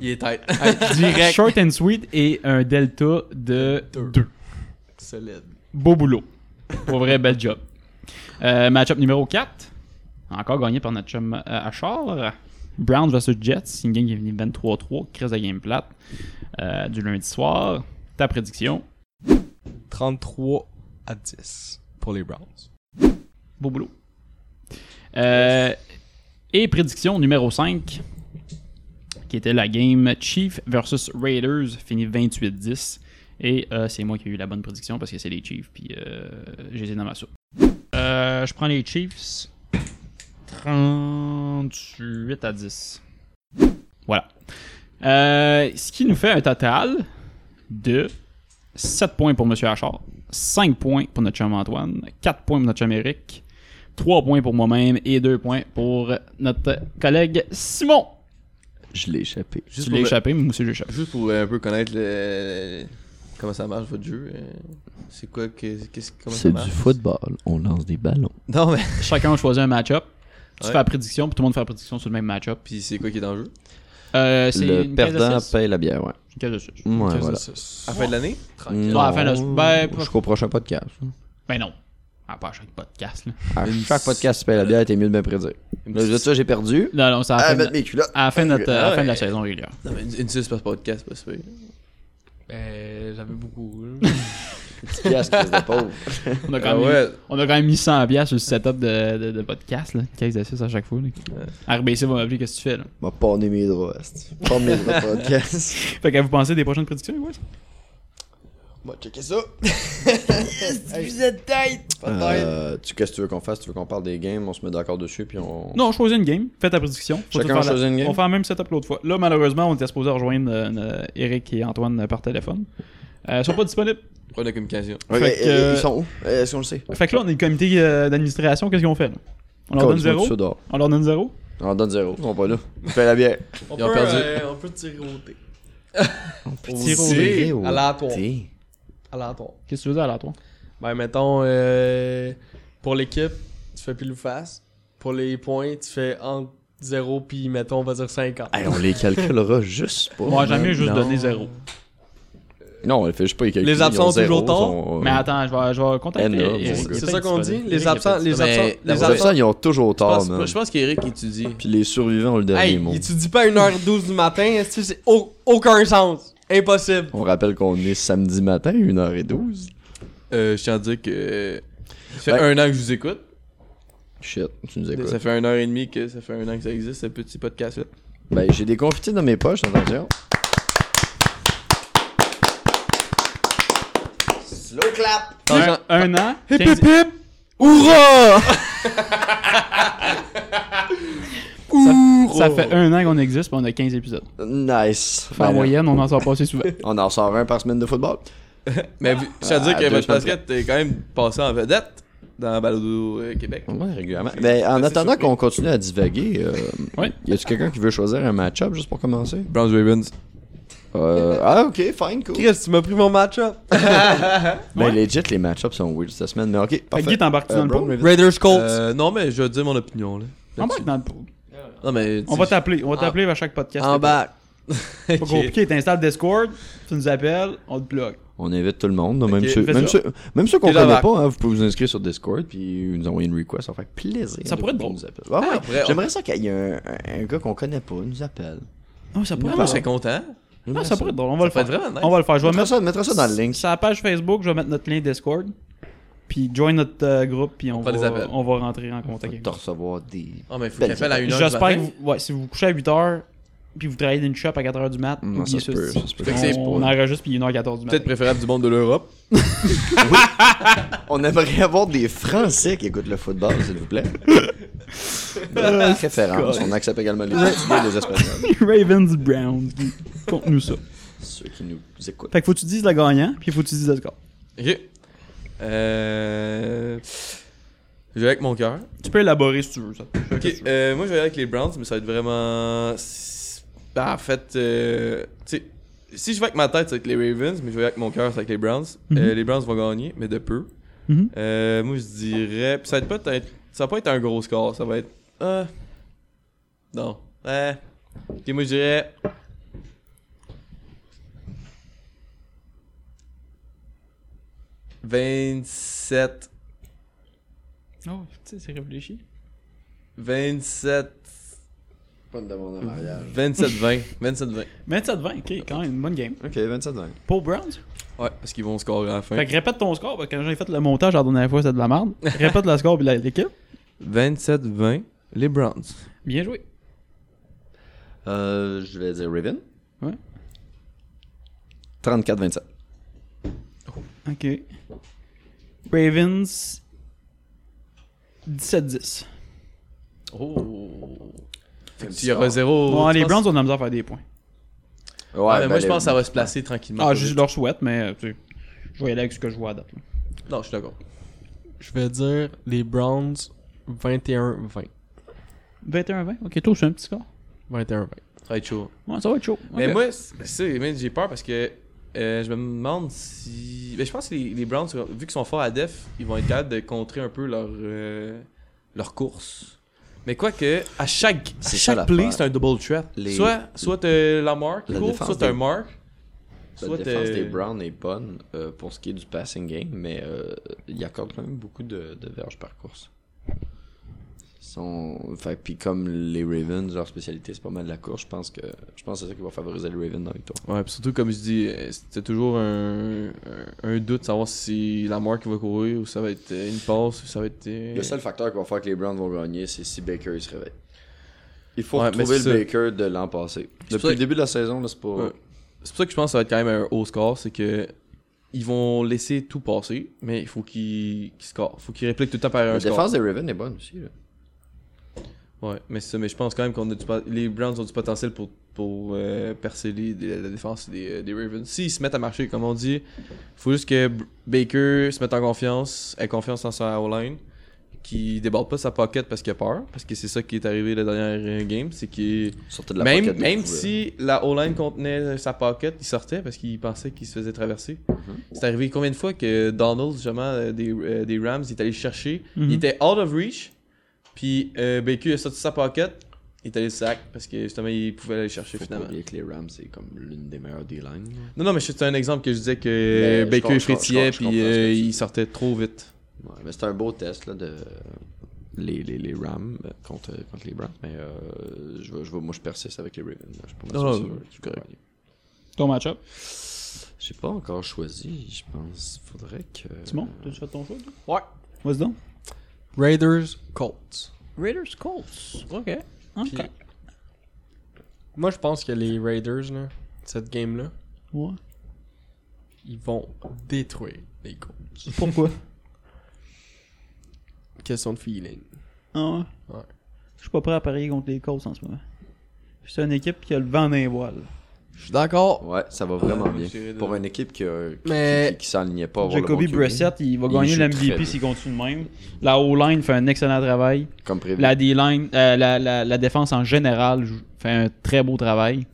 Il est tête.
Short and sweet et un delta de 2.
Solide.
Beau boulot. Pour vrai, bel job. Euh, Match-up numéro 4. Encore gagné par notre chum euh, Achard. Browns vs Jets. C'est une game qui est venue 23-3. Crise de game plate. euh, du lundi soir. Ta prédiction.
33 à 10 pour les Browns.
Beau boulot. Euh, et prédiction numéro 5, qui était la game Chiefs versus Raiders, fini 28-10. Et euh, c'est moi qui ai eu la bonne prédiction parce que c'est les Chiefs, puis euh, j'étais dans ma soupe. Euh, je prends les Chiefs. 38 à 10. Voilà. Euh, ce qui nous fait un total de 7 points pour M. Achard, 5 points pour notre chum Antoine, 4 points pour notre chum Eric, 3 points pour moi-même et 2 points pour notre collègue Simon.
Je l'ai échappé.
tu l'as échappé, mais moi aussi j'ai échappé.
Juste pour euh, un peu connaître le... comment ça marche votre jeu. euh, C'est quoi que. Qu'est-ce comment ça
C'est
marche
du football. On lance des ballons.
Non, mais.
Chacun choisit un match-up. Tu
Ouais.
fais la prédiction, puis tout le monde fait la prédiction sur le même match-up.
Puis c'est quoi qui est en jeu
Euh, c'est
Le
une caisse de
perdant
six.
paye la bière, ouais.
Une caisse de six.
Ouais,
Une caisse de
voilà.
six.
À la fin de l'année
Non, à la fin de la- ben, pas-
Jusqu'au prochain podcast.
Ben non. À part chaque podcast, là.
À chaque podcast, tu payes la bière, t'es mieux de me prédire. Là, je ça, j'ai perdu.
Non, non, ça à la
Ah,
fin de-
mettre mes culottes.
à la fin de notre- euh, à la fin de la
ouais.
saison régulière.
Non, mais une, une suce par podcast, pas super.
Ben, j'avais beaucoup.
Ah,
on, a quand même, on a quand même mis 100 bières sur le setup de, de, de podcast, là. Une caisse de 6 à chaque fois, là. RBC va m'appeler, qu'est-ce que tu fais, là?
M'a pawné mes droits. esti. Pas mes droits podcast.
fait que vous pensez des prochaines prédictions, les boys?
Bon, checker ça.
Vous êtes tête!
Euh, tu, qu'est-ce que tu veux qu'on fasse Tu veux qu'on parle des games On se met d'accord dessus, puis on.
Non, choisis une game. Fais ta prédiction. Faut
Chacun
tout faire
choisit
la-
une game?
On fait la même setup que l'autre fois. Là, malheureusement, on était supposé rejoindre euh, euh, Eric et Antoine euh, par téléphone. Euh, ils sont pas disponibles.
Problème de communication.
Ouais, Fait et- que, et- euh,
Ils sont où Euh, Est-ce qu'on le sait
Fait que là, on est le comité euh, d'administration. Qu'est-ce qu'ils ont fait là? On leur
Colle,
donne
dis-moi
zéro.
tout ça dehors.
On leur donne zéro.
On leur donne zéro. Ils sont pas là. Fais la bière.
On
Ils ont
peut,
perdu.
euh, on peut tiroter. on peut
tiroter.
Aléatoire.
Tiroter.
Aléatoire.
Qu'est-ce que tu veux dire à toi?
Ben, mettons, euh, pour l'équipe, tu fais pile ou face. Pour les points, tu fais entre 0 puis, mettons, on va dire 50.
Hey, on les calculera juste pas.
Moi, j'aime mieux juste
Non.
donner zéro.
Non, on le fait juste pas les calculs.
Les absences toujours tard.
euh,
Mais attends, je vais, je vais contacter.
Énorme,
Eric.
mon Ben,
Il est
gars.
C'est
pas
ça qu'on dit?
disponible.
Les
Eric est pas
absents, les
disponible.
absents, les
Les
absents.
absents, ils ont toujours
Je
tard,
pense-
man.
Je pense qu'Eric étudie.
Puis les survivants ont le dernier
Hey,
mot.
il étudie pas à 1h12 du matin, est-ce que c'est au- aucun sens. Impossible.
On rappelle qu'on est samedi matin, 1h12.
Euh, je tiens à dire que. Ça fait
Ben-
un an que je vous écoute.
Shit, tu nous écoutes.
Ça fait un heure et demie que ça fait un an que ça existe, ce petit podcast-là.
Ben, j'ai des confettis dans mes poches, attention. Slow clap!
Un, un an.
Hip,
15
hip, hip. Hourra! Ça fait un an qu'on existe et on a 15 épisodes.
Nice.
Fait en
oh. Ben,
moyenne, on en sort pas assez souvent.
On en sort un par semaine de football.
Mais vous- je tiens à dire
Ah,
que
deux
votre
semaines
basket est quand même passé en vedette dans Balado euh, Québec.
Ouais, régulièrement. Ben, en attendant qu'on continue à divaguer, euh, y a-tu quelqu'un qui veut choisir un match-up juste pour commencer?
Browns Ravens.
Euh, ah, ok, fine, cool.
Chris, tu m'as pris mon match-up.
Ben, legit, les match-ups sont weird cette semaine, mais ok, parfait. Euh,
Guy, t'embarques-tu dans le
Brown
pool?
Ravens.
Raiders Colts.
Euh, non, mais je vais te dire mon opinion. Là.
Embarque dans le pool.
Non, mais.
On va t'appeler. On va
Ah.
t'appeler à chaque podcast.
En bas.
Pas compliqué. T'installes Discord, tu nous appelles, on te bloque.
On invite tout le monde, même,
Ok,
ceux,
fais
même,
ça.
ceux, même ceux qu'on
T'es
connaît
d'accord.
pas, hein, vous pouvez vous inscrire sur Discord puis nous envoyer une request, ça va faire plaisir.
Ça pourrait être
qu'on
drôle.
nous appelle. Ouais, ouais.
Ah, après, on-
J'aimerais ça qu'il y ait un, un- un gars qu'on connaît pas nous appelle.
Non, ça pourrait
Non,
être
je serais
content.
Non, ça pourrait être drôle. On va le
pourrait
faire.
être vraiment nice.
On va le faire. Je vais
Mettra
mettre
ça- mettra ça dans le link.
Sur la page Facebook, je vais mettre notre lien Discord. Puis join notre euh, groupe, puis on,
prend des
va,
appels.
on va rentrer en contact.
On va te recevoir des.
Ah, mais faut
belles
qu'il appelle à
appels.
une heure du
Ben, J'espère
matin.
que vous, ouais, si vous couchez à 8h, puis vous travaillez dans une shop à 4h du mat,
Non,
oubliez
ça se peut,
c'est-
ça se peut.
on-
Fait que c'est-
on enregistre, puis 1h14 du matin.
Peut-être préférable du monde de l'Europe.
On aimerait avoir des Français qui écoutent le football, s'il vous plaît.
Euh,
Référence.
c'est-
On accepte également les Portugais, les Espagnols.
Ravens Browns. Conte-nous ça.
Ceux qui nous écoutent.
Fait que faut que tu dises le gagnant, puis faut que tu dises le score.
Ok. Euh. Je vais avec mon cœur.
Tu peux élaborer si tu veux. Ça.
Ok, euh, moi je vais aller avec les Browns, mais ça va être vraiment. Bah, en fait, euh, tu sais, si je vais avec ma tête, c'est avec les Ravens, mais je vais avec mon cœur, c'est avec les Browns.
Mhm.
Euh, les Browns vont gagner, mais de peu.
Mhm.
Euh, moi je dirais. puis Ça va, être pas être- ça va pas être un gros score, ça va être. euh, Non. Euh... Ok, moi je dirais. « 27...
Oh, tu sais, c'est réfléchi.
27...
Pas de demande en mariage.
27-20. 27-20.
27-20, ok, quand même une bonne game.
Ok, 27-20.
Pour Browns?
Ouais, parce qu'ils vont scorer à la fin.
Fait que répète ton score, parce que quand j'ai fait le montage la dernière fois, c'était de la merde. Répète le score, puis la- l'équipe.
27-20, les Browns.
Bien joué.
Euh, je vais dire Raven.
Ouais.
34-27.
Ok. Ravens 17-10.
Oh. Fait que
Petit
tu y auras
score.
zéro.
Oh,
Bon,
tu
les
penses-
Browns, on a besoin de faire des points.
Ouais,
Ah, mais
ben,
moi, je
les-
pense que ça va se placer tranquillement.
Ah,
pas
je
vite.
leur souhaite, mais euh, tu sais, je vais y aller avec ce que je vois à date. là.
Non, je suis d'accord.
Je vais dire les Browns 21-20.
21-20. Ok, toi, c'est un petit score.
21-20.
Ça va être chaud.
Ouais, ça va être chaud.
Mais
Ok.
moi, c'est- c'est- mais j'ai peur parce que euh, je me demande si. Mais je pense que les, les Browns, vu qu'ils sont forts à def, ils vont être capables de contrer un peu leur, euh, leur course. Mais quoi que, à chaque, à
C'est ça,
chaque play,
l'affaire.
c'est un double trap.
Les-
Soit, soit t'as la marque,
La
court,
défense
soit t'as
des-
un marque.
La
soit
défense
t'as-
des Browns est bonne euh, pour ce qui est du passing game, mais euh, il accorde quand même beaucoup de, de verges par course. Ils Sont... Fait, puis comme les Ravens, leur spécialité c'est pas mal la course, je pense que je pense que c'est ça qui va favoriser les Ravens dans la victoire.
Ouais, puis surtout, comme je dis, euh, c'était toujours un, un, un doute de savoir si la marque va courir ou ça va être euh, une passe ou ça va être. euh,
Le seul facteur qui va faire que les Browns vont gagner, c'est si Baker il se réveille. Il faut
Ouais, mais
retrouver le
c'est ça.
Baker de l'an passé.
C'est pour
Depuis
ça
le
que-
début de la saison, là, c'est pas.
Ouais. C'est pour ça que je pense que ça va être quand même un haut score, c'est que ils vont laisser tout passer, mais il faut qu'ils qu'ils scorent. faut qu'ils répliquent tout le temps par un
La
score.
défense des Ravens est bonne aussi. Là.
Ouais, mais c'est ça, mais je pense quand même qu'on a du pot- les Browns ont du potentiel pour, pour euh, percer les- les- la défense des, euh, des Ravens. S'ils se mettent à marcher, comme on dit, faut juste que B- Baker se mette en confiance, ait confiance en sa O-line, qu'il déborde pas sa pocket parce qu'il a peur, parce que c'est ça qui est arrivé la dernière euh, game, c'est qu'il
de la
même,
pocket, il
même
pouvait.
si la O-line contenait sa pocket, il sortait parce qu'il pensait qu'il se faisait traverser.
Mm-hmm.
C'est arrivé combien de fois que Donald, justement, euh, des, euh, des Rams, il est allé chercher,
Mhm.
il était out of reach, puis euh, BQ a sorti sa pocket, il est allé le sac parce que justement il pouvait aller le chercher finalement.
que les Rams, c'est comme l'une des meilleures D-lines.
Non, non, mais c'est un exemple que je disais
Mais
que
je
BQ
comprends-
frétillait
je comprends- je
puis
comprends ce que
euh,
tu dis.
il sortait trop vite.
Ouais, mais c'est un beau test là, de les, les, les Rams euh, contre, contre les Browns. Mais euh, je, vais- je, vais- moi, je persiste avec les Ravens. là. Je suis pas mal
Ah,
sûr
ouais,
qu'ils vont gagner.
Ton match-up.
J'ai pas encore choisi, je pense. Faudrait que.
Simon, t'as déjà fait ton choix?
Ouais.
Vas-y donc.
Raiders, Colts.
Raiders Colts. Ok.
Puis- Moi, je pense que les Raiders, là, cette game-là,
Ouais.
ils vont détruire les Colts.
Pourquoi?
Question de feeling.
Ah ouais?
Ouais.
Je suis pas prêt à parier contre les Colts en ce moment. C'est une équipe qui a le vent dans les voiles.
Je suis d'accord.
Ouais, ça va vraiment bien.
j'irais de-
Pour une équipe qui, a- qui,
Mais-
qui, qui s'alignait pas. à avoir le
Jacoby
bon QB,
Brissett, il va gagner
joue
le
très bien.
MVP s'il continue de même. La O-line fait un excellent travail.
Comme prévu.
La D-line, euh, la, la- la défense en général jou- fait un très beau travail.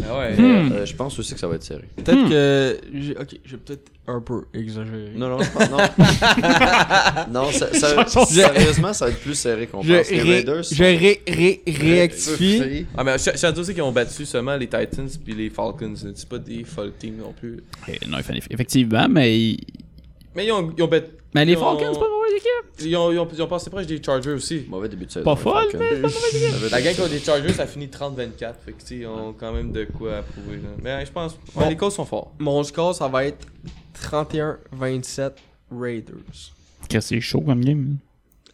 Mais,
Hmm.
euh, je pense aussi que ça va être serré.
Peut-être que. j'ai- Ok, j'ai peut-être un peu exagéré.
Non, non, je pense-
Ah.
non. non, ça- ça- sérieusement, ça va être plus serré qu'on pense. Les Raiders sont-
Euh,
Ah, mais je sais qu'ils ont battu seulement les Titans puis les Falcons. C'est pas des fall teams non plus.
Et Euh, non, eff- effectivement, mais
Mais ils ont, ils ont battu.
Mais les
ils ont-
Falcons, c'est pas une mauvaise équipe.
Ils ont, ils ont, ils ont passé proche des Chargers aussi.
Mauvais début de saison.
Pas folle, mais c'est pas
La gang contre les Chargers, ça finit 30-24. Fait que, tu sais, ils ont quand même de quoi à prouver. là. Mais euh, je pense. ouais,
Bon.
les causes sont forts.
Mon score, ça va être 31-27 Raiders.
que c'est chaud comme game.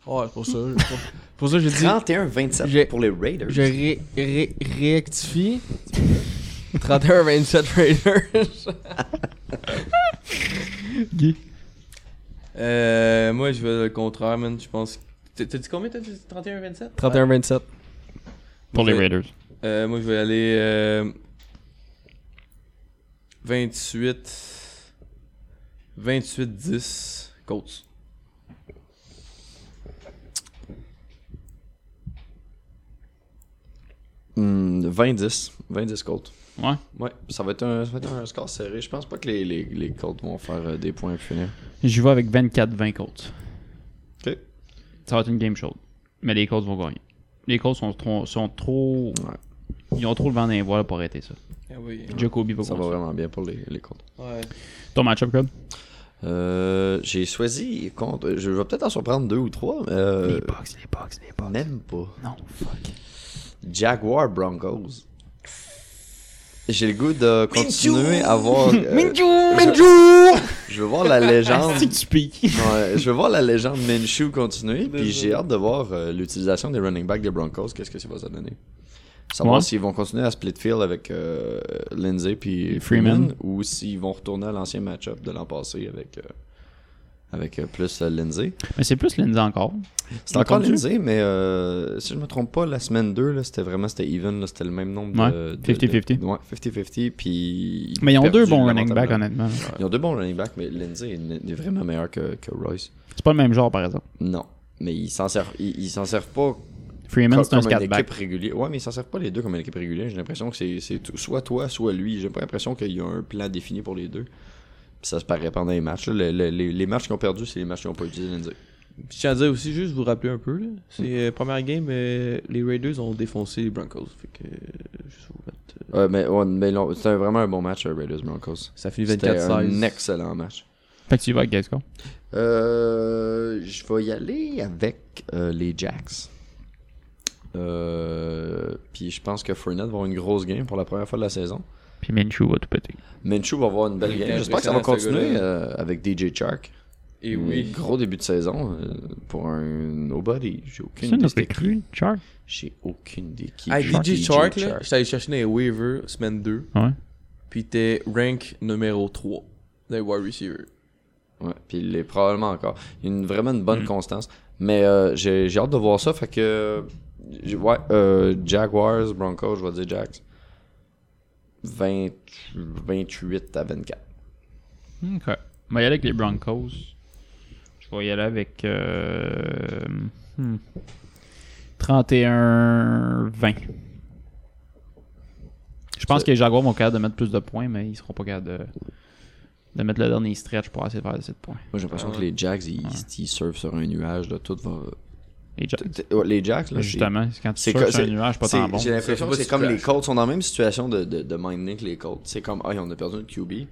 Ouais, c'est pour ça. j'ai pas- pour ça, j'ai dit.
31-27
J'ai-
pour les Raiders.
Je ré- ré- rérectifie. 31-27 Raiders.
Guy.
Euh, moi, je vais le contraire, man. Je pense. T'as t'as dit combien T'as dit 31-27
31-27.
Pour les
Je vais-
Raiders.
Euh, moi, je vais aller. euh, 28. 28-10. Colts.
Hmm, 20-10. 20-10 Colts.
Ouais.
Ouais, ça va être un, ça va être un score serré. Je pense pas que les, les, les Colts vont faire euh, des points à finir.
J'y vais avec 24-20 Colts.
Ok.
Ça va être une game chaude. Mais les Colts vont gagner. Les Colts sont trop. Sont trop Ils ont trop le vent dans les voiles pour arrêter ça.
Ah oui.
Jacoby va
Ça va
gagner
vraiment bien pour les, les Colts.
Ouais.
Ton match-up, Code
Euh, j'ai choisi contre. Je vais peut-être en surprendre deux ou trois. mais, euh,
Les Bucks, les Bucks, les Bucks.
Même pas.
Non, fuck.
Jaguar Broncos. J'ai le goût de continuer à voir. euh,
Minju!
je-
Minju!
Je veux voir la légende.
C'est que tu piques.
Ouais, je veux voir la légende Minshew continuer. Puis j'ai hâte de voir euh, l'utilisation des running backs des Broncos. Qu'est-ce que ça va se donner? Savoir
Ouais.
s'ils vont continuer à split field avec euh, Lindsay puis
Freeman.
Freeman, ou s'ils vont retourner à l'ancien match-up de l'an passé avec, euh, avec euh, plus euh, Lindsay.
Mais c'est plus Lindsay encore.
C'est encore
Entendu?
Lindsay, mais euh, si je me trompe pas, la semaine 2, là, c'était vraiment c'était even, là, c'était le même nombre de.
Ouais, 50-50.
de- Ouais, 50-50. Puis.
Mais ils ont
perdu,
deux bons running
lamentablement.
backs, honnêtement.
Ils ont deux bons running backs, mais Lindsay est- est vraiment meilleur que, que Royce.
C'est pas le même genre, par exemple.
Non, mais ils s'en servent, ils, ils s'en servent pas.
Freeman,
co-
c'est un
comme une
scat back.
équipe régulière. Ouais, mais ils s'en servent pas les deux comme une équipe régulière. J'ai l'impression que c'est, c'est tout- soit toi, soit lui. J'ai pas l'impression qu'il y a un plan défini pour les deux. Puis ça se paraît pendant les matchs. là. Le- le- les, les matchs qu'ils ont perdus, c'est les matchs qu'ils ont pas utilisé Lindsay.
Puis je tiens à dire aussi, juste vous rappeler un peu, là, c'est euh, première game, euh, les Raiders ont défoncé les Broncos. Fait que, euh, juste vous mettre, euh,
Ouais, mais, ouais, mais non, c'était vraiment un bon match, euh, Raiders Broncos.
Ça finit
C'était
24-16.
un excellent match.
Fait que tu y vas avec Gascon.
Euh, je vais y aller avec euh, les Jacks. Euh, puis je pense que Fournette va avoir une grosse game pour la première fois de la saison.
Puis Minshew va tout péter.
Minshew va avoir une belle
Il
game.
était
J'espère que ça va
impressionnant, ce
continuer
gars-là.
euh, avec DJ Chark.
Et
Un
oui.
Gros début de saison euh, pour un nobody. J'ai aucune
Ça, on
idée.
a
c'était qui.
cru, Chark.
J'ai aucune idée qui.
Hey,
est
DJ Chark, là,
Chark.
j'étais allé chercher dans les waivers semaine 2.
Ouais.
Puis t'es rank numéro 3. D'un wide receiver.
Ouais, puis il l'est probablement encore. Il y a une- vraiment une
Mm.
bonne constance. Mais euh, j'ai j'ai hâte de voir ça. Fait que. j'ai- Ouais, euh, Jaguars, Broncos, je vais dire Jags. 20 28 à 24.
Ok. On va y aller avec les Broncos. Je vais y aller avec. euh, hmm, 31-20. Je pense que les Jaguars vont être capables de mettre plus de points, mais ils seront pas capables de, de mettre le dernier stretch pour essayer de faire 7 points.
Moi, j'ai
Ah
l'impression que les Jags, ils, ils surfent sur un nuage. Là, tout va.
Les
Jags. Les Jags, là. c'est-
Justement, c'est quand tu
c'est
surfes
co-
sur un
c'est-
nuage, pas
c'est-
tant bon.
J'ai
Faut
l'impression que
pas
c'est
que tu
comme les
crashes.
Colts sont dans la même situation de, de, de minding que les Colts. C'est comme, ah, on a perdu un QB.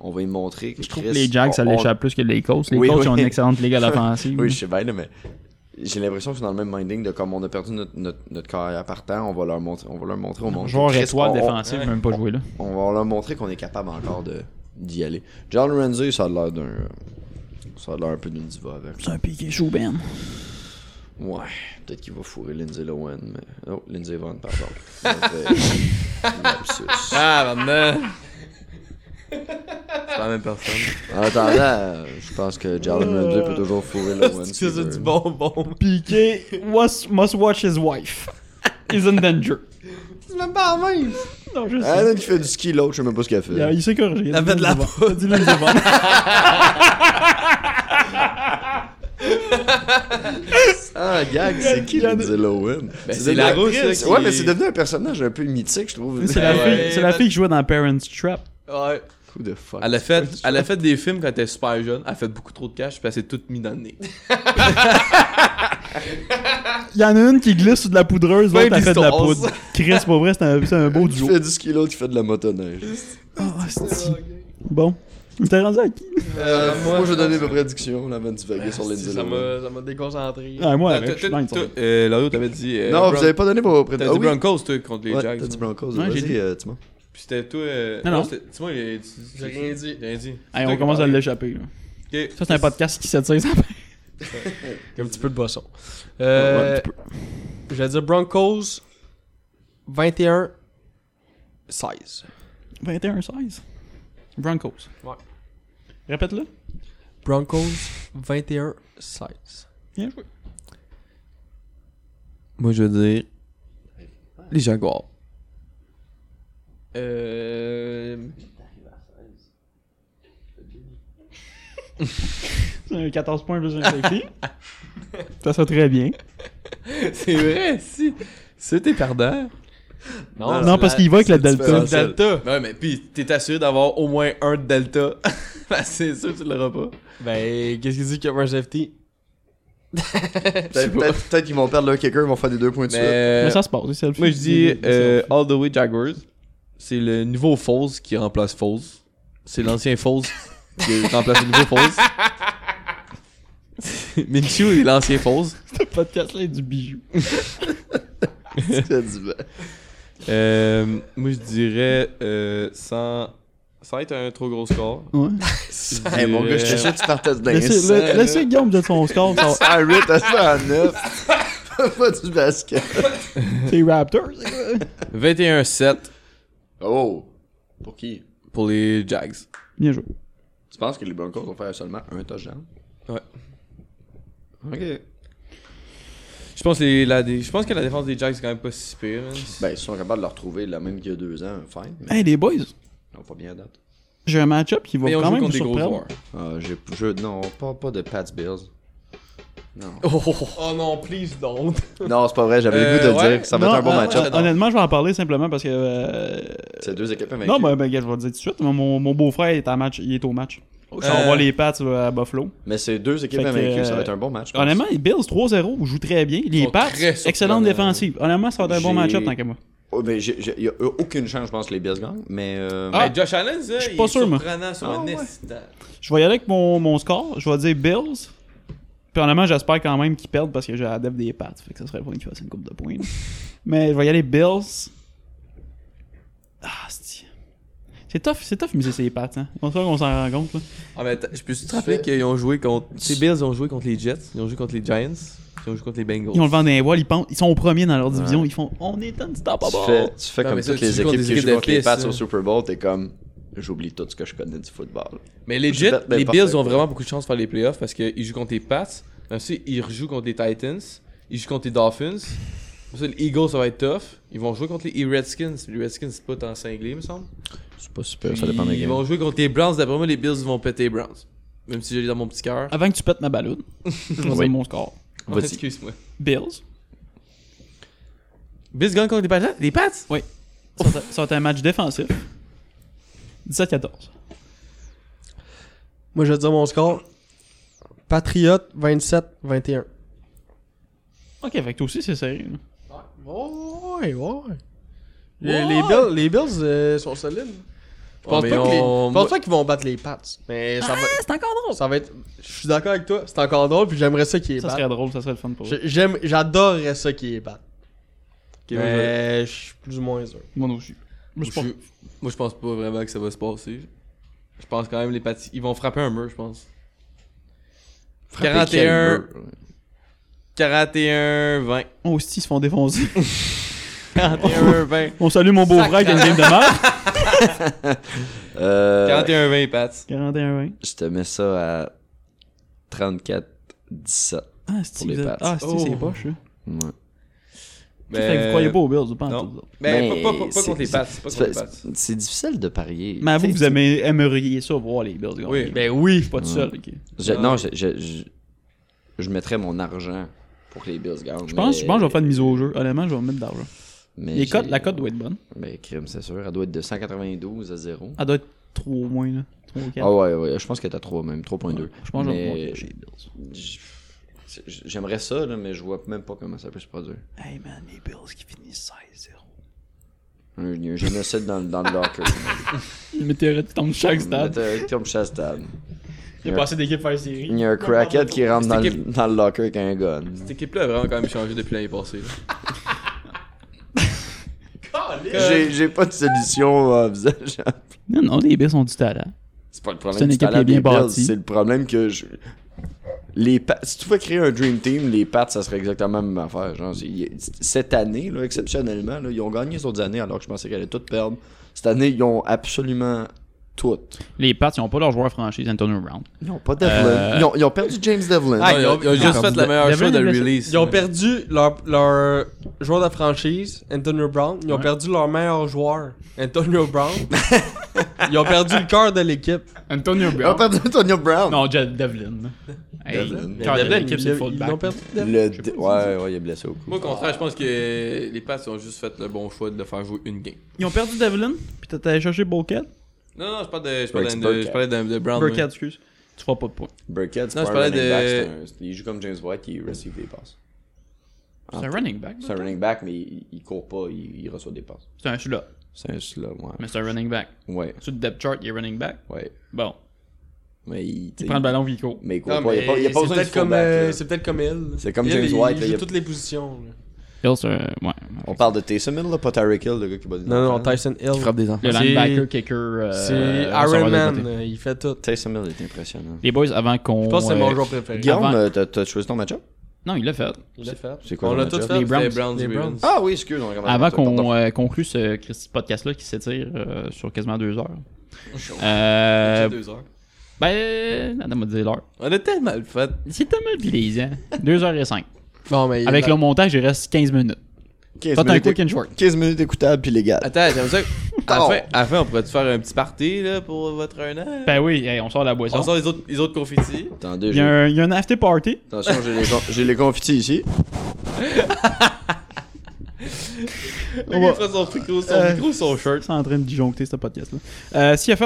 On va y montrer que
Je trouve
Chris,
que les Jags, ça
on-
l'échappe plus que les Colts. Les Colts, ils ont une excellente ligue à l'offensive.
oui, je sais bien, là, mais j'ai l'impression que c'est dans le même minding de comme on a perdu notre, notre, notre carrière partant, on va leur montrer, on va leur montrer au monde.
Joueur
Chris,
étoile
on- on-
défensif, même pas jouer là.
On va leur montrer qu'on est capable encore de d'y aller. John Ramsey, ça a l'air d'un. Ça a l'air un peu d'une diva avec.
C'est un piqué chaud, Ben.
Ouais, peut-être qu'il va fourrer Lindsay Lohan, mais. Oh, Lindsay Vaughn, pardon. Donc, euh, lapsus.
Ah, maintenant! C'est pas la même personne.
En attendant, euh, je pense que Jalen Ramsey peut toujours fourrer Lohan.
C'est
s'il
ça,
veut.
du bonbon.
Piqué was- must watch his wife. He's in danger.
C'est même pas la même!
Non,
Ah, Il
je
y en
sais.
a une qui fait du ski, l'autre, je sais même pas ce qu'elle fait.
Il, a- il s'est corrigé.
Elle fait de la
poudre. Dis-le devant.
Ah, gag, c'est qui Lindsay Lohan?
Ben, c'est
devenu
la
un-
rousse, là, qui-
Ouais, mais c'est devenu un personnage un peu mythique, je trouve.
C'est la, fille- c'est la fille qui jouait dans Parents Trap.
Ouais.
Coup de fuck.
Elle a, fait, elle a fait des films quand elle était super jeune, elle a fait beaucoup trop de cash, puis elle s'est toute mise dans le nez.
Il y en a une qui glisse sur de la poudreuse,
Ouais,
l'autre a
puis
fait de la
c'est onze.
poudre. Chris, pour vrai, c'est un, c'est un beau duo.
Tu fais du ski, l'autre, tu fais de la motoneige.
Ah, c'est- Bon. Il t'a rendu à qui
Euh, moi, je vais donner ma prédiction, la Van Vague sur Lindsay
Ben, Ça
Lohan.
m'a ça m'a déconcentré.
Ah, moi,
T'as-
avec,
t'as-
je suis dingue, ça.
Toi, euh, Lario, t'avais dit. euh,
Non,
Bron-
vous avez pas donné vos
T'as
prédictions.
dit Broncos, toi, contre les Jags.
T'as dit Broncos,
Ouais, j'ai dit.
vas-y, euh, Timon.
Puis c'était toi. euh,
Non, non.
c'était- Timon, il est- tu-
J'ai rien dit.
J'ai rien dit.
Hey, on commence à l'échapper. là.
Ok.
Ça, c'est un podcast qui s'attire. ça.
Il y a un petit peu de boisson. Euh,
Ouais, un
je vais dire Broncos 21 16.
21-16. Broncos.
Ouais.
Répète-le.
Broncos 21 16.
Bien joué.
Moi, je veux dire. Les Jaguars.
Euh
C'est un 14 points plus un safety. Ça sera très bien.
C'est vrai, si. C'était perdant. Ah,
Non, non, parce qu'il va avec le Delta.
Le Delta. Euh, Ouais, mais puis t'es assuré d'avoir au moins un Delta. Ben, c'est sûr que tu l'auras pas.
Ben, qu'est-ce qu'il dit qu'il y a un safety
Peut-être peut-être- peut-être qu'ils vont perdre leur kicker, ils vont faire des deux points de suite.
Mais ça se passe, c'est le
Moi, euh, je
fun.
dis
C'est le-
euh, All the Way Jaguars. C'est le nouveau Foles qui remplace Foles. C'est l'ancien Foles qui remplace le nouveau Foles. Minshew est l'ancien Foles.
Ce podcast-là est du bijou.
C'est du vent.
Euh, moi, je dirais euh, sans. Ça va être un trop gros score.
Ouais.
Je
Hey, mon gars, je te
dirais-
jure, tu partais d'un
Laissez,
cent,
la-
là.
laissez Guillaume donner son score. ça va-
Ça à 8, à ça à 9. pas du basket.
C'est Raptors. c'est quoi?
21-7
Oh. Pour qui
pour les Jags.
Bien joué.
Tu penses que les Broncos vont faire seulement un touchdown
Ouais.
Ok.
Je pense, que les- la, dé- je pense que la défense des Jags, c'est quand même pas si pire. man.
Ben, ils sont capables de le retrouver la même qu'il y a deux ans, fine. Mais
Hey, les boys,
ils n'ont pas bien à date.
j'ai un match-up qui va
Mais on
quand
joue
même vous
contre des gros
surprendre.
joueurs.
Ah, j'ai. Je, non, pas, pas de Pats Bills. Non.
oh, oh, oh non, please don't.
Non, c'est pas vrai, j'avais le
Euh,
goût de le
ouais.
dire. Ça va être un bon
hon-
match-up.
hon- Honnêtement, je vais en parler simplement parce que. euh,
C'est deux équipes avec
Non, ben, ben, gars, je vais le dire tout de suite. Mon, mon beau-frère est, à match- il est au match.
Oh,
On
Euh,
va les Pats euh, à Buffalo.
Mais c'est deux équipes
Fait que,
avec ça va
euh,
être un bon match. je pense.
Honnêtement, les Bills 3-0, ils jouent très bien. Les
sont
Pats,
très surprenants.
excellente défensive. Honnêtement, ça va être un bon
J'ai-
match-up tant qu'à moi.
Oh, ben, j'ai- j'ai- Il n'y a aucune chance, je pense, que les Bills gagnent. Mais. euh,
Ah, Josh Allen, ça,
suis
il
pas
est
sûr, moi.
surprenant sur
Ah,
un
ouais.
instant.
Je vais y aller avec mon, mon score. Je vais dire Bills. Puis honnêtement, j'espère quand même qu'ils perdent parce que j'ai la def des Pats. Fait que ça serait pas qu'ils fassent une coupe de points. là. Mais je vais y aller Bills. Ah, c'est... C'est tough, c'est tough, mais c'est les Pats. Hein. On qu'on s'en rend compte. Là.
Ah, mais attends, je peux te rappeler qu'ils ont joué contre. Les Bills ont joué contre les Jets, ils ont joué contre les Giants, ils ont joué contre les Bengals.
Ils ont le vent dans les voiles, ils, pensent, ils sont aux premiers dans leur division. Ils font On est un stop
Tu fais, tu fais
Non,
comme
mais ça,
toutes
tu
les
joues contre
équipes
des
qui
hein. équipes
jouent
de
contre les
piste,
Pats
là.
au Super Bowl, t'es comme
j'oublie tout ce que je connais du football.
Mais
Je
legit,
date mes
les
parfaits.
Bills ont vraiment beaucoup de chance de faire les playoffs parce qu'ils jouent contre les Pats. Même si ils rejouent contre les Titans, ils jouent contre les Dolphins. Comme ça, les Eagles, ça va être tough. Ils vont jouer contre les Redskins. Les Redskins, c'est pas tant cinglé, me semble.
C'est pas super, ça dépend des
Ils
games.
vont jouer contre les Browns. D'après moi, les Bills vont péter les Browns. Même si j'ai dans mon petit cœur.
Avant que tu pètes ma balloune, je vais
Oui.
dire mon score.
Vas-y. Excuse-moi.
Bills.
Bills gagne contre les Pats? Les Pats?
Oui. Ils sont- Ils sont un match défensif. 17-14.
Moi, je vais te dire mon score. Patriot 27-21.
Ok, fait que toi aussi, c'est sérieux. là.
Ouais, ouais. Les, les Bills, les Bills, euh, sont solides. Je pense
Ouais, mais
pas que les-
on-
je pense pas qu'ils vont battre les Pats. Mais ça va. Ah, C'est encore drôle. Ça va être. Je suis d'accord avec toi. C'est encore drôle. Puis j'aimerais ça qu'ils les
Ça
battent.
serait drôle, ça serait le fun pour
J'ai-
eux.
J'aime, j'adorerais ça qu'ils les battent.
moi,
mais je suis plus ou moins sûr.
Moi aussi.
Moi, je, moi, je pense pas vraiment que ça va se passer. Je pense quand même les Pats. Ils vont frapper un mur, je pense.
Frapper
41. 41, 20.
Oh, aussi, ils se font défoncer.
41, 20.
On salue mon beau-frère qui a une game de merde.
Euh,
41-20, Pat.
41-20.
Je te mets ça à 34-17
Ah,
pour
c'est-tu
les
que vous
Pats.
êtes- ah, c'est-tu, c'est Oh. poche, ça.
Ouais.
Mais- Fait que vous croyez pas aux Bills, vous, pas en
Ben, Non.
tout, vous
Ben,
Mais
pas, pas- pas contre
c'est-
les Pats.
c'est-
Pas
c'est-
contre les Pats.
c'est- C'est difficile de parier.
Mais vous,
Tu sais,
vous aimez- aimeriez ça voir les Bills gagner.
Oui.
Ben oui.
Je suis pas tout
Ouais.
seul. ok.
Je- Non, je, je, je, je mettrais mon argent pour que les Bills gagnent.
Je pense, je
mais-
pense que je vais faire une mise au jeu. Honnêtement, je vais me mettre d'argent.
mais
Les
ben, j'ai-
cotes- la cote doit être bonne.
Mais crime, c'est sûr. Elle doit être de 192 à 0.
Elle doit être 3 au moins, là. 3 ou 4.
Ah ouais, ouais, je pense que t'as 3 même, 3.2.
je pense que je vais
Mais-
monter
j- J'aimerais ça, là, mais je vois même pas comment ça peut se produire.
Hey man, les Bills qui finissent 16-0.
Un, un génocide dans, le- dans le locker. euh,
Le météorite qui tombe chaque
Un
stade.
météorite tombe chaque stade.
Il a passé d'équipe par série.
Il y a un crackhead qui rentre dans, le-
Cette
dans le locker avec un gun.
Cette équipe-là a vraiment quand même changé depuis l'année passée. là.
J'ai j'ai pas de solution euh, envisageable.
Non, non, les Bills ont du talent.
C'est pas le
C'est une
problème du
équipe qui
talent
est bien
des Bills,
bâtie.
c'est le problème que je... Les Pats- si tu pouvais créer un Dream Team, les Pats, ça serait exactement la même affaire. Genre, c'est- il- cette année, là, exceptionnellement, là, ils ont gagné les autres années alors que je pensais qu'elle allait toutes perdre. Cette année, ils ont absolument toutes.
Les Pats, ils n'ont pas leur joueur franchise, Antonio Brown.
Ils n'ont pas Devlin. Ils, ont, ils ont perdu James Devlin.
Ah, ils ont- ils ont juste
fait la meilleure chose de release.
Ils ont perdu leur, leur joueur de franchise, Antonio Brown. Ils ont
Ouais.
perdu leur meilleur joueur, Antonio Brown. ils ont perdu le cœur de l'équipe.
Antonio
Ah,
Ils ont perdu Antonio Brown.
Non, Jed Devlin. Hey,
Devlin.
Ah,
cœur de
Devlin,
l'équipe, c'est
ils-
le fullback.
ils l'ont perdu.
Le dé- ouais, ouais, il est blessé au cou.
Moi, au contraire, je pense que les Pats ont juste fait le bon choix de faire jouer une game.
Ils ont perdu Devlin, puis t'as allé chercher Bowcat.
Non, non, je parle de, je parlais
Burks-
de,
Burkhead.
je parlais de, de Brown.
Burkhead,
moi.
excuse. Tu feras pas de points.
Burkhead, c'est pas
Non, je
un
parlais
running back, c'est
de-
un- c'est- il joue comme James White, il receive des passes.
Ah,
C'est un running back,
C'est un running back, mais il, il court pas, il, il reçoit des passes.
C'est un slot.
C'est un slot, ouais.
Mais c'est un running back.
Ouais.
Sur le depth chart, il est running back.
Ouais.
Bon.
Mais il,
Il prend le ballon, puis il court.
Mais il court
Non,
pas, il a pas, il a
mais
pas
c'est
besoin de
peut-être comme,
fullback,
euh,
là.
C'est peut-être comme il.
C'est comme
Il,
James
il-
White, là,
Il
il
joue
a-
toutes les positions. là.
Hill, c'est
euh,
un- ouais.
On parle de Taysom Hill, là, pas Tyreek Hill, le gars qui bat des
Non, non,
enfants.
Tyson Hill.
Qui frappe des enfants. Le
C'est-
linebacker, kicker, euh,
c'est
receveur
Iron
de
Man,
côté.
euh, il fait tout.
Taysom Hill est impressionnant.
Les boys, avant qu'on.
Je pense que c'est mon
euh,
joueur préféré.
Guillaume,
avant-
euh, t'as- t'as choisi ton match-up?
Non, il l'a fait.
Il l'a fait.
C'est quoi
On
ton
l'a tout
match-up?
fait.
Les Browns.
Les Browns,
Les
Ravens.
Browns.
Ah oui, excuse, on regarde
Avant
le match-up, pardon.
qu'on euh, conclue ce Christy podcast-là qui s'étire euh, sur quasiment deux heures.
C'est
Euh,
deux heures.
ben, Adam m'a dit l'heure.
On a tellement le fait.
C'est tellement plaisant. deux heures et cinq.
Bon, mais il-
Avec le montage, il reste 15 minutes.
euh,
15
Faites un
minutes
quick
éc-
and short.
15 minutes écoutables, puis légal.
Attends, j'aime ça. À la
Oh.
fin, à la fin, on pourrait-tu faire un petit party là, pour votre un an?
Ben oui, hey, on sort la
On
boisson.
sort les autres, les autres confettis.
Attendez,
Il y, a
j'ai-
un, il y a un after party.
attention, j'ai les, con- j'ai les confitis ici.
Le gars, il fera son micro, son
Euh,
micro, son shirt.
C'est en train de disjoncter ce podcast-là. Euh, CFL.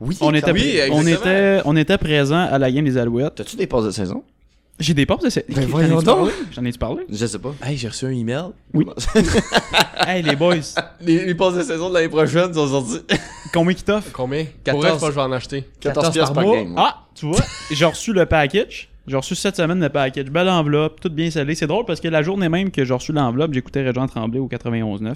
Oui,
on était,
oui, exactement.
on, était, on était présent à la game des Alouettes.
T'as-tu des passes de saison?
J'ai des passes de cette.
Ben voyons donc.
J'en ai-tu parlé?
Je sais pas.
Hey, j'ai reçu un email.
Oui. hey, les boys,
Les, les passes de saison de l'année prochaine sont sorties.
combien qu'ils t'offrent?
Combien
14.
14. je pense que je vais en acheter.
14 pièces par
mois.
game.
Ah, tu vois, j'ai reçu le package. J'ai reçu cette semaine le package. Belle enveloppe, tout bien scellé. C'est drôle parce que la journée même que j'ai reçu l'enveloppe, j'écoutais Régent Tremblay au 91.9.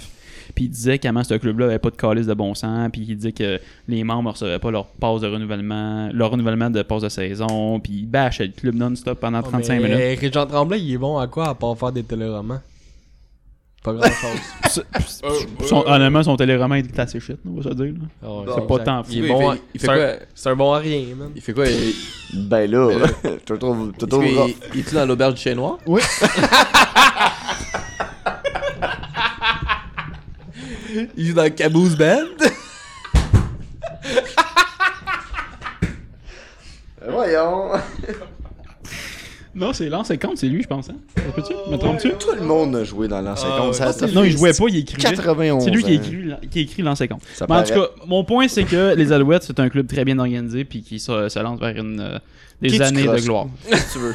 Puis il disait comment ce club-là avait pas de calice de bon sens. Puis il disait que les membres recevaient pas leur passe de renouvellement, leur renouvellement de passe de saison. Puis il bâchait le club
Oh,
non-stop pendant 35 minutes.
Régent Tremblay, il est bon à quoi à part faire des téléromans
Pas grand chose.
Son, honnêtement, son téléroman est assez shit, on va se le dire. là.
euh, Ah ouais,
c'est
bon,
pas
exact.
tant
Il est
fou.
bon hein. à- il fait
hein. c'est un-
quoi? C'est un bon à rien, man.
Il fait quoi il- Ben là,
Ben là.
tu le trouves.
Est-ce
tu le trouves
qu'il-
rough.
il est-tu dans l'auberge du chien noir?
Oui.
il joue dans Caboose Band?
Voyons.
Non, c'est l'an 50, c'est lui, je pense. Hein? Ça Peux-tu? Me trompes-tu?
Tout le monde a joué dans l'an 50. ça, ça
non,
fait
il jouait pas, il écrivait.
91.
C'est lui qui
hein.
écrit, l'an- qui écrit l'an 50.
Ça
Mais en tout
paraît.
cas, mon point, c'est que les Alouettes, c'est un club très bien organisé puis qui se, se lance vers une, euh, des
Qui tu
années de
crosses?
gloire.
Qui tu veux?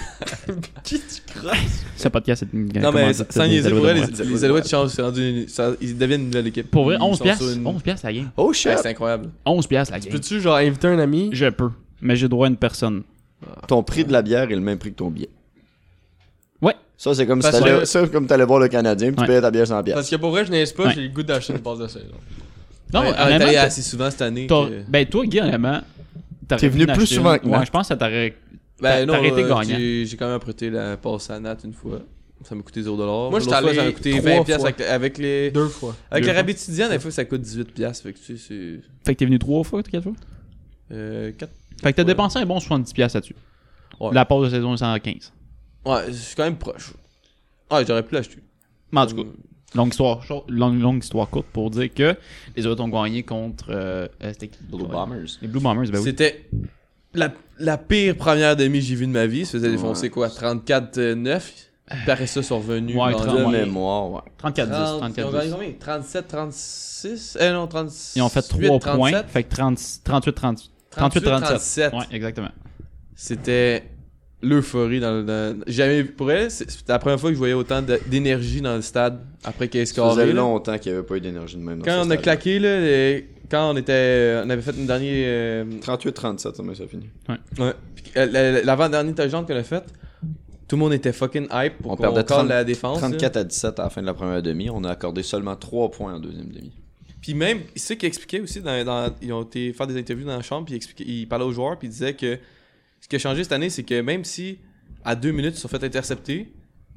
Qui tu crosses?
Ce podcast, c'est une
Non, mais
commande
sans
de-
sans
des
niaiser, pour
Alouettes
vrai,
de
les,
Montréal.
les Alouettes changent, c'est rendu une- ça- ils deviennent une nouvelle équipe.
Pour vrai,
Ils
11
sont
piastres.
sur une-
11 piastres la game.
Oh
shit. Ouais, c'est incroyable.
11 piastres la game.
Peux-tu, genre, inviter un ami?
Je peux, mais j'ai droit à une personne.
Ton prix de la bière est le même prix que ton billet.
Ouais.
Ça, c'est comme si
Parce
t'allais
que-
ça, c'est comme t'allais voir le Canadien puis tu payais ta bière 100 piastres.
Parce que pour vrai, je n'ai pas,
Ouais.
j'ai le goût d'acheter une passe de saison.
Non,
Ouais,
Ben, honnêtement,
arrête d'aller
t'as-
assez souvent cette année
t'as-
que-
Ben, toi, Guy, honnêtement, t'aurais
T'es venu
pu
plus
l'acheter
souvent
une-
que moi.
Ouais, je pense que ça t'aurait.
Ben
Ben,
non,
t'aurais été
euh,
gagnant.
j'ai- J'ai quand même apprêté la passe à Nat une fois. Ça m'a coûté 0$.
Moi,
L'autre
j'étais
fois,
allé
Ça m'a coûté
trois
20$ piastres
fois.
avec, avec les.
Deux fois.
Avec
Deux
les
fois.
Rabitidiens, des fois, ça coûte 18$. piastres, Fait que tu sais,
Fait que t'es venu trois fois, t'as quatre fois?
c'est. Euh, 4.
Fait que t'as dépensé un bon 70$ piastres là-dessus.
Ouais.
La pause de saison est 115.
Ouais, je suis quand même proche. Ouais, j'aurais pu l'acheter.
Mais en tout cas, Mm. longue histoire, short- longue, longue histoire courte pour dire que les autres ont gagné contre. euh, euh, C'était qui Blue
Bombers.
Les Blue Bombers, ben oui.
C'était la, la pire première demi que j'ai vue de ma vie. Ils se faisaient défoncer quoi 34-9 Paraît ça sont revenus.
Ouais,
dans
30,
le-
ouais.
mémoire, ouais.
34-10, 34-10.
Ils ont gagné combien 37-36 Eh non, 36.
Ils ont fait 3 points. Fait que 38-37.
38-37.
Ouais, exactement.
C'était l'euphorie dans le. dans- Jamais vu. Pour elle, c'est- c'était la première fois que je voyais autant de- d'énergie dans le stade après qu'ils aient
Ça
scoré.
faisait
là.
longtemps qu'il n'y avait pas eu d'énergie de même. dans
Quand
ce
on a
stade-là.
claqué, là, les- quand on était. euh, On avait fait une dernière. euh,
38-37, ça, mais ça finit.
Ouais.
Puis, euh, la- la- L'avant-dernière tangente qu'on a faite, tout le monde était fucking hype pour
On
qu'on
perdait
perde
30
la défense. là.
34 à 17 à la fin de la première demi. On a accordé seulement 3 points en deuxième demi.
Puis même, c'est ce qu'il expliquait aussi, dans, dans- ils ont été faire des interviews dans la chambre, puis il, expliquait- il parlait aux joueurs, puis il disait que ce qui a changé cette année, c'est que même si à deux minutes ils se sont fait intercepter,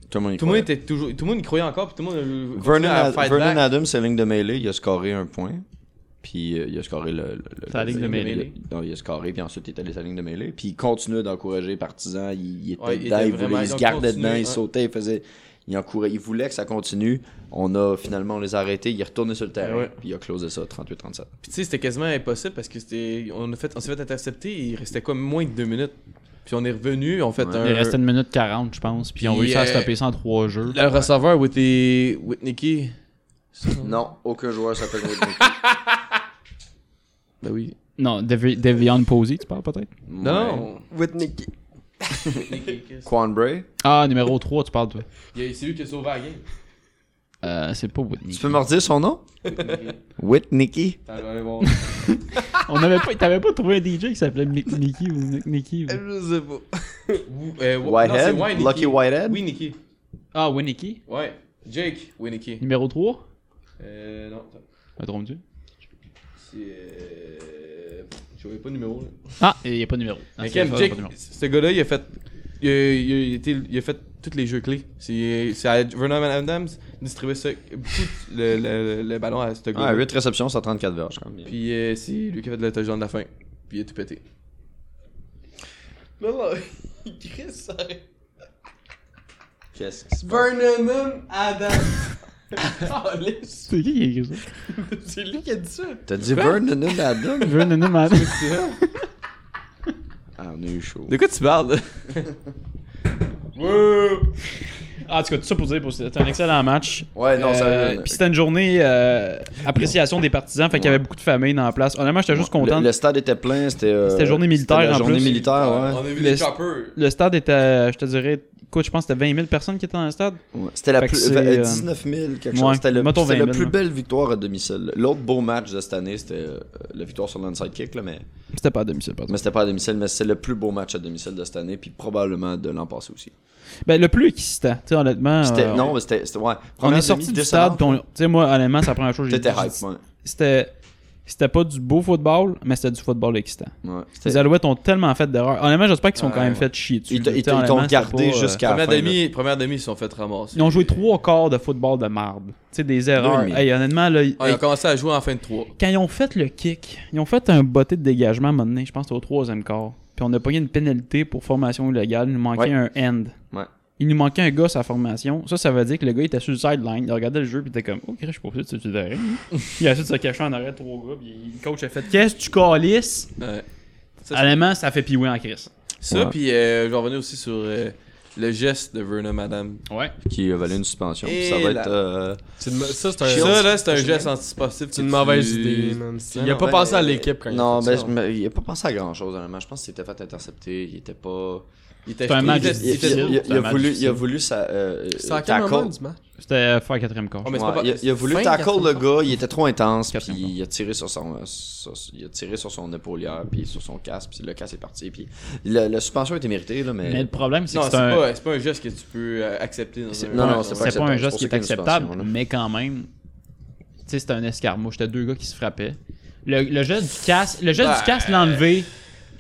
Tout le monde y
tout le
croyait.
monde, était toujours, tout le monde y croyait encore, puis tout le monde euh, continuait
Vernon,
à
Ad-
fight
Vernon
back.
Adams, c'est ligne de mêlée. Il a scoré un point. Puis euh, il a scoré le. le- le-
Sa
le-
ligne de
le-
mêlée.
il a- non, il a scoré, puis ensuite il est allé sa ligne de mêlée. Puis il continuait d'encourager les partisans. Il, il était
Ouais, il
dedans,
était
il, voulait-
vraiment-
il se
ils ont
gardait
continué,
dedans,
ouais.
il sautait, il faisait. Il, encourait, il voulait que ça continue. On a finalement, on les a arrêtés. Il est retourné sur le terrain.
Ouais.
Puis il a closé ça 38-37.
Puis tu sais, c'était quasiment impossible parce que c'était, on, a fait, on s'est fait intercepter, il restait comme moins de deux minutes. Puis on est revenu, on fait un.
Il restait une minute 40, je pense. Puis ils ont
Puis,
réussi à
euh,
stopper ça en 3 jeux.
Le receveur Whitney, Whitney Key.
Non, aucun joueur s'appelle Whitney.
Ben oui.
Non, Devi- Devion Posey, tu parles peut-être
Non.
Whitney Key.
Quan Bray.
Ah, numéro 3, tu parles, toi.
Il y a- C'est lui qui a sauvé la game.
Euh, c'est pas Whitney.
Tu peux me redire son nom Whitney. Key.
Attends, je vais aller voir.
On avait pas, t'avais pas trouvé un DJ qui s'appelait Mi- Mickey ou Nick- Nicky ou...
Je sais pas. Ou- euh, Wa-
Whitehead?
non, c'est Winicky.
Lucky Whitehead?
Winicky.
Ah, Winnicky
Ouais. Jake Winicky.
Numéro Ah, 3
Euh, non, attends.
Me trompes-tu
C'est. Euh... Je vois pas le numéro. Là.
Ah, il n'y a pas de numéro. Ah,
Mais
c'est
quand
vrai,
Jake,
pas de numéro.
ce gars-là, il a fait. Il a, il a- il a été- il a fait tous les jeux clés. C'est c'est à Vernon Adams distribuait ça, beaucoup de- le, le, le ballon à ce gars.
Ah, 8 réceptions, 134 verges quand même.
Puis euh, c'est lui qui a fait le touchdown de la fin. Puis il a tout pété.
Non, non, il crie ça.
Qu'est-ce que
Vernon Adam. Ah, laisse.
C'est qui qui a écrit ça
C'est lui qui a dit ça.
T'as dit
Quoi?
Vernon Adam
Je veux un nom à-
Ah, on a eu chaud.
De quoi tu parles
Ah, en tout cas, tout ça pour dire, pour- c'était un excellent match.
Ouais, Ben non,
Euh,
sérieux.
Puis c'était une journée euh, appréciation des partisans, fait qu'il y avait beaucoup de familles dans la place. Honnêtement, j'étais juste content.
Le, le stade était plein, c'était. euh,
C'était journée militaire,
c'était la
en
journée
plus.
militaire, ouais.
On a vu
Le-
les choppers.
Le stade était, euh, je te dirais, écoute, je pense que c'était 20 000 personnes qui étaient dans le stade.
C'était la
Fait que
plus,
c'est,
euh,
euh,
19 000, quelque
ouais,
chose. C'était le-
mettons
c'était
20
la
000,
plus
là.
belle victoire à domicile. L'autre beau match de cette année, c'était euh, la victoire sur l'inside kick, là, mais,
C'était pas à domicile, pardon.
mais c'était pas à domicile, mais c'est le plus beau match à domicile de cette année, puis probablement de l'an passé aussi.
Ben, le plus excitant, tu sais, honnêtement.
C'était-
euh,
non, mais c'était. c'était- Ouais.
on
Première
est
demi,
sorti du
décevante.
stade, puis on- tu sais, moi, honnêtement, c'est la première chose que j'ai
T'étais
dit,
hype,
j'ai dit,
ouais.
C'était.
C'était pas du beau football, mais c'était du football excitant.
Ouais,
les Alouettes ont tellement fait d'erreurs. Honnêtement, j'espère qu'ils sont quand
Ouais,
même
ouais.
fait chier dessus.
Ils t-
là.
ils t-
Tu sais,
ils t'ont
honnêtement, c'était
gardé
pas, euh,
jusqu'à la Première fin, demi- là. première demi, ils se sont fait ramasser.
Ils ont joué trois quarts de football de marde. Tu sais, des erreurs.
Deux et demi.
Hey, honnêtement, là,
Ah, ils
hey,
ont commencé à jouer en fin de 3.
quand ils ont fait le kick, ils ont fait un botté de dégagement à un moment donné, je pense que c'était au troisième quart. Puis on a pogné une pénalité pour formation illégale. Il nous manquait
Ouais.
un end.
Ouais.
Il nous manquait un gars sur la formation. Ça, ça veut dire que le gars il était sur le sideline. Il regardait le jeu puis il était comme Oh, Chris, je suis pas sûr de ce derrière. hein. Il a essayé de se cacher en arrière de trois gars. Puis le coach a fait Qu'est-ce que tu calisses
Ça,
Honnêtement, ça fait piouer en Chris.
Ça, puis euh, je vais revenir aussi sur euh, le geste de Vernon Madame.
Ouais.
Qui a valé une suspension. puis
Et
ça va
là.
être. euh,
C'est une- ça, c'est un-
Ça, là, c'est un geste anticipatif.
C'est
que
une mauvaise
tu-
idée, man. ben,
Non,
Il a
non,
pas
ben,
pensé à l'équipe quand il a
Non,
fait
mais
ça.
je me- il a pas pensé à grand chose, honnêtement. Je pense qu'il s'était fait intercepter. Il était pas.
Il
était- C'était un il match était-
Il- il-
difficile.
il- il-
C'était
Il
un
a
match
voulu- il
difficile.
a voulu sa. euh,
C'était à quel
tackle.
moment du match?
euh,
C'était faire quatrième quart.
Oh,
Ouais,
je pense.
il, a, il a voulu tackle le gars, il était trop intense, puis il a tiré sur son, euh, sur- il a tiré sur son épaulière, puis sur son casque, puis le casque est parti, puis le- la suspension était méritée là, mais.
Mais le problème, c'est
Non,
que c'est
c'est
un-
pas, c'est pas un geste que tu peux euh, accepter dans un.
C'est pas- c'est pas un geste qui est acceptable, mais quand même, tu sais, c'était un escarmouche. C'était deux gars qui se frappaient. Le, le geste du casse, le geste
Ben.
du casse l'enlever,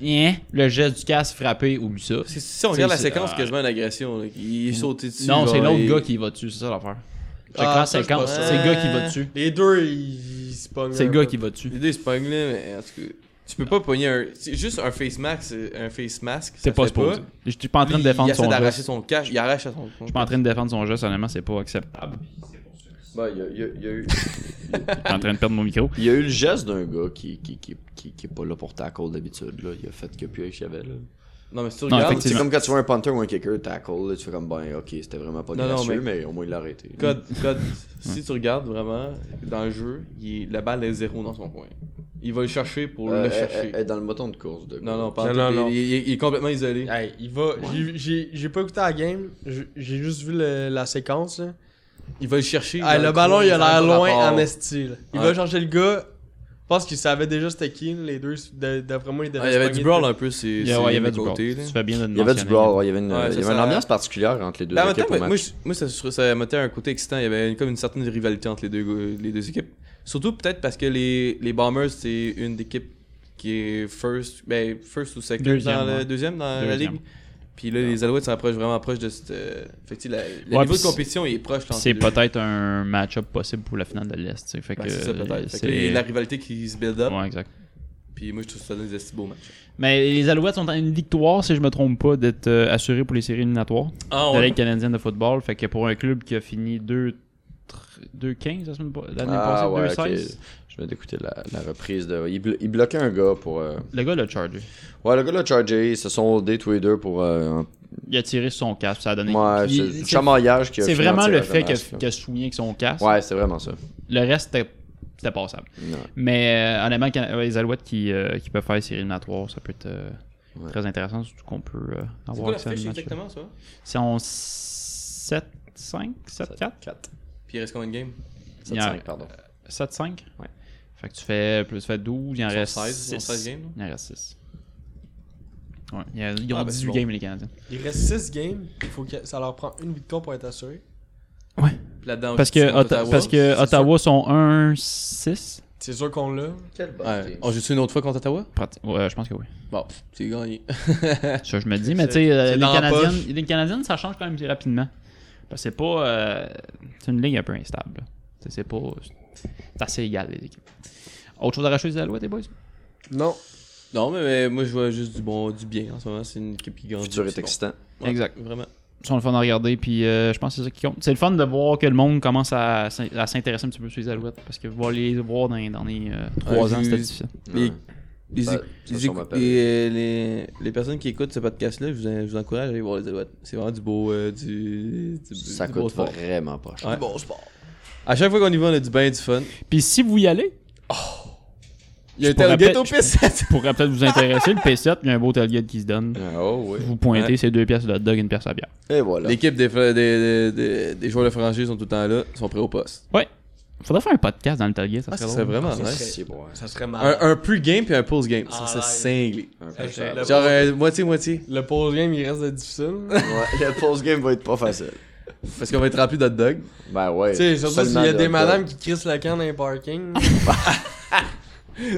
hein, le geste du casse frappé, oublie ça.
Si on regarde la séquence, quasiment une agression. là, Il est sauté dessus.
Mm. Non, c'est
genre,
l'autre
et-
gars qui va dessus, c'est ça l'affaire.
Ah,
Check la
ça, je
séquence,
pense-
c'est le gars qui va dessus.
Les deux, ils ils se pognent.
C'est le
un
gars
peu.
qui va dessus.
Les deux, ils se pognent, là, mais en tout cas. Tu peux pas pogner un. c'est Juste un face mask, c'est- un face mask.
C'est
ça
pas
se fait
supposé. Je suis pas en train de
Lui,
défendre
il essaie
son
d'arracher
geste.
son cash, il arrache à son.
Je suis pas en train de défendre son geste, honnêtement, c'est pas acceptable.
Bah, il y a, il y a- il y a eu.
Je suis en train de perdre mon micro.
Il y a eu le geste d'un gars qui, qui, qui, qui, qui est pas là pour tackle d'habitude, là. Il a fait que plus avec Chavel, là.
Non, mais si tu
Non,
regardes.
Ah, C'est
effectivement.
comme quand tu vois un punter ou un kicker tackle, là, tu fais comme ben ok, c'était vraiment pas
Non, non,
gracieux, mais...
mais-
au moins il l'a arrêté. là.
Code,
Mm.
code, si tu regardes vraiment dans le jeu, il est- la balle est zéro dans son coin. Il va le chercher pour
Euh,
le
elle-
chercher.
elle est dans le bâton de course, de
Non, non,
gauche.
pas en
Non,
tout.
non, non.
Il, il- il est complètement isolé.
Hey, il va. j'ai- J'ai j'ai pas écouté la game, j'ai j'ai juste vu le- la séquence. là.
Il va le chercher.
Ah,
dans
le ballon,
coin,
il a
dans
l'air
le
loin
rapport.
en esti. là. Il
Ouais.
va changer le gars. Je pense qu'il savait déjà c'était qui, les deux. de- D'après moi, ils devaient
Ah, il y avait
se
du
pogner
brawl
deux.
un peu, c'est.
Il y
c'est
a- ouais, il y
les
avait du brawl.
côtés, là.
Tu fais bien de
Il
le
y avait du
mentionner.
brawl, ouais, il y avait une,
Ouais,
il y
c'est
avait une
ça.
ambiance particulière entre les deux
Ben, en même
équipes
temps,
au
moi,
match.
moi, je- moi, ça, je trouvais- ça mettait un côté excitant. Il y avait une- comme une certaine rivalité entre les deux, les deux équipes. Surtout peut-être parce que les, les Bombers, c'est une équipe qui est first, ben, first ou second
Deuxième,
dans, le-
ouais.
deuxième dans la
Deuxième.
ligue. Puis là, les Alouettes s'approchent vraiment proche de cette. euh, fait que, tu sais, la- le
Ouais,
niveau
puis
de compétition il est proche. entre
C'est
les deux.
peut-être un match-up possible pour la finale de l'Est. tu sais, Fait que
Ben, c'est ça, peut-être. Fait que
c'est-
là, il y a la rivalité qui se build up.
Ouais, exact.
Puis moi, je trouve que ça donne des esti beaux matchs.
Mais les Alouettes sont en une victoire, si je me trompe pas, d'être euh, assurés pour les séries éliminatoires
Ah,
de la
ouais.
Ligue canadienne de football. Fait que pour un club qui a fini 2-15 la semaine pa- l'année
Ah,
passée,
ouais,
2-16,
ok. Je viens d'écouter la, la reprise de. Il, blo- il bloquait un gars pour. euh,
le gars l'a chargé.
Ouais, le gars l'a chargé. Ils se sont holdés tous les deux pour. euh, un-
Il a tiré sur son casque, ça a donné.
Ouais,
Puis
c'est le chamaillage qui a
C'est
fini en
vraiment le
tirage
fait
de
qu'il a,
masque, là.
qu'il a souligné avec son casque.
Ouais, c'est vraiment ça.
Le reste, c'était- c'était passable.
Ouais.
Mais euh, honnêtement, quand- les Alouettes qui, euh, qui peuvent faire les séries éliminatoires, ça peut être euh, très intéressant, surtout qu'on peut euh,
C'est
avoir
quoi la
accès à
fiche
ce match-là.
exactement, ça
C'est en 7 5 7 4
Puis il reste combien de games
7-5, pardon.
7 5 Ouais. Fait que tu fais plus tu fais 12, il en
Ils sont
reste
16, ils sont
6.
16 games,
Il en reste 6. Ouais, il y a- ils ont
Ah, ben,
18
c'est bon.
games les Canadiens.
Il reste 6 games. Il faut que ça leur prend une victoire pour être assuré.
Puis là-dedans,
Parce
aussi,
que,
contre
Otta- parce que
c'est
Ottawa sont 1 6.
C'est sûr qu'on l'a. Quel
sûr. Ouais. On joue une autre fois contre Ottawa
Ouais, je pense que oui.
Bon, c'est gagné.
Ça, je me dis, mais
Ah, C'est-
tu sais, euh,
c'est
les
dans la
Canadiennes, les Canadiennes, ça change quand même rapidement. Parce que c'est pas. euh, c'est une ligue un peu instable. là. Tu sais, C'est pas. C'est assez égal, les équipes. Autre chose à racheter des Alouettes, les boys
Non.
Non, mais, mais moi, je vois juste du bon, du bien en ce moment. C'est une équipe qui gagne.
Futur est
c'est bon.
excitant.
Ouais,
Exact.
Vraiment.
Ils sont le fun à regarder, puis euh, je pense que c'est ça qui compte. C'est le fun de voir que le monde commence à, s'in- à s'intéresser un petit peu sur les Alouettes. Parce que voir les voir dans, dans les euh, trois
Ouais,
ans,
j'ai-
c'était difficile.
Les, les,
Ça-
les-
ça, ça m'appelle.
les- les- les personnes qui écoutent ce podcast-là, je vous, je vous encourage à aller voir les Alouettes. C'est vraiment du beau, euh, du, du-
Ça
du beau
coûte
sport.
vraiment pas cher.
Ouais. À chaque fois qu'on y va, on a du bien du fun.
Puis si vous y allez.
Il y a un
je pourrais
tailgate au
peut-être-
P7.
je pourrais peut-être vous intéresser. Le P7, il y a un beau tailgate qui se donne.
Oh, oui.
Vous pointez,
Ouais.
c'est deux pièces de hot dog et une pièce à bière.
Et voilà.
L'équipe des, fra- des, des- des- des joueurs de franchise sont tout le temps là, sont prêts au poste.
Ouais. Faudrait faire un podcast dans le tailgate, ça
Ah,
serait Ah,
ça
drôle.
serait vraiment
Ça
nice.
serait- ouais.
Ça serait
Un,
mal.
un pre-game puis un post-game. Ça, c'est cinglé. Genre euh, moitié-moitié.
Le pause game, il reste de difficile.
Ouais, le post-game va être pas facile.
Parce qu'on va être rempli d'hot dog.
Ben ouais.
tu sais, surtout s'il
seulement
y a
le
des
hot dog.
madames qui crissent la canne dans les parkings.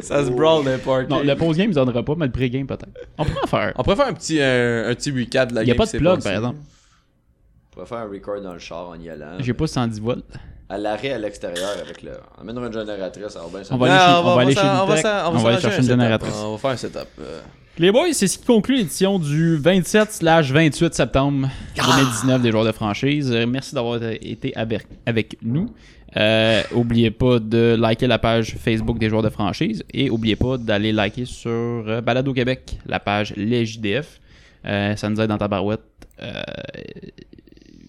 Ça se brawl d'un party.
Non, le post game, il donnera pas, mais le pré-game peut-être. On pourrait en faire.
On pourrait faire un petit, euh, un petit recap de la
Il y a
game
pas
qui
de
s'est
plug,
passée.
par exemple.
On pourrait faire un record dans le char en y
Ah,
allant.
J'ai pas 110 volts.
À l'arrêt à l'extérieur avec le. Amène une génératrice, ça va bien ça.
On va aller
Ah,
chez-
on va-
aller
s'en-
chez
on va
Nutec,
s'en- on va
on va aller
s'arranger
chercher
un
une
setup.
génératrice.
On va faire un setup. euh.
Les boys, c'est ce qui conclut l'édition du 27 slash 28 septembre 2019 des joueurs de franchise. Euh, Merci d'avoir été avec, avec nous. Euh, oubliez pas de liker la page Facebook des joueurs de franchise et oubliez pas d'aller liker sur euh, Balado Québec, la page Les JDF. Euh, ça nous aide dans ta barouette. Euh,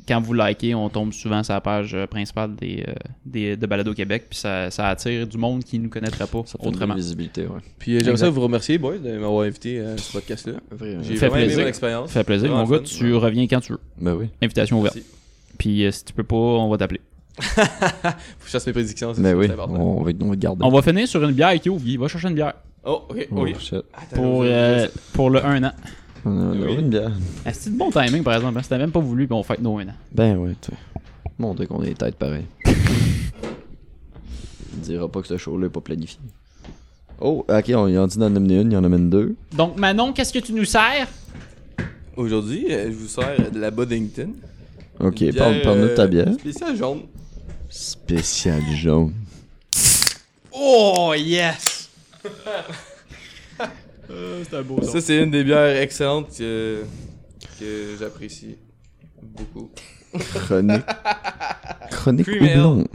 quand vous likez, on tombe souvent sur la page euh, principale des, euh, des- de Balado Québec, puis ça, ça attire du monde qui ne nous connaîtrait pas
une
autrement.
bonne visibilité, ouais.
Puis euh, j'aimerais
Exact.
ça vous remercier, boys, de m'avoir invité à ce podcast-là. J'ai
Fait
vraiment aimé
plaisir.
mon expérience.
Fait plaisir,
Vraiment
mon gars.
fun.
Tu reviens quand tu veux.
Ben oui.
Invitation ouverte.
Merci.
Puis euh, si tu peux pas, on va t'appeler.
Faut que je fasse mes prédictions. c'est
Ben
Ben
Mais
ça,
oui,
c'est important.
on va, on va le garder.
On va finir sur une bière qui ouvre. Il va chercher une bière.
Oh, ok,
Oh, ok. shit.
Pour, euh, pour le 1 an.
On a- on a une bière.
Ah, C'est de bon timing, par exemple. hein. C'était même pas voulu, puis on fête nos 1 an.
Ben oui, tu Mon dieu qu'on est les têtes pareilles. Il dira pas que ce show-là est pas planifié. Oh, ok, on y en dit d'en amener une, il en amène deux.
Donc, Manon, qu'est-ce que tu nous sers
Aujourd'hui, euh, je vous sers de la Boddington.
Ok,
Une
parle- parle-nous de ta
euh,
bière.
Spéciale jaune.
Spécial jaune.
Oh yes!
c'est un beau
Ça, c'est une des bières excellentes que, que j'apprécie beaucoup.
Chronique. Chronique
Cream ale.
houblon.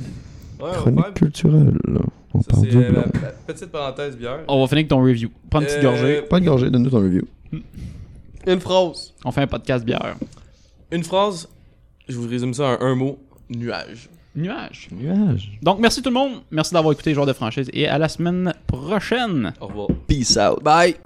Oh, Ouais, on
Chronique
parle-
culturelle. là. On
Ça,
parle
c'est euh,
d'houblon.
la, la petite parenthèse bière.
On va finir avec ton review. Prends une petite
Euh,
gorgée.
Pas de gorgée, donne-nous ton review.
Une phrase.
On fait un podcast bière.
Une phrase, je vous résume ça en un mot nuage.
Nuage.
Nuage.
Donc, merci tout le monde. Merci d'avoir écouté Joueurs de franchise. Et à la semaine prochaine.
Au revoir.
Peace out.
Bye.